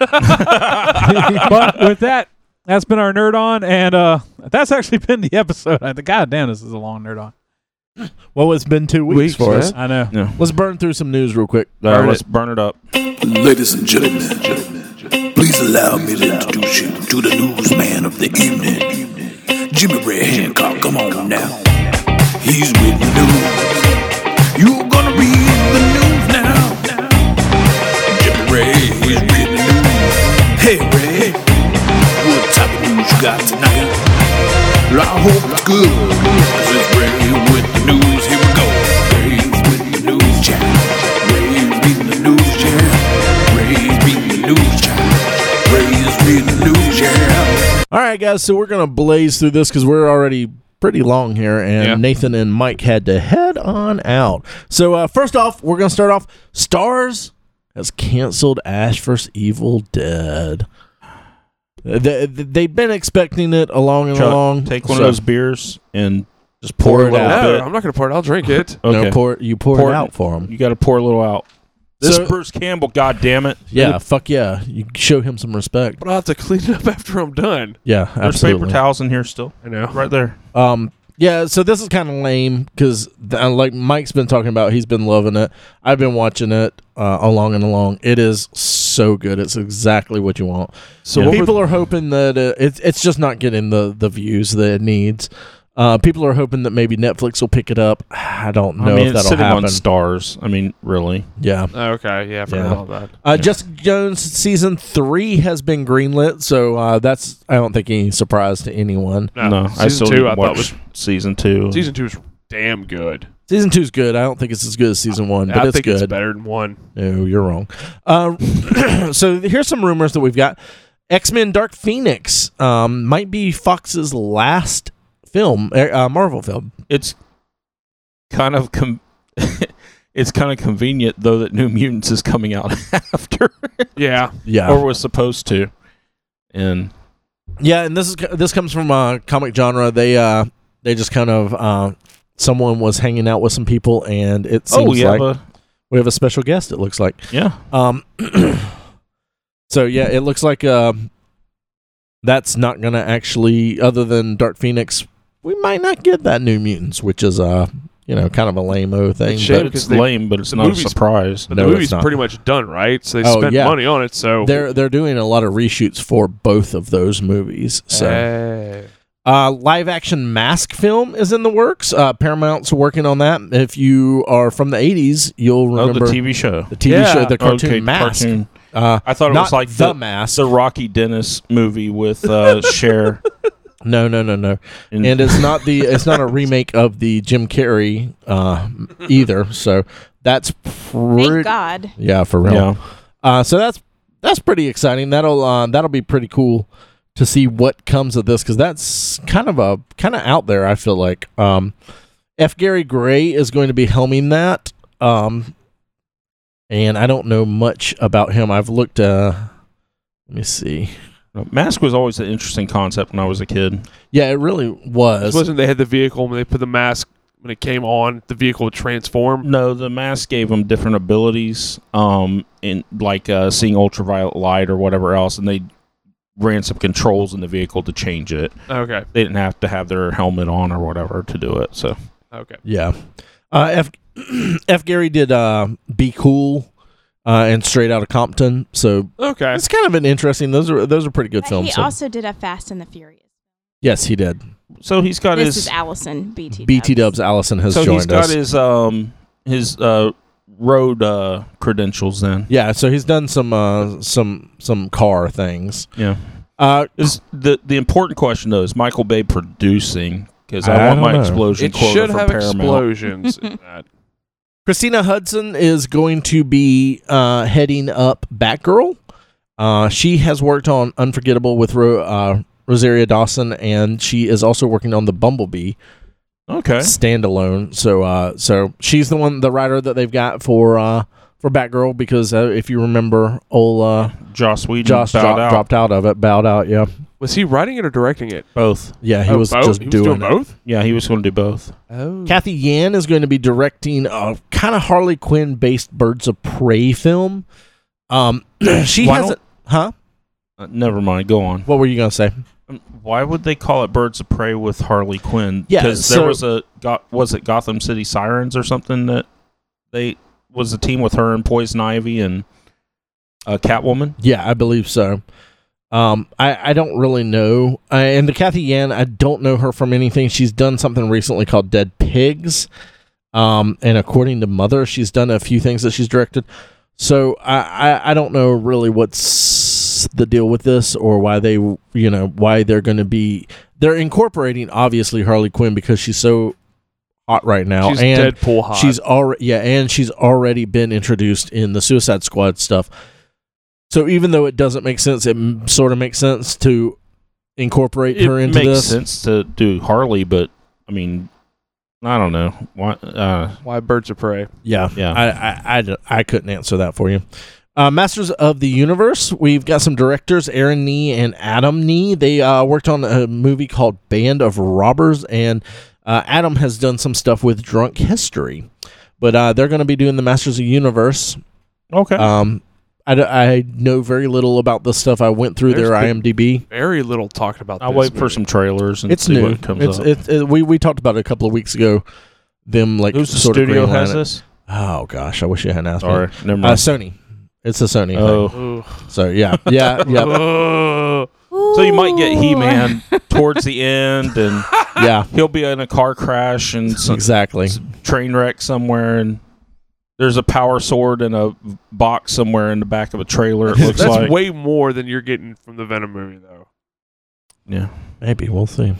Speaker 3: but with that, that's been our nerd on, and uh, that's actually been the episode. I think, God damn, this is a long nerd on.
Speaker 1: Well, it's been two weeks,
Speaker 5: Weeks,
Speaker 1: for us.
Speaker 3: I know.
Speaker 6: Yeah.
Speaker 1: Let's burn through some news real quick.
Speaker 6: Uh,
Speaker 4: Burn
Speaker 6: let's burn it up.
Speaker 7: Ladies and gentlemen, please allow me to introduce you to the newsman of the evening, Jimmy Ray Hancock. Come on now, he's with the news. You're gonna read the news now. Jimmy Ray, he's reading the news. Hey Ray, what type of news you got tonight? Well, I hope it's good. 'cause it's Ray with the news. Here we go. Ray's with the news jam. Ray's beating the news jam. Ray's beating the news jam. Ray's beating the news jam.
Speaker 1: All right, guys. So we're gonna blaze through this because we're already pretty long here, and
Speaker 4: Yeah.
Speaker 1: Nathan and Mike had to head on out. So uh, first off, we're gonna start off. Stars has canceled Ash vs. Evil Dead. They, they've been expecting it along and
Speaker 6: Chuck,
Speaker 1: along.
Speaker 6: Take one
Speaker 1: So-
Speaker 6: of those beers and just
Speaker 1: Pour
Speaker 6: pour,
Speaker 1: it
Speaker 6: a little
Speaker 1: out.
Speaker 4: No,
Speaker 6: bit.
Speaker 4: I'm not gonna pour it. I'll drink it.
Speaker 6: Okay.
Speaker 1: No, pour you pour,
Speaker 6: Pour
Speaker 1: it
Speaker 6: it.
Speaker 1: out for him.
Speaker 6: you got to pour a little out. This
Speaker 1: So-
Speaker 6: Bruce Campbell, God damn it!
Speaker 1: Yeah, fuck yeah. You show him some respect.
Speaker 4: But I'll have to clean it up after I'm done.
Speaker 1: Yeah,
Speaker 6: There's
Speaker 1: absolutely.
Speaker 6: paper towels in here still,
Speaker 4: I know.
Speaker 6: right there.
Speaker 1: Um, yeah, so this is kind of lame because, like Mike's been talking about, he's been loving it. I've been watching it uh, along and along. It is so good. It's exactly what you want.
Speaker 4: So
Speaker 1: Yeah.
Speaker 4: what
Speaker 1: people are hoping that uh, it's it's just not getting the the views that it needs. Uh, people are hoping that maybe Netflix will pick it up. I don't know
Speaker 6: I mean,
Speaker 1: if
Speaker 6: it's
Speaker 1: that'll
Speaker 6: sitting
Speaker 1: happen.
Speaker 6: on stars. I mean, really?
Speaker 1: yeah.
Speaker 4: were- oh, okay, yeah, I forgot
Speaker 1: Yeah.
Speaker 4: all that.
Speaker 1: Uh, Jessica Jones season three has been greenlit, so uh, that's I don't think any surprise to anyone.
Speaker 4: No,
Speaker 6: no,
Speaker 4: Oh, season
Speaker 6: I still
Speaker 4: two.
Speaker 6: didn't
Speaker 4: I thought
Speaker 6: watch
Speaker 4: was
Speaker 6: season two.
Speaker 4: season two is damn good.
Speaker 1: Season two's good. I don't think it's as good as season one, but
Speaker 4: I
Speaker 1: it's
Speaker 4: think
Speaker 1: good.
Speaker 4: it's better than one.
Speaker 1: No, you're wrong. Uh, so here's some rumors that we've got: X Men: Dark Phoenix um, might be Fox's last film, er, uh, Marvel film.
Speaker 6: it's kind of com- it's kind of convenient though that New Mutants is coming out after,
Speaker 4: Yeah,
Speaker 1: Yeah,
Speaker 6: or was supposed to. And
Speaker 1: yeah. And this is this comes from uh, comic genre. They uh, they just kind of uh, someone was hanging out with some people, and it seems
Speaker 6: oh yeah,
Speaker 1: like
Speaker 6: but-
Speaker 1: we have a special guest. It looks like.
Speaker 6: yeah.
Speaker 1: Um, so yeah, it looks like uh, that's not gonna actually, other than Dark Phoenix, we might not get that New Mutants, which is uh, you know, kind of a lame o thing.
Speaker 4: It's
Speaker 1: But
Speaker 4: shame.
Speaker 6: But it's
Speaker 4: they-
Speaker 6: lame, but it's
Speaker 4: the
Speaker 6: not a
Speaker 4: movies-
Speaker 6: surprise.
Speaker 4: but
Speaker 1: No,
Speaker 4: the
Speaker 1: it's
Speaker 4: movie's
Speaker 1: not.
Speaker 4: pretty much done, right? So they
Speaker 1: Oh,
Speaker 4: spent
Speaker 1: yeah.
Speaker 4: money on it. So
Speaker 1: they're they're doing a lot of reshoots for both of those movies. So.
Speaker 6: Eh.
Speaker 4: Hey.
Speaker 1: Uh, live action mask film is in the works. Uh, Paramount's working on that. If you are from the 80s, you'll
Speaker 6: Oh, the
Speaker 1: remember
Speaker 6: TV show.
Speaker 1: the TV
Speaker 4: Yeah.
Speaker 1: show, the cartoon
Speaker 6: Okay,
Speaker 1: mask.
Speaker 6: cartoon.
Speaker 1: Uh,
Speaker 6: I thought it
Speaker 1: not
Speaker 6: was like
Speaker 1: the,
Speaker 6: the,
Speaker 1: mask.
Speaker 6: the Rocky Dennis movie with uh, Cher.
Speaker 1: no, no, no, no.
Speaker 8: Mm.
Speaker 6: in-
Speaker 1: and it's not the it's not a remake of the Jim Carrey uh, either. So that's
Speaker 8: Thank
Speaker 1: pretty
Speaker 8: God.
Speaker 1: yeah for real.
Speaker 6: yeah,
Speaker 1: Uh, so that's that's pretty exciting. That'll uh, that'll be pretty cool to see what comes of this because that's kind of a kind of out there. I feel like um, F. Gary Gray is going to be helming that, um, and I don't know much about him. I've looked. Uh, let me see.
Speaker 6: mask was always an interesting concept when I was a kid.
Speaker 1: Yeah, it really
Speaker 4: This
Speaker 1: was.
Speaker 4: wasn't they had the vehicle when they put the mask when it came on, the vehicle would transform.
Speaker 6: No, the mask gave him different abilities, um, in like uh, seeing ultraviolet light or whatever else, and they ran some controls in the vehicle to change it.
Speaker 4: Okay,
Speaker 6: They didn't have to have their helmet on or whatever to do it. So
Speaker 4: okay.
Speaker 1: Yeah. Uh, F. F. Gary did uh, "Be Cool" uh, and "Straight Out of Compton," so
Speaker 4: Okay.
Speaker 1: it's kind of an interesting. Those are those are pretty good
Speaker 8: But
Speaker 1: films.
Speaker 8: he
Speaker 1: so-
Speaker 8: also did a Fast and the Furious.
Speaker 1: yes, he did.
Speaker 6: so he's got
Speaker 8: This
Speaker 6: his
Speaker 8: is Allison BT.
Speaker 1: BT Dubs Allison has
Speaker 6: so
Speaker 1: joined
Speaker 6: he's got
Speaker 1: us.
Speaker 6: his um his uh road uh credentials then.
Speaker 1: yeah, so he's done some uh, some some car things.
Speaker 6: Yeah.
Speaker 1: Uh,
Speaker 6: Is the the important question though is Michael Bay producing? Because I,
Speaker 1: I
Speaker 6: want
Speaker 1: don't
Speaker 6: my
Speaker 1: know.
Speaker 6: explosion
Speaker 4: It
Speaker 6: quota
Speaker 4: should
Speaker 6: from
Speaker 4: have
Speaker 6: Paramount.
Speaker 4: explosions in that.
Speaker 1: Christina Hudson is going to be uh, heading up Batgirl. Uh, she has worked on Unforgettable with Ro- uh, Rosaria Dawson, and she is also working on the Bumblebee.
Speaker 6: Okay.
Speaker 1: standalone. So uh, so she's the one, the writer that they've got for uh, for Batgirl because uh, if you remember, old uh,
Speaker 6: Joss Whedon
Speaker 1: Josh
Speaker 6: bowed
Speaker 1: dro-
Speaker 6: out.
Speaker 1: dropped out of it, bowed out. Yeah,
Speaker 4: Was he writing it or directing it?
Speaker 6: both.
Speaker 1: yeah, he
Speaker 4: Oh,
Speaker 1: was
Speaker 4: both?
Speaker 1: just
Speaker 4: He was
Speaker 1: doing,
Speaker 4: doing
Speaker 1: it.
Speaker 4: both.
Speaker 6: Yeah, he was going to do both.
Speaker 4: Oh,
Speaker 1: Kathy Yan is going to be directing a kind of Harley Quinn based Birds of Prey film. Um, she
Speaker 6: Why
Speaker 1: hasn't, huh?
Speaker 6: Uh, never mind. Go on.
Speaker 1: What were you gonna say?
Speaker 6: Um, Why would they call it Birds of Prey with Harley Quinn?
Speaker 1: Yeah,
Speaker 6: because
Speaker 1: so-
Speaker 6: there was a got was it Gotham City Sirens or something that they was a team with her and Poison Ivy and uh, Catwoman.
Speaker 1: Yeah, I believe so. Um, I, I don't really know. Uh, and the Kathy Yan, I don't know her from anything. She's done something recently called Dead Pigs. Um, and according to Mother, she's done a few things that she's directed. So I, I, I don't know really what's the deal with this or why they, you know, why they're going to be. They're incorporating, obviously, Harley Quinn because she's so hot right now.
Speaker 4: She's
Speaker 1: and
Speaker 4: Deadpool hot.
Speaker 1: She's already yeah, and she's already been introduced in the Suicide Squad stuff. So even though it doesn't make sense, it m- sort of makes sense to incorporate
Speaker 6: It
Speaker 1: her into
Speaker 6: makes
Speaker 1: this.
Speaker 6: sense to do Harley, but I mean, I don't know why. Uh,
Speaker 4: why Birds of Prey.
Speaker 1: Yeah,
Speaker 6: Yeah.
Speaker 1: I, I, I d- I couldn't answer that for you. Uh, Masters of the Universe. We've got some directors, Aaron Nee and Adam Nee. They uh, worked on a movie called Band of Robbers, and uh, Adam has done some stuff with Drunk History. But uh, they're going to be doing the Masters of the Universe
Speaker 6: okay,
Speaker 1: Um, I, d- I know very little about the stuff. I went through
Speaker 4: There's
Speaker 1: their
Speaker 4: the-
Speaker 1: IMDb.
Speaker 4: Very little talked about.
Speaker 6: I'll
Speaker 4: this
Speaker 6: wait for
Speaker 4: movie.
Speaker 6: some trailers and
Speaker 1: It's
Speaker 6: see
Speaker 1: new.
Speaker 6: what comes
Speaker 1: it's,
Speaker 6: up.
Speaker 1: it's it, we we talked about it a couple of weeks ago. Them like
Speaker 6: Who's the
Speaker 1: sort of
Speaker 6: studio
Speaker 1: greenlining
Speaker 6: has
Speaker 1: it.
Speaker 6: this?
Speaker 1: Oh gosh, I wish you hadn't asked
Speaker 6: Sorry,
Speaker 1: me.
Speaker 6: never
Speaker 1: Uh,
Speaker 6: mind.
Speaker 1: Sony. It's a Sony.
Speaker 6: oh,
Speaker 4: Ooh.
Speaker 1: thing. So yeah, yeah, yeah,
Speaker 4: Ugh.
Speaker 6: so you might get He Man towards the end, and
Speaker 1: yeah.
Speaker 6: he'll be in a car crash and some,
Speaker 1: Exactly.
Speaker 6: train wreck somewhere and there's a power sword in a box somewhere in the back of a trailer it looks
Speaker 4: That's
Speaker 6: like
Speaker 4: way more than you're getting from the Venom movie, though.
Speaker 6: yeah
Speaker 1: Maybe we'll see.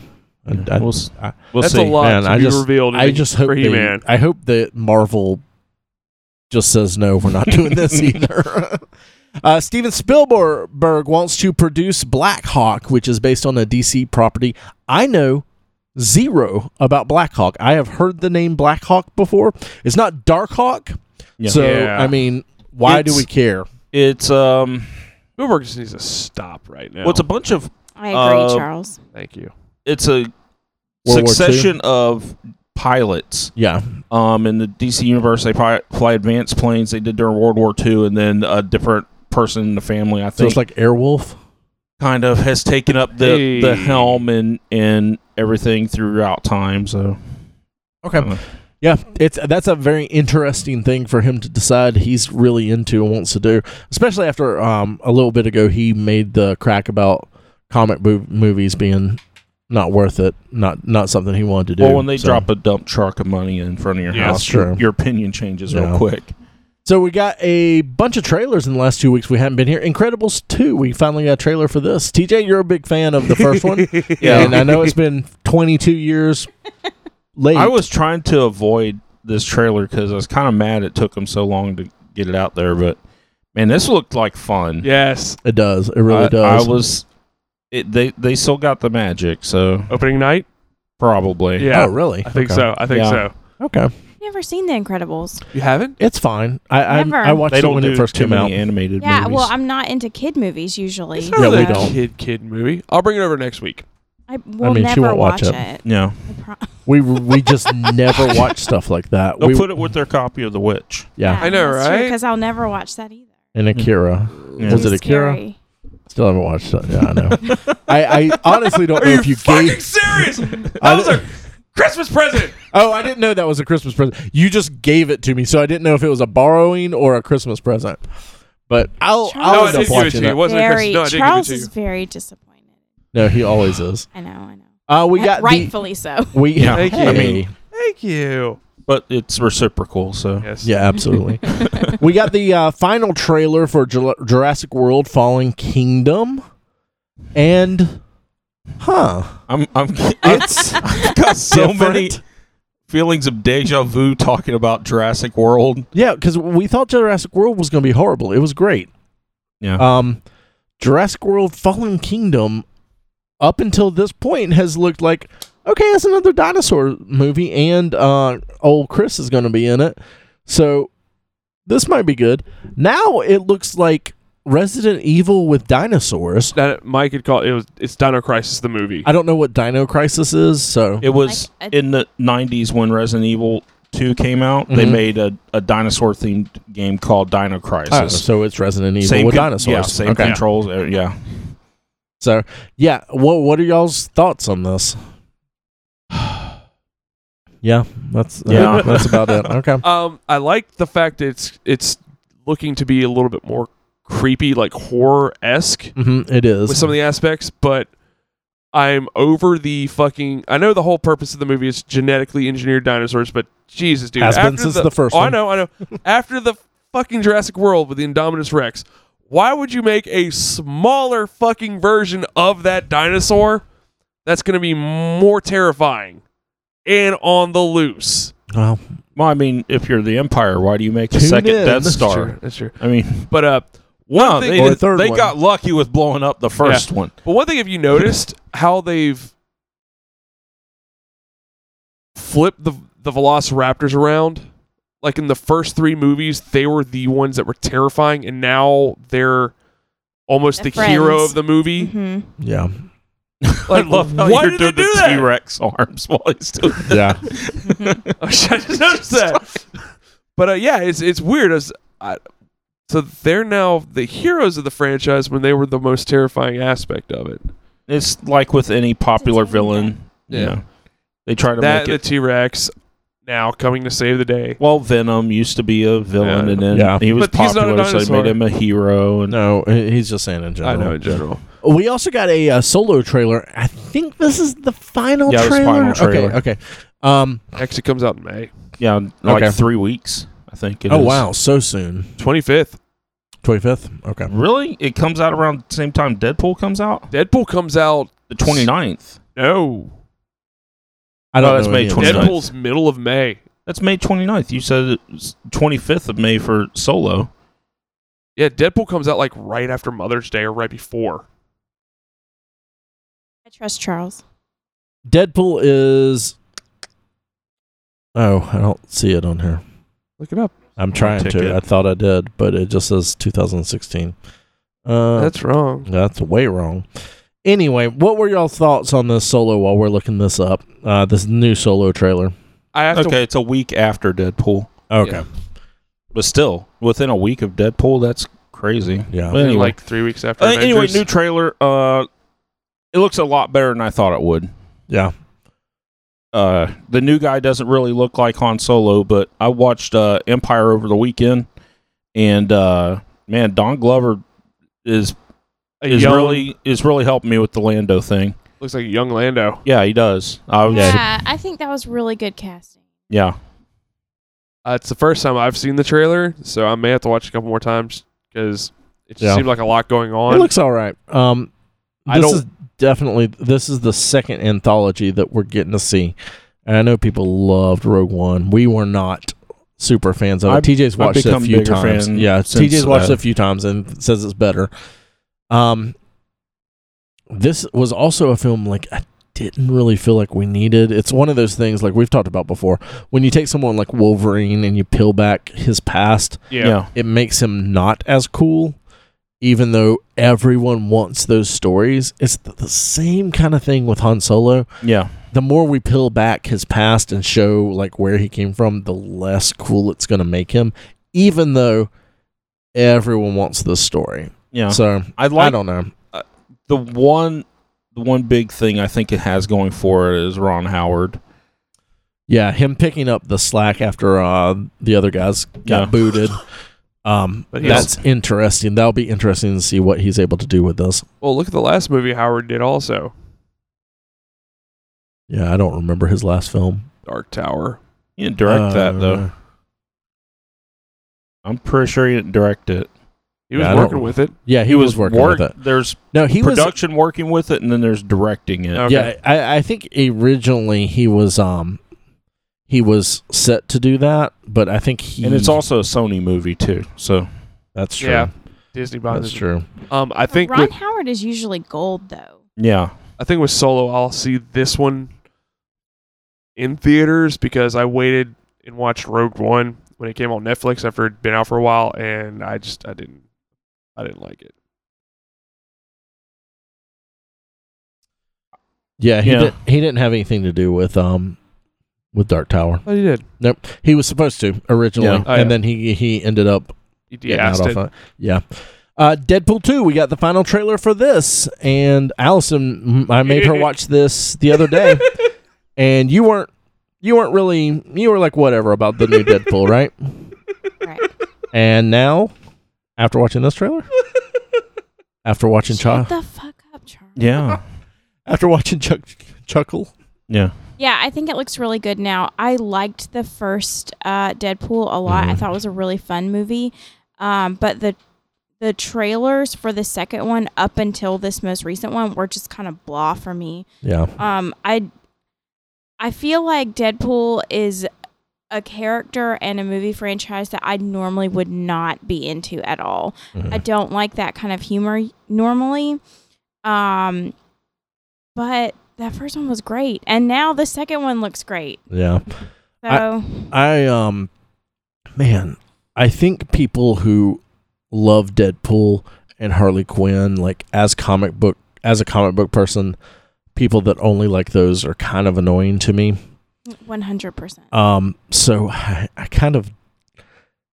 Speaker 1: I, I,
Speaker 6: we'll, s-
Speaker 1: I-
Speaker 6: we'll
Speaker 4: That's
Speaker 6: see
Speaker 4: a lot
Speaker 1: Man,
Speaker 4: to
Speaker 1: I
Speaker 4: be
Speaker 1: just-
Speaker 4: revealed.
Speaker 1: I just hope
Speaker 4: for
Speaker 1: they,
Speaker 4: He-Man.
Speaker 1: I hope that Marvel just says no, we're not doing this either. uh, Steven Spielberg wants to produce Black Hawk, which is based on a DC property. I know zero about Black Hawk. I have heard the name Black Hawk before. It's not Dark Hawk,
Speaker 6: Yeah.
Speaker 1: so
Speaker 4: Yeah.
Speaker 1: I mean, why do
Speaker 6: It's-
Speaker 1: we care?
Speaker 6: it's um
Speaker 4: Spielberg just needs to stop right now.
Speaker 6: well it's a bunch of
Speaker 8: I agree,
Speaker 6: Uh,
Speaker 8: Charles.
Speaker 4: Thank you.
Speaker 6: it's a
Speaker 1: World War
Speaker 6: succession of pilots
Speaker 1: Yeah,
Speaker 6: um in the dc universe they fly, fly advanced planes they did during world war ii and then a different person in the family i
Speaker 1: so
Speaker 6: think
Speaker 1: it's like Airwolf.
Speaker 6: kind of has taken up the the
Speaker 4: Hey.
Speaker 6: helm and and everything throughout time so
Speaker 1: Okay. Yeah, it's that's a very interesting thing for him to decide he's really into and wants to do. Especially after um, a little bit ago, he made the crack about comic bo- movies being not worth it, not not something he wanted to do.
Speaker 6: Well, when they
Speaker 1: so.
Speaker 6: drop a dump truck of money in front of your
Speaker 4: Yeah,
Speaker 6: house,
Speaker 1: that's
Speaker 6: your-
Speaker 1: true.
Speaker 6: your opinion changes
Speaker 1: Yeah.
Speaker 6: real quick.
Speaker 1: so we got a bunch of trailers in the last two weeks. We haven't been here. Incredibles two, we finally got a trailer for this. TJ, you're a big fan of the first one,
Speaker 6: Yeah.
Speaker 1: and I know it's been 22 years late.
Speaker 6: I was trying to avoid this trailer because I was kind of mad it took them so long to get it out there. But man, this looked like fun.
Speaker 4: Yes.
Speaker 1: It does. It really
Speaker 6: I,
Speaker 1: does.
Speaker 6: I was. It, they they still got the magic, so
Speaker 4: Opening night.
Speaker 6: probably.
Speaker 4: Yeah.
Speaker 1: Oh, really?
Speaker 4: I think
Speaker 1: Okay.
Speaker 4: so. I think
Speaker 6: Yeah.
Speaker 4: so.
Speaker 1: Okay.
Speaker 8: Never seen The Incredibles.
Speaker 4: You haven't?
Speaker 1: It's fine. I I,
Speaker 8: Never.
Speaker 1: I watched
Speaker 6: They
Speaker 1: it
Speaker 6: don't
Speaker 1: when
Speaker 6: do
Speaker 1: it first
Speaker 6: too
Speaker 1: came out.
Speaker 6: many animated
Speaker 8: Yeah,
Speaker 6: movies.
Speaker 8: well, I'm not into kid movies usually.
Speaker 4: It's
Speaker 1: Yeah,
Speaker 4: not
Speaker 1: we
Speaker 4: really a
Speaker 1: don't.
Speaker 4: Kid kid movie. I'll bring it over next week.
Speaker 8: I will
Speaker 1: mean, she
Speaker 8: never
Speaker 1: won't watch
Speaker 8: watch,
Speaker 1: it.
Speaker 8: it.
Speaker 6: yeah,
Speaker 8: I pro-
Speaker 1: We we just never watch stuff like that.
Speaker 6: they'll
Speaker 1: We,
Speaker 6: put it with their copy of The Witch.
Speaker 1: yeah,
Speaker 4: I know, right?
Speaker 8: Because I'll never watch that either.
Speaker 1: and Akira.
Speaker 6: Yeah.
Speaker 1: Was
Speaker 8: Too
Speaker 1: it Akira?
Speaker 8: scary.
Speaker 1: Still haven't watched that. Yeah, I know. I, I honestly don't know if you gave.
Speaker 4: serious?
Speaker 1: I
Speaker 4: That was
Speaker 1: don't-
Speaker 4: a Christmas present.
Speaker 1: Oh, I didn't know that was a Christmas present. You just gave it to me, so I didn't know if it was a borrowing or a Christmas present. But I'll
Speaker 4: No,
Speaker 1: I'll
Speaker 8: Charles
Speaker 4: I
Speaker 1: end
Speaker 4: didn't
Speaker 1: up
Speaker 4: give it to
Speaker 1: watching
Speaker 4: you. It
Speaker 1: that.
Speaker 4: wasn't a
Speaker 8: Very,
Speaker 4: Christmas. No, I didn't
Speaker 8: Charles
Speaker 4: give it to
Speaker 8: is
Speaker 4: you.
Speaker 8: very disappointed.
Speaker 1: No, he always is.
Speaker 8: I know, I know.
Speaker 1: Uh, we got the,
Speaker 8: Rightfully so.
Speaker 1: we.
Speaker 6: Yeah.
Speaker 4: Thank
Speaker 1: Hey.
Speaker 4: you. Thank you.
Speaker 6: But it's reciprocal, so
Speaker 4: Yes.
Speaker 1: Yeah, absolutely. we got the uh, final trailer for Ju- Jurassic World: Fallen Kingdom, and huh,
Speaker 6: I'm I'm
Speaker 1: it's
Speaker 6: I've got so many
Speaker 1: Different.
Speaker 6: feelings of deja vu talking about Jurassic World.
Speaker 1: Yeah, because we thought Jurassic World was going to be horrible. It was great.
Speaker 6: Yeah.
Speaker 1: Um, Jurassic World Fallen Kingdom, up until this point, has looked like okay, it's another dinosaur movie, and uh, old Chris is going to be in it, so this might be good. Now it looks like Resident Evil with dinosaurs.
Speaker 4: That Mike had called it was it's Dino Crisis the movie.
Speaker 1: I don't know what Dino Crisis is, so
Speaker 6: It was
Speaker 8: Like, I-
Speaker 6: in the 90s when Resident Evil 2 came out. They
Speaker 1: Mhm.
Speaker 6: made a, a dinosaur themed game called Dino Crisis.
Speaker 1: Oh, so it's Resident Evil
Speaker 6: Same
Speaker 1: with
Speaker 6: con-
Speaker 1: dinosaurs.
Speaker 6: Yeah, same
Speaker 1: okay.
Speaker 6: controls. uh, yeah.
Speaker 1: So yeah, what what are y'all's thoughts on this? Yeah, that's yeah,
Speaker 6: Yeah.
Speaker 1: that's about it. Okay.
Speaker 4: Um, I like the fact that it's it's looking to be a little bit more creepy, like horror esque
Speaker 1: Mhm, it is.
Speaker 4: with some of the aspects, but I'm over the fucking. I know the whole purpose of the movie is genetically engineered dinosaurs, but Jesus, dude,
Speaker 1: Has been
Speaker 4: after
Speaker 1: since the first
Speaker 4: Oh, I
Speaker 1: one.
Speaker 4: know, I know. after the fucking Jurassic World with the Indominus Rex, why would you make a smaller fucking version of that dinosaur? That's going to be more terrifying and on the loose.
Speaker 1: well,
Speaker 6: Well, I mean, if you're the Empire, why do you make the
Speaker 1: Tune
Speaker 6: second
Speaker 1: in.
Speaker 6: Death
Speaker 1: That's
Speaker 6: Star?
Speaker 4: That's true.
Speaker 6: I mean,
Speaker 4: But uh,
Speaker 6: no,
Speaker 4: thing-
Speaker 6: they,
Speaker 1: Or
Speaker 6: did-
Speaker 1: third
Speaker 6: they
Speaker 1: one.
Speaker 6: got lucky with blowing up the first one.
Speaker 4: But one thing, have you noticed how they've flipped the the Velociraptors around? Like in the first three movies, they were the ones that were terrifying, and now they're almost
Speaker 8: They're
Speaker 4: the hero
Speaker 8: friends.
Speaker 4: of the movie.
Speaker 8: Mm-hmm.
Speaker 1: yeah.
Speaker 4: Like,
Speaker 6: I love how
Speaker 4: why
Speaker 6: you're
Speaker 4: did
Speaker 6: doing
Speaker 4: they do
Speaker 6: the
Speaker 4: that?
Speaker 6: T Rex arms while he's doing that.
Speaker 1: Yeah.
Speaker 4: I just noticed that. But uh, yeah, it's it's weird as I, so they're now the heroes of the franchise when they were the most terrifying aspect of it.
Speaker 6: It's like with any popular
Speaker 8: It's a T-Rex.
Speaker 6: villain. Yeah.
Speaker 4: Yeah.
Speaker 6: They try to
Speaker 4: That
Speaker 6: make
Speaker 4: the
Speaker 6: it.
Speaker 4: T Rex now coming to save the day.
Speaker 6: well, Venom used to be a villain,
Speaker 4: Yeah.
Speaker 6: and then
Speaker 1: Yeah.
Speaker 6: he was
Speaker 4: But he's not a
Speaker 6: popular, so they
Speaker 4: dinosaur.
Speaker 6: made him a hero. And
Speaker 1: No, he- he's just saying in
Speaker 4: I
Speaker 1: general.
Speaker 4: know in general.
Speaker 1: We also got a uh, solo trailer. I think this is the final
Speaker 6: Yeah, it was
Speaker 1: trailer.
Speaker 6: final trailer.
Speaker 1: Okay, okay. Um,
Speaker 4: Actually comes out in May.
Speaker 6: yeah, like
Speaker 1: Okay.
Speaker 6: three weeks, I think. it
Speaker 1: oh
Speaker 6: is.
Speaker 1: wow, so soon.
Speaker 4: 25th.
Speaker 1: Twenty fifth. Okay.
Speaker 6: Really? It comes out around the same time Deadpool comes out?
Speaker 4: Deadpool comes out.
Speaker 6: The 29th.
Speaker 4: No.
Speaker 1: I don't
Speaker 6: No, that's
Speaker 1: know
Speaker 6: May
Speaker 1: any of
Speaker 6: 29th.
Speaker 1: this.
Speaker 4: Deadpool's middle of May.
Speaker 6: That's May 29th. You said it was 25th of May for Solo.
Speaker 4: Yeah, Deadpool comes out like right after Mother's Day or right before.
Speaker 8: I trust Charles.
Speaker 1: Deadpool is. Oh, I don't see it on here.
Speaker 4: Look it up.
Speaker 1: I'm trying
Speaker 6: ticket.
Speaker 1: to. I thought I did, but it just says 2016. Uh,
Speaker 4: That's wrong.
Speaker 1: That's way wrong. Anyway, what were y'all's thoughts on this solo while we're looking this up? Uh, this new solo trailer.
Speaker 4: I have
Speaker 6: Okay, it's a week after Deadpool.
Speaker 1: Okay.
Speaker 4: Yeah.
Speaker 6: But still, within a week of Deadpool, that's crazy.
Speaker 1: Yeah.
Speaker 6: But
Speaker 4: to
Speaker 6: anyway,
Speaker 4: like three weeks after.
Speaker 6: Uh, anyway,
Speaker 4: Avengers.
Speaker 6: new trailer. Uh, it looks a lot better than I thought it would.
Speaker 1: Yeah.
Speaker 6: Uh, the new guy doesn't really look like Han Solo, but I watched uh, Empire over the weekend, and uh, man, Don Glover is
Speaker 4: A
Speaker 6: is
Speaker 4: young-
Speaker 6: really is really helping me with the Lando thing.
Speaker 4: looks like a young Lando.
Speaker 6: Yeah, he does. I was, yeah.
Speaker 8: Yeah, I think that was really good casting.
Speaker 4: Uh, it's the first time I've seen the trailer, so I may have to watch it a couple more times because it just
Speaker 1: Yeah.
Speaker 4: seemed like a lot going
Speaker 1: It
Speaker 4: on.
Speaker 1: looks all right. Um, this
Speaker 4: I don't-
Speaker 1: is definitely this is the second anthology that we're getting to see. And I know people loved Rogue One. We were not super fans of it.
Speaker 6: I've-
Speaker 1: TJ's watched it a
Speaker 6: become
Speaker 1: few
Speaker 6: bigger
Speaker 1: times.
Speaker 6: fan
Speaker 1: Yeah,
Speaker 6: since
Speaker 1: TJ's watched
Speaker 6: that.
Speaker 1: it a few times and says it's better. Um, this was also a film like I didn't really feel like we needed. It's one of those things like we've talked about before. When you take someone like Wolverine and you peel back his past,
Speaker 6: yeah, yeah.
Speaker 1: it makes him not as cool even though everyone wants those stories it's th- the same kind of thing with han solo
Speaker 6: yeah.
Speaker 1: the more we peel back his past and show like where he came from the less cool it's going to make him even though everyone wants this story
Speaker 6: yeah.
Speaker 1: so
Speaker 6: I
Speaker 1: i
Speaker 6: like
Speaker 1: don't know
Speaker 6: the one the one big thing I think it has going for it is Ron Howard.
Speaker 1: yeah him picking up the slack after uh the other guys got
Speaker 6: Yeah.
Speaker 1: booted um
Speaker 4: But he's-
Speaker 1: that's interesting that'll be interesting to see what he's able to do with this
Speaker 4: well, look at the last movie Howard did also,
Speaker 1: yeah i don't remember his last film
Speaker 4: Dark Tower.
Speaker 6: He didn't direct
Speaker 1: Uh,
Speaker 6: that though. I'm pretty sure he didn't direct it.
Speaker 4: He was
Speaker 1: Yeah, I don't-
Speaker 4: working with it.
Speaker 1: Yeah, he, was, working
Speaker 6: work-
Speaker 1: with it.
Speaker 6: There's
Speaker 1: No, he
Speaker 6: production working with it, and then there's directing it.
Speaker 4: Okay.
Speaker 1: was. Yeah, I, I think originally he was um he was set to do that, but I think he
Speaker 6: And it's also a Sony movie too. So
Speaker 1: that's true.
Speaker 4: Yeah, Disney behind
Speaker 1: that's
Speaker 4: it.
Speaker 1: true.
Speaker 4: Um, I think
Speaker 8: Ron
Speaker 4: with,
Speaker 8: Howard is usually gold though.
Speaker 6: yeah,
Speaker 4: I think with Solo, I'll see this one in theaters because I waited and watched Rogue One when it came on Netflix after it'd been out for a while, and I just I didn't I didn't like it.
Speaker 1: Yeah, he
Speaker 6: Yeah.
Speaker 1: didn't he didn't have anything to do with um with Dark Tower.
Speaker 4: But he did.
Speaker 1: Nope, he was supposed to originally,
Speaker 6: Yeah.
Speaker 4: Oh,
Speaker 1: and
Speaker 4: yeah.
Speaker 1: then he he ended up
Speaker 4: He
Speaker 1: getting out
Speaker 4: de-assed
Speaker 1: off
Speaker 4: it.
Speaker 1: it. Yeah. Uh, Deadpool 2, we got the final trailer for this. And Allison, mm, I made her watch this the other day. and you weren't you weren't really you were like whatever about the new Deadpool, right?
Speaker 8: Right.
Speaker 1: And now after watching this trailer, after watching Chuck,
Speaker 8: Shut the fuck up, Charles.
Speaker 6: Yeah.
Speaker 1: after watching Chuck Chuckle,
Speaker 6: Yeah.
Speaker 8: Yeah, I think it looks really good now. I liked the first uh, Deadpool a lot. I thought it was a really fun movie. Um, but the the trailers for the second one up until this most recent one were just kind of blah for me.
Speaker 1: yeah,
Speaker 8: Um, I I feel like Deadpool is a character and a movie franchise that I normally would not be into at all. I
Speaker 1: Mm-hmm.
Speaker 8: don't like that kind of humor normally. Um, but that first one was great, and now the second one looks great.
Speaker 1: yeah.
Speaker 8: So
Speaker 1: I- I um man, I think people who love Deadpool and Harley Quinn like as comic book as a comic book person, people that only like those are kind of annoying to me.
Speaker 8: one hundred percent.
Speaker 1: Um so I, I kind of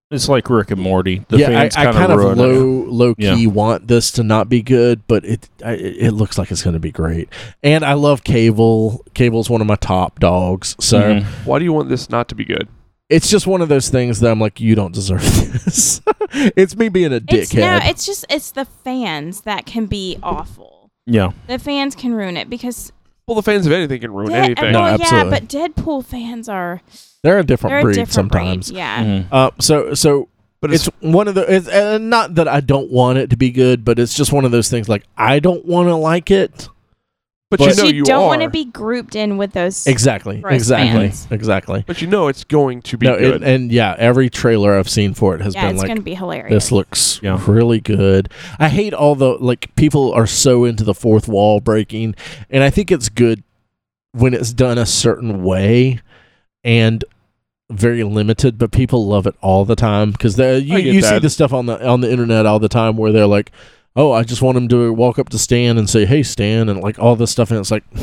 Speaker 6: It's like Rick and Morty. The
Speaker 1: yeah,
Speaker 6: fans
Speaker 1: I, I
Speaker 6: kind
Speaker 1: kind
Speaker 6: of
Speaker 1: of
Speaker 6: ruin
Speaker 1: low
Speaker 6: it.
Speaker 1: low key
Speaker 6: Yeah.
Speaker 1: want this to not be good, but it I, it it looks like it's going to be great. And I love Cable. Cable's one of my top dogs. So
Speaker 6: Mhm.
Speaker 4: Why do you want this not to be good?
Speaker 1: it's just one of those things that I'm like, you don't deserve this. it's me being a
Speaker 8: It's no,
Speaker 1: dickhead.
Speaker 8: it's just it's the fans that can be awful.
Speaker 6: Yeah.
Speaker 8: The fans can ruin it because
Speaker 4: Well, the fans of anything can ruin
Speaker 8: Dead-
Speaker 4: anything.
Speaker 1: No,
Speaker 8: well, yeah,
Speaker 1: absolutely.
Speaker 8: but Deadpool fans are
Speaker 1: They're a different
Speaker 8: they're a
Speaker 1: breed
Speaker 8: different
Speaker 1: sometimes.
Speaker 8: breed. Yeah.
Speaker 6: Mhm.
Speaker 1: Uh, so so
Speaker 4: But
Speaker 1: it's,
Speaker 4: it's,
Speaker 1: one of the it's, and not that I don't want it to be good, but it's just one of those things like I don't want to like it.
Speaker 4: but,
Speaker 1: but-
Speaker 4: you know you
Speaker 8: don't want
Speaker 4: are.
Speaker 8: to be grouped in with those.
Speaker 1: Exactly.
Speaker 8: Gross
Speaker 1: exactly.
Speaker 8: fans.
Speaker 1: Exactly.
Speaker 4: but you know it's going to be
Speaker 1: no,
Speaker 4: good.
Speaker 1: and, and yeah, every trailer I've seen for it has
Speaker 8: yeah,
Speaker 1: been
Speaker 8: it's
Speaker 1: like
Speaker 8: gonna be hilarious.
Speaker 1: this looks
Speaker 6: Yeah.
Speaker 1: really good. I hate all the like people are so into the fourth wall breaking, and I think it's good when it's done a certain way and very limited. But people love it all the time because you
Speaker 4: I get
Speaker 1: you see
Speaker 4: that.
Speaker 1: the stuff on the on the internet all the time where they're like, "Oh, I just want them to walk up to Stan and say, hey, Stan,' and like all this stuff," and it's like.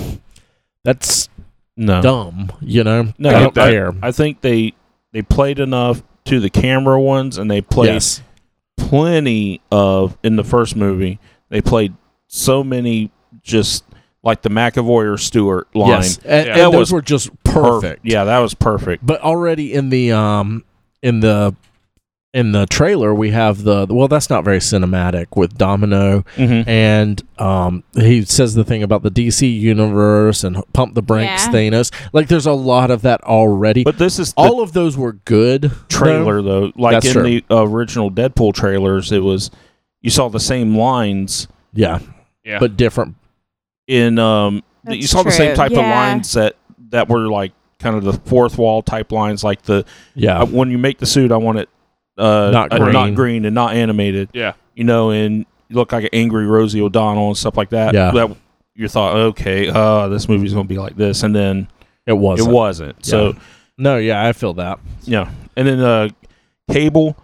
Speaker 1: That's
Speaker 6: No.
Speaker 1: dumb, you know.
Speaker 6: No,
Speaker 1: I don't
Speaker 6: I-
Speaker 1: care.
Speaker 6: I think they they played enough to the camera ones, and they played
Speaker 1: Yes.
Speaker 6: plenty of in the first movie. They played so many just like the McAvoy or Stewart line.
Speaker 1: Yes, and,
Speaker 4: Yeah.
Speaker 1: and
Speaker 6: That
Speaker 1: those
Speaker 6: was
Speaker 1: were just
Speaker 6: Per-
Speaker 1: perfect.
Speaker 6: yeah, that was perfect.
Speaker 1: but already in the um in the in the trailer we have the well that's not very cinematic with domino
Speaker 6: Mm-hmm.
Speaker 1: and um he says the thing about the dc universe and pump the brakes
Speaker 8: Yeah.
Speaker 1: thanos like there's a lot of that already
Speaker 6: But this is the
Speaker 1: all of those were good
Speaker 6: trailer though. Like
Speaker 1: That's
Speaker 6: in
Speaker 1: true.
Speaker 6: the original Deadpool trailers, it was you saw the same lines
Speaker 1: yeah
Speaker 4: yeah.
Speaker 1: but different
Speaker 6: in um
Speaker 8: That's
Speaker 6: you saw the same
Speaker 8: true.
Speaker 6: type of
Speaker 8: Yeah.
Speaker 6: lines that that were like kind of the fourth wall type lines like the
Speaker 1: yeah
Speaker 6: I- when you make the suit, I want it uh,
Speaker 1: Not
Speaker 6: uh,
Speaker 1: green.
Speaker 6: and not animated.
Speaker 4: Yeah.
Speaker 6: you know, and you look like an angry Rosie O'Donnell and stuff like that.
Speaker 1: Yeah.
Speaker 6: that you thought, okay, uh, this movie's gonna be like this, and then
Speaker 1: it was
Speaker 6: it wasn't. So
Speaker 1: no yeah i feel that
Speaker 6: yeah, and then uh, Cable,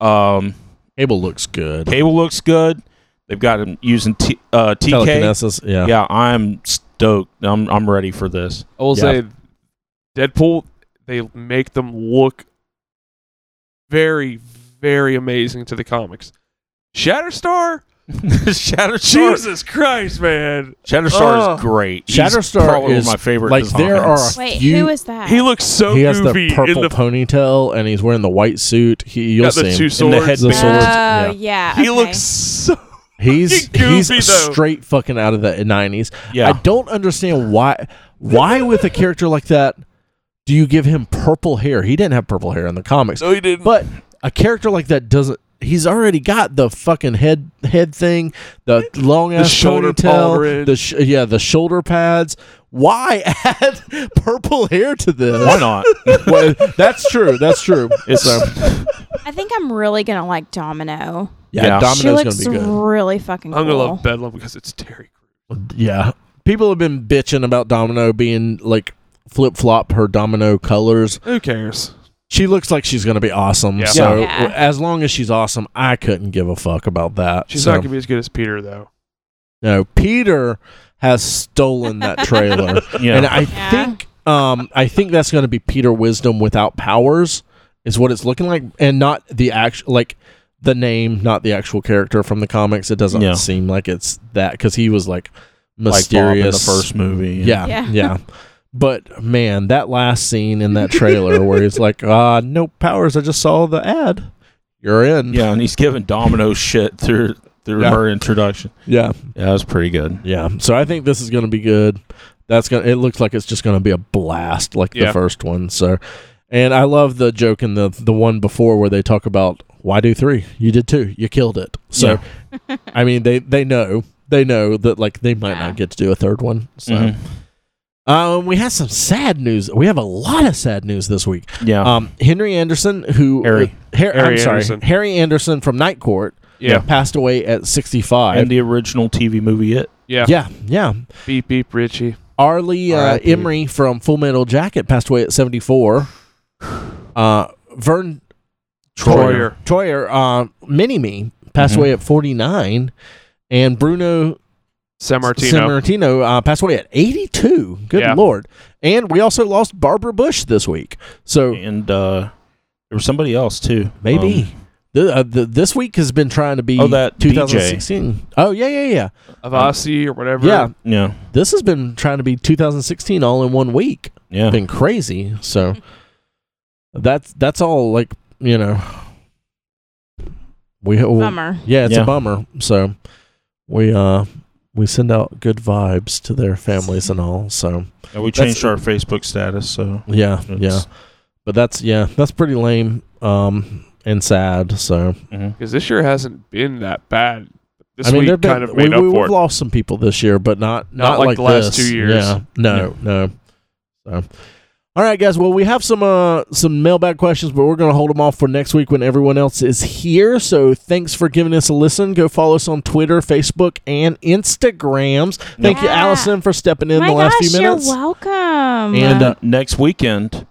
Speaker 6: um,
Speaker 1: abel looks good
Speaker 6: Cable looks good. They've got him using t- uh, TK.
Speaker 1: telekinesis yeah
Speaker 6: Yeah, I'm stoked. I'm I'm ready for this.
Speaker 4: I will
Speaker 1: Yeah.
Speaker 4: say, Deadpool, they make them look very, very amazing to the comics. Shatterstar,
Speaker 6: Shatterstar,
Speaker 4: Jesus Christ, man,
Speaker 6: Shatterstar
Speaker 4: Ugh.
Speaker 6: is great. He's
Speaker 1: Shatterstar
Speaker 6: probably
Speaker 1: is
Speaker 6: one of my favorite.
Speaker 1: like, there are
Speaker 6: designs.
Speaker 8: Wait,
Speaker 1: You-
Speaker 8: who is that?
Speaker 4: he looks so
Speaker 1: he has
Speaker 4: goofy
Speaker 1: the purple
Speaker 4: in the
Speaker 1: ponytail and he's wearing the white suit he you'll
Speaker 4: got the
Speaker 1: see him.
Speaker 4: two
Speaker 6: in the
Speaker 4: swords.
Speaker 1: the
Speaker 8: oh
Speaker 6: headband.
Speaker 1: swords, yeah.
Speaker 8: yeah.
Speaker 4: he
Speaker 8: okay.
Speaker 4: looks so.
Speaker 1: He's
Speaker 4: Fucking
Speaker 1: he's
Speaker 4: goofy, though.
Speaker 1: straight fucking out of the nineties.
Speaker 6: Yeah.
Speaker 1: I don't understand why why with a character like that do you give him purple hair? He didn't have purple hair in the comics.
Speaker 4: No, he didn't.
Speaker 1: But a character like that doesn't he's already got the fucking head head thing, the long ass
Speaker 4: shoulder
Speaker 1: ponytail,
Speaker 4: pauldrons.
Speaker 1: the sh- yeah, the shoulder pads. Why add purple hair to this?
Speaker 6: Why not?
Speaker 1: Well, that's true. That's true.
Speaker 6: It's
Speaker 1: So,
Speaker 8: I think I'm really gonna like Domino.
Speaker 1: yeah,
Speaker 6: Yeah.
Speaker 1: Domino's
Speaker 8: she
Speaker 1: gonna
Speaker 8: looks
Speaker 1: be good.
Speaker 8: really fucking.
Speaker 4: I'm gonna
Speaker 8: cool.
Speaker 4: love Bedlam because it's Terry.
Speaker 1: Yeah. People have been bitching about Domino being like flip flop her domino colors.
Speaker 4: Crews. Who cares?
Speaker 1: She looks like she's going to be awesome.
Speaker 4: Yeah.
Speaker 1: So
Speaker 8: Yeah.
Speaker 1: w- as long as she's awesome, I couldn't give a fuck about that.
Speaker 4: She's
Speaker 1: So,
Speaker 4: not gonna be as good as Peter though.
Speaker 1: no, Peter has stolen that trailer.
Speaker 6: Yeah.
Speaker 1: And I
Speaker 8: Yeah.
Speaker 1: think um I think that's going to be Peter Wisdom without powers is what it's looking like and not the actual like the name, not the actual character from the comics. It doesn't
Speaker 6: Yeah.
Speaker 1: seem like it's that because he was like
Speaker 6: like Bob in the
Speaker 1: mysterious.
Speaker 6: first movie.
Speaker 1: yeah, yeah.
Speaker 8: Yeah.
Speaker 1: But man, that last scene in that trailer where he's like, "Ah, no powers. I just saw the ad. You're in."
Speaker 6: yeah, and he's giving Domino shit through through
Speaker 1: Yeah.
Speaker 6: her introduction.
Speaker 1: yeah.
Speaker 6: Yeah, that was pretty good.
Speaker 1: Yeah. So I think this is going to be good. That's going to it looks like it's just going to be a blast like the
Speaker 4: Yeah.
Speaker 1: first one. So and I love the joke in the the one before where they talk about why do 3? You did 2. You killed it. So I mean they they know. They know that like they might
Speaker 8: Yeah.
Speaker 1: not get to do a third one. So
Speaker 6: Mhm.
Speaker 1: um we had some sad news. We have a lot of sad news this week.
Speaker 6: Yeah,
Speaker 1: Um Henry Anderson who uh,
Speaker 6: Harry.
Speaker 1: Har- I'm
Speaker 4: Oh. Harry
Speaker 1: sorry.
Speaker 4: Anderson.
Speaker 1: Harry Anderson from Night Court uh,
Speaker 4: Yeah.
Speaker 1: passed away at 65.
Speaker 6: and the original TV movie. It.
Speaker 4: Yeah.
Speaker 1: yeah, yeah.
Speaker 4: Beep beep Richie.
Speaker 1: Arlie uh,
Speaker 4: R.I.P.
Speaker 1: Emery from Full Metal Jacket passed away at 74. Uh, Vern
Speaker 4: Troyer. Mm-hmm.
Speaker 1: Troyer, uh, Mini Me, passed
Speaker 6: Mhm.
Speaker 1: away at 49. And Bruno
Speaker 4: San Martino.
Speaker 1: Sammartino uh, passed away at 82. Good
Speaker 4: Yeah.
Speaker 1: Lord. And we also lost Barbara Bush this week. So
Speaker 6: and uh, there was somebody else too.
Speaker 1: maybe.
Speaker 6: Um,
Speaker 1: the, uh, the, this week has been trying to be
Speaker 6: Oh, that DJ.
Speaker 1: 2016. Oh, yeah, yeah, yeah.
Speaker 4: Avasi or whatever.
Speaker 1: Yeah.
Speaker 6: Um, yeah,
Speaker 1: This has been trying to be 2016 all in one week.
Speaker 6: yeah.
Speaker 1: been crazy. So that's that's all like you know. We
Speaker 8: Bummer.
Speaker 1: yeah, it's
Speaker 6: Yeah.
Speaker 1: a bummer. So we uh we send out good vibes to their families and all. So
Speaker 6: Yeah, we
Speaker 1: That's-
Speaker 6: changed our Facebook status, so
Speaker 1: yeah,
Speaker 6: it's-
Speaker 1: yeah. But that's yeah, that's pretty lame um and sad. So
Speaker 8: Mm-hmm.
Speaker 6: mhm.
Speaker 4: Because this year hasn't been that bad. This
Speaker 1: I mean,
Speaker 4: week
Speaker 1: there've been-
Speaker 4: kind of made
Speaker 1: we,
Speaker 4: up
Speaker 1: we,
Speaker 4: for
Speaker 1: have
Speaker 4: it.
Speaker 1: lost some people this year, but not
Speaker 4: Not like the last
Speaker 1: this.
Speaker 4: two years.
Speaker 1: Yeah, no, no. So, all right, guys. Well, we have some uh some mailbag questions, but we're gonna hold them off for next week when everyone else is here. So, thanks for giving us a listen. Go follow us on Twitter, Facebook, and Instagrams. Thank you,
Speaker 8: Yeah.
Speaker 1: Allison, for stepping in
Speaker 8: My
Speaker 1: the last
Speaker 8: gosh,
Speaker 1: few minutes.
Speaker 8: you're welcome.
Speaker 1: And, uh,
Speaker 6: next weekend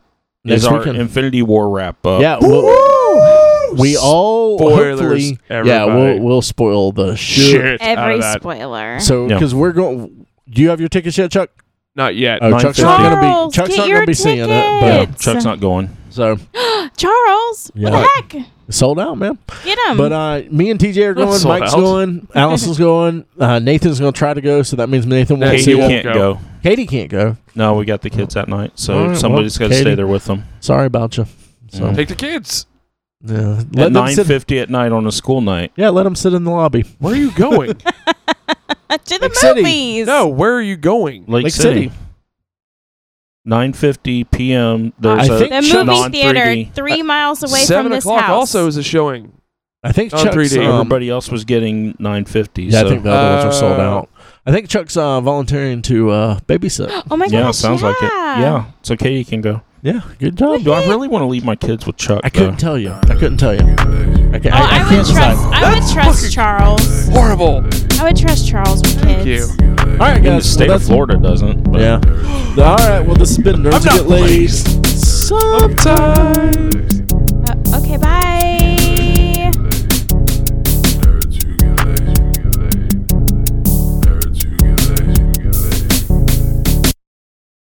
Speaker 1: Next
Speaker 6: is our
Speaker 1: weekend.
Speaker 6: Infinity War wrap up.
Speaker 1: yeah, we'll, we all
Speaker 4: Spoilers,
Speaker 1: hopefully yeah
Speaker 4: everybody.
Speaker 1: we'll we'll spoil the shit.
Speaker 4: Shit. out of
Speaker 8: Every
Speaker 4: that.
Speaker 8: spoiler.
Speaker 1: So,
Speaker 6: Yeah.
Speaker 1: because we're going. Do you have your tickets yet, Chuck?
Speaker 4: Not yet.
Speaker 1: Oh, Chuck's not gonna be.
Speaker 8: Charles,
Speaker 1: Chuck's
Speaker 8: get
Speaker 1: not
Speaker 8: your
Speaker 1: gonna be seeing it.
Speaker 6: yeah.
Speaker 1: But
Speaker 8: It's-
Speaker 6: Chuck's not going.
Speaker 1: so
Speaker 8: Charles,
Speaker 1: Yeah.
Speaker 8: what the heck?
Speaker 1: sold out, man.
Speaker 8: Get him.
Speaker 1: But uh, me and TJ are going.
Speaker 4: sold
Speaker 1: Mike's
Speaker 4: out.
Speaker 1: going. Allison's going. Uh, Nathan's going to try to go. So that means Nathan won't
Speaker 4: Katie
Speaker 1: see
Speaker 6: Katie
Speaker 1: it.
Speaker 6: can't
Speaker 4: go.
Speaker 6: go.
Speaker 1: Katie can't go.
Speaker 6: No, we got the kids that night,
Speaker 1: All
Speaker 6: so
Speaker 1: right, well,
Speaker 6: somebody's got to
Speaker 1: Katie-
Speaker 6: stay there with them.
Speaker 1: Sorry about you. So
Speaker 6: Mm.
Speaker 4: Take the kids.
Speaker 1: yeah,
Speaker 6: At
Speaker 1: let them
Speaker 6: nine
Speaker 1: sit.
Speaker 6: fifty at night on a school night.
Speaker 1: Yeah, let them sit in the lobby.
Speaker 4: Where are you going?
Speaker 8: Uh, to the
Speaker 1: Lake City.
Speaker 8: movies.
Speaker 4: no, where are you going?
Speaker 6: Lake,
Speaker 1: Lake
Speaker 6: City.
Speaker 1: City.
Speaker 6: Nine fifty p.m. There's
Speaker 1: I
Speaker 6: a
Speaker 1: think
Speaker 8: The
Speaker 1: Chuck-
Speaker 8: movie
Speaker 6: non-
Speaker 8: theater
Speaker 1: uh,
Speaker 6: 3D.
Speaker 8: three miles away
Speaker 4: Seven
Speaker 8: from this
Speaker 4: o'clock
Speaker 8: house.
Speaker 4: also is a showing.
Speaker 1: I think
Speaker 4: On
Speaker 1: Chuck's.
Speaker 4: 3D.
Speaker 1: um,
Speaker 6: everybody else was getting nine fifty.
Speaker 1: yeah,
Speaker 6: so.
Speaker 1: I think the other ones are sold
Speaker 4: Uh,
Speaker 1: out. I think Chuck's uh, volunteering to uh, babysit.
Speaker 8: Oh my gosh!
Speaker 6: yeah, sounds like it. Yeah, so Katie can go.
Speaker 1: yeah, good job.
Speaker 6: Do I really want to leave my kids with Chuck?
Speaker 1: I couldn't tell you. I couldn't tell you. I, ca-
Speaker 8: Oh,
Speaker 1: I,
Speaker 8: I,
Speaker 1: I can't
Speaker 8: would trust.
Speaker 1: decide.
Speaker 8: I would trust Charles.
Speaker 4: Horrible.
Speaker 8: I would trust Charles with
Speaker 4: Thank you.
Speaker 8: kids.
Speaker 1: All right,
Speaker 6: In the
Speaker 1: guys.
Speaker 6: state
Speaker 1: well,
Speaker 6: of
Speaker 1: that's-
Speaker 6: Florida doesn't. But
Speaker 1: Yeah. All right. Well, this has been Nerds Get Laid. Sometimes.
Speaker 8: Uh, okay, bye.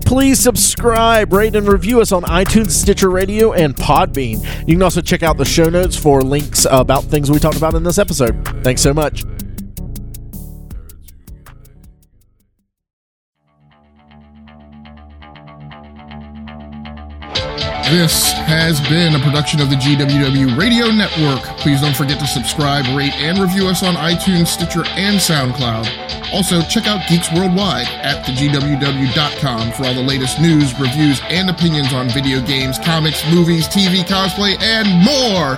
Speaker 1: Please subscribe, rate, and review us on iTunes, Stitcher Radio, and Podbean. You can also check out the show notes for links about things we talked about in this episode. Thanks so much.
Speaker 9: This has been a production of the GWW Radio Network. Please don't forget to subscribe, rate, and review us on iTunes, Stitcher, and SoundCloud. Also, check out Geeks Worldwide at thegww.com for all the latest news, reviews, and opinions on video games, comics, movies, TV, cosplay, and more.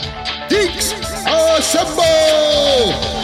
Speaker 9: Geeks Assemble!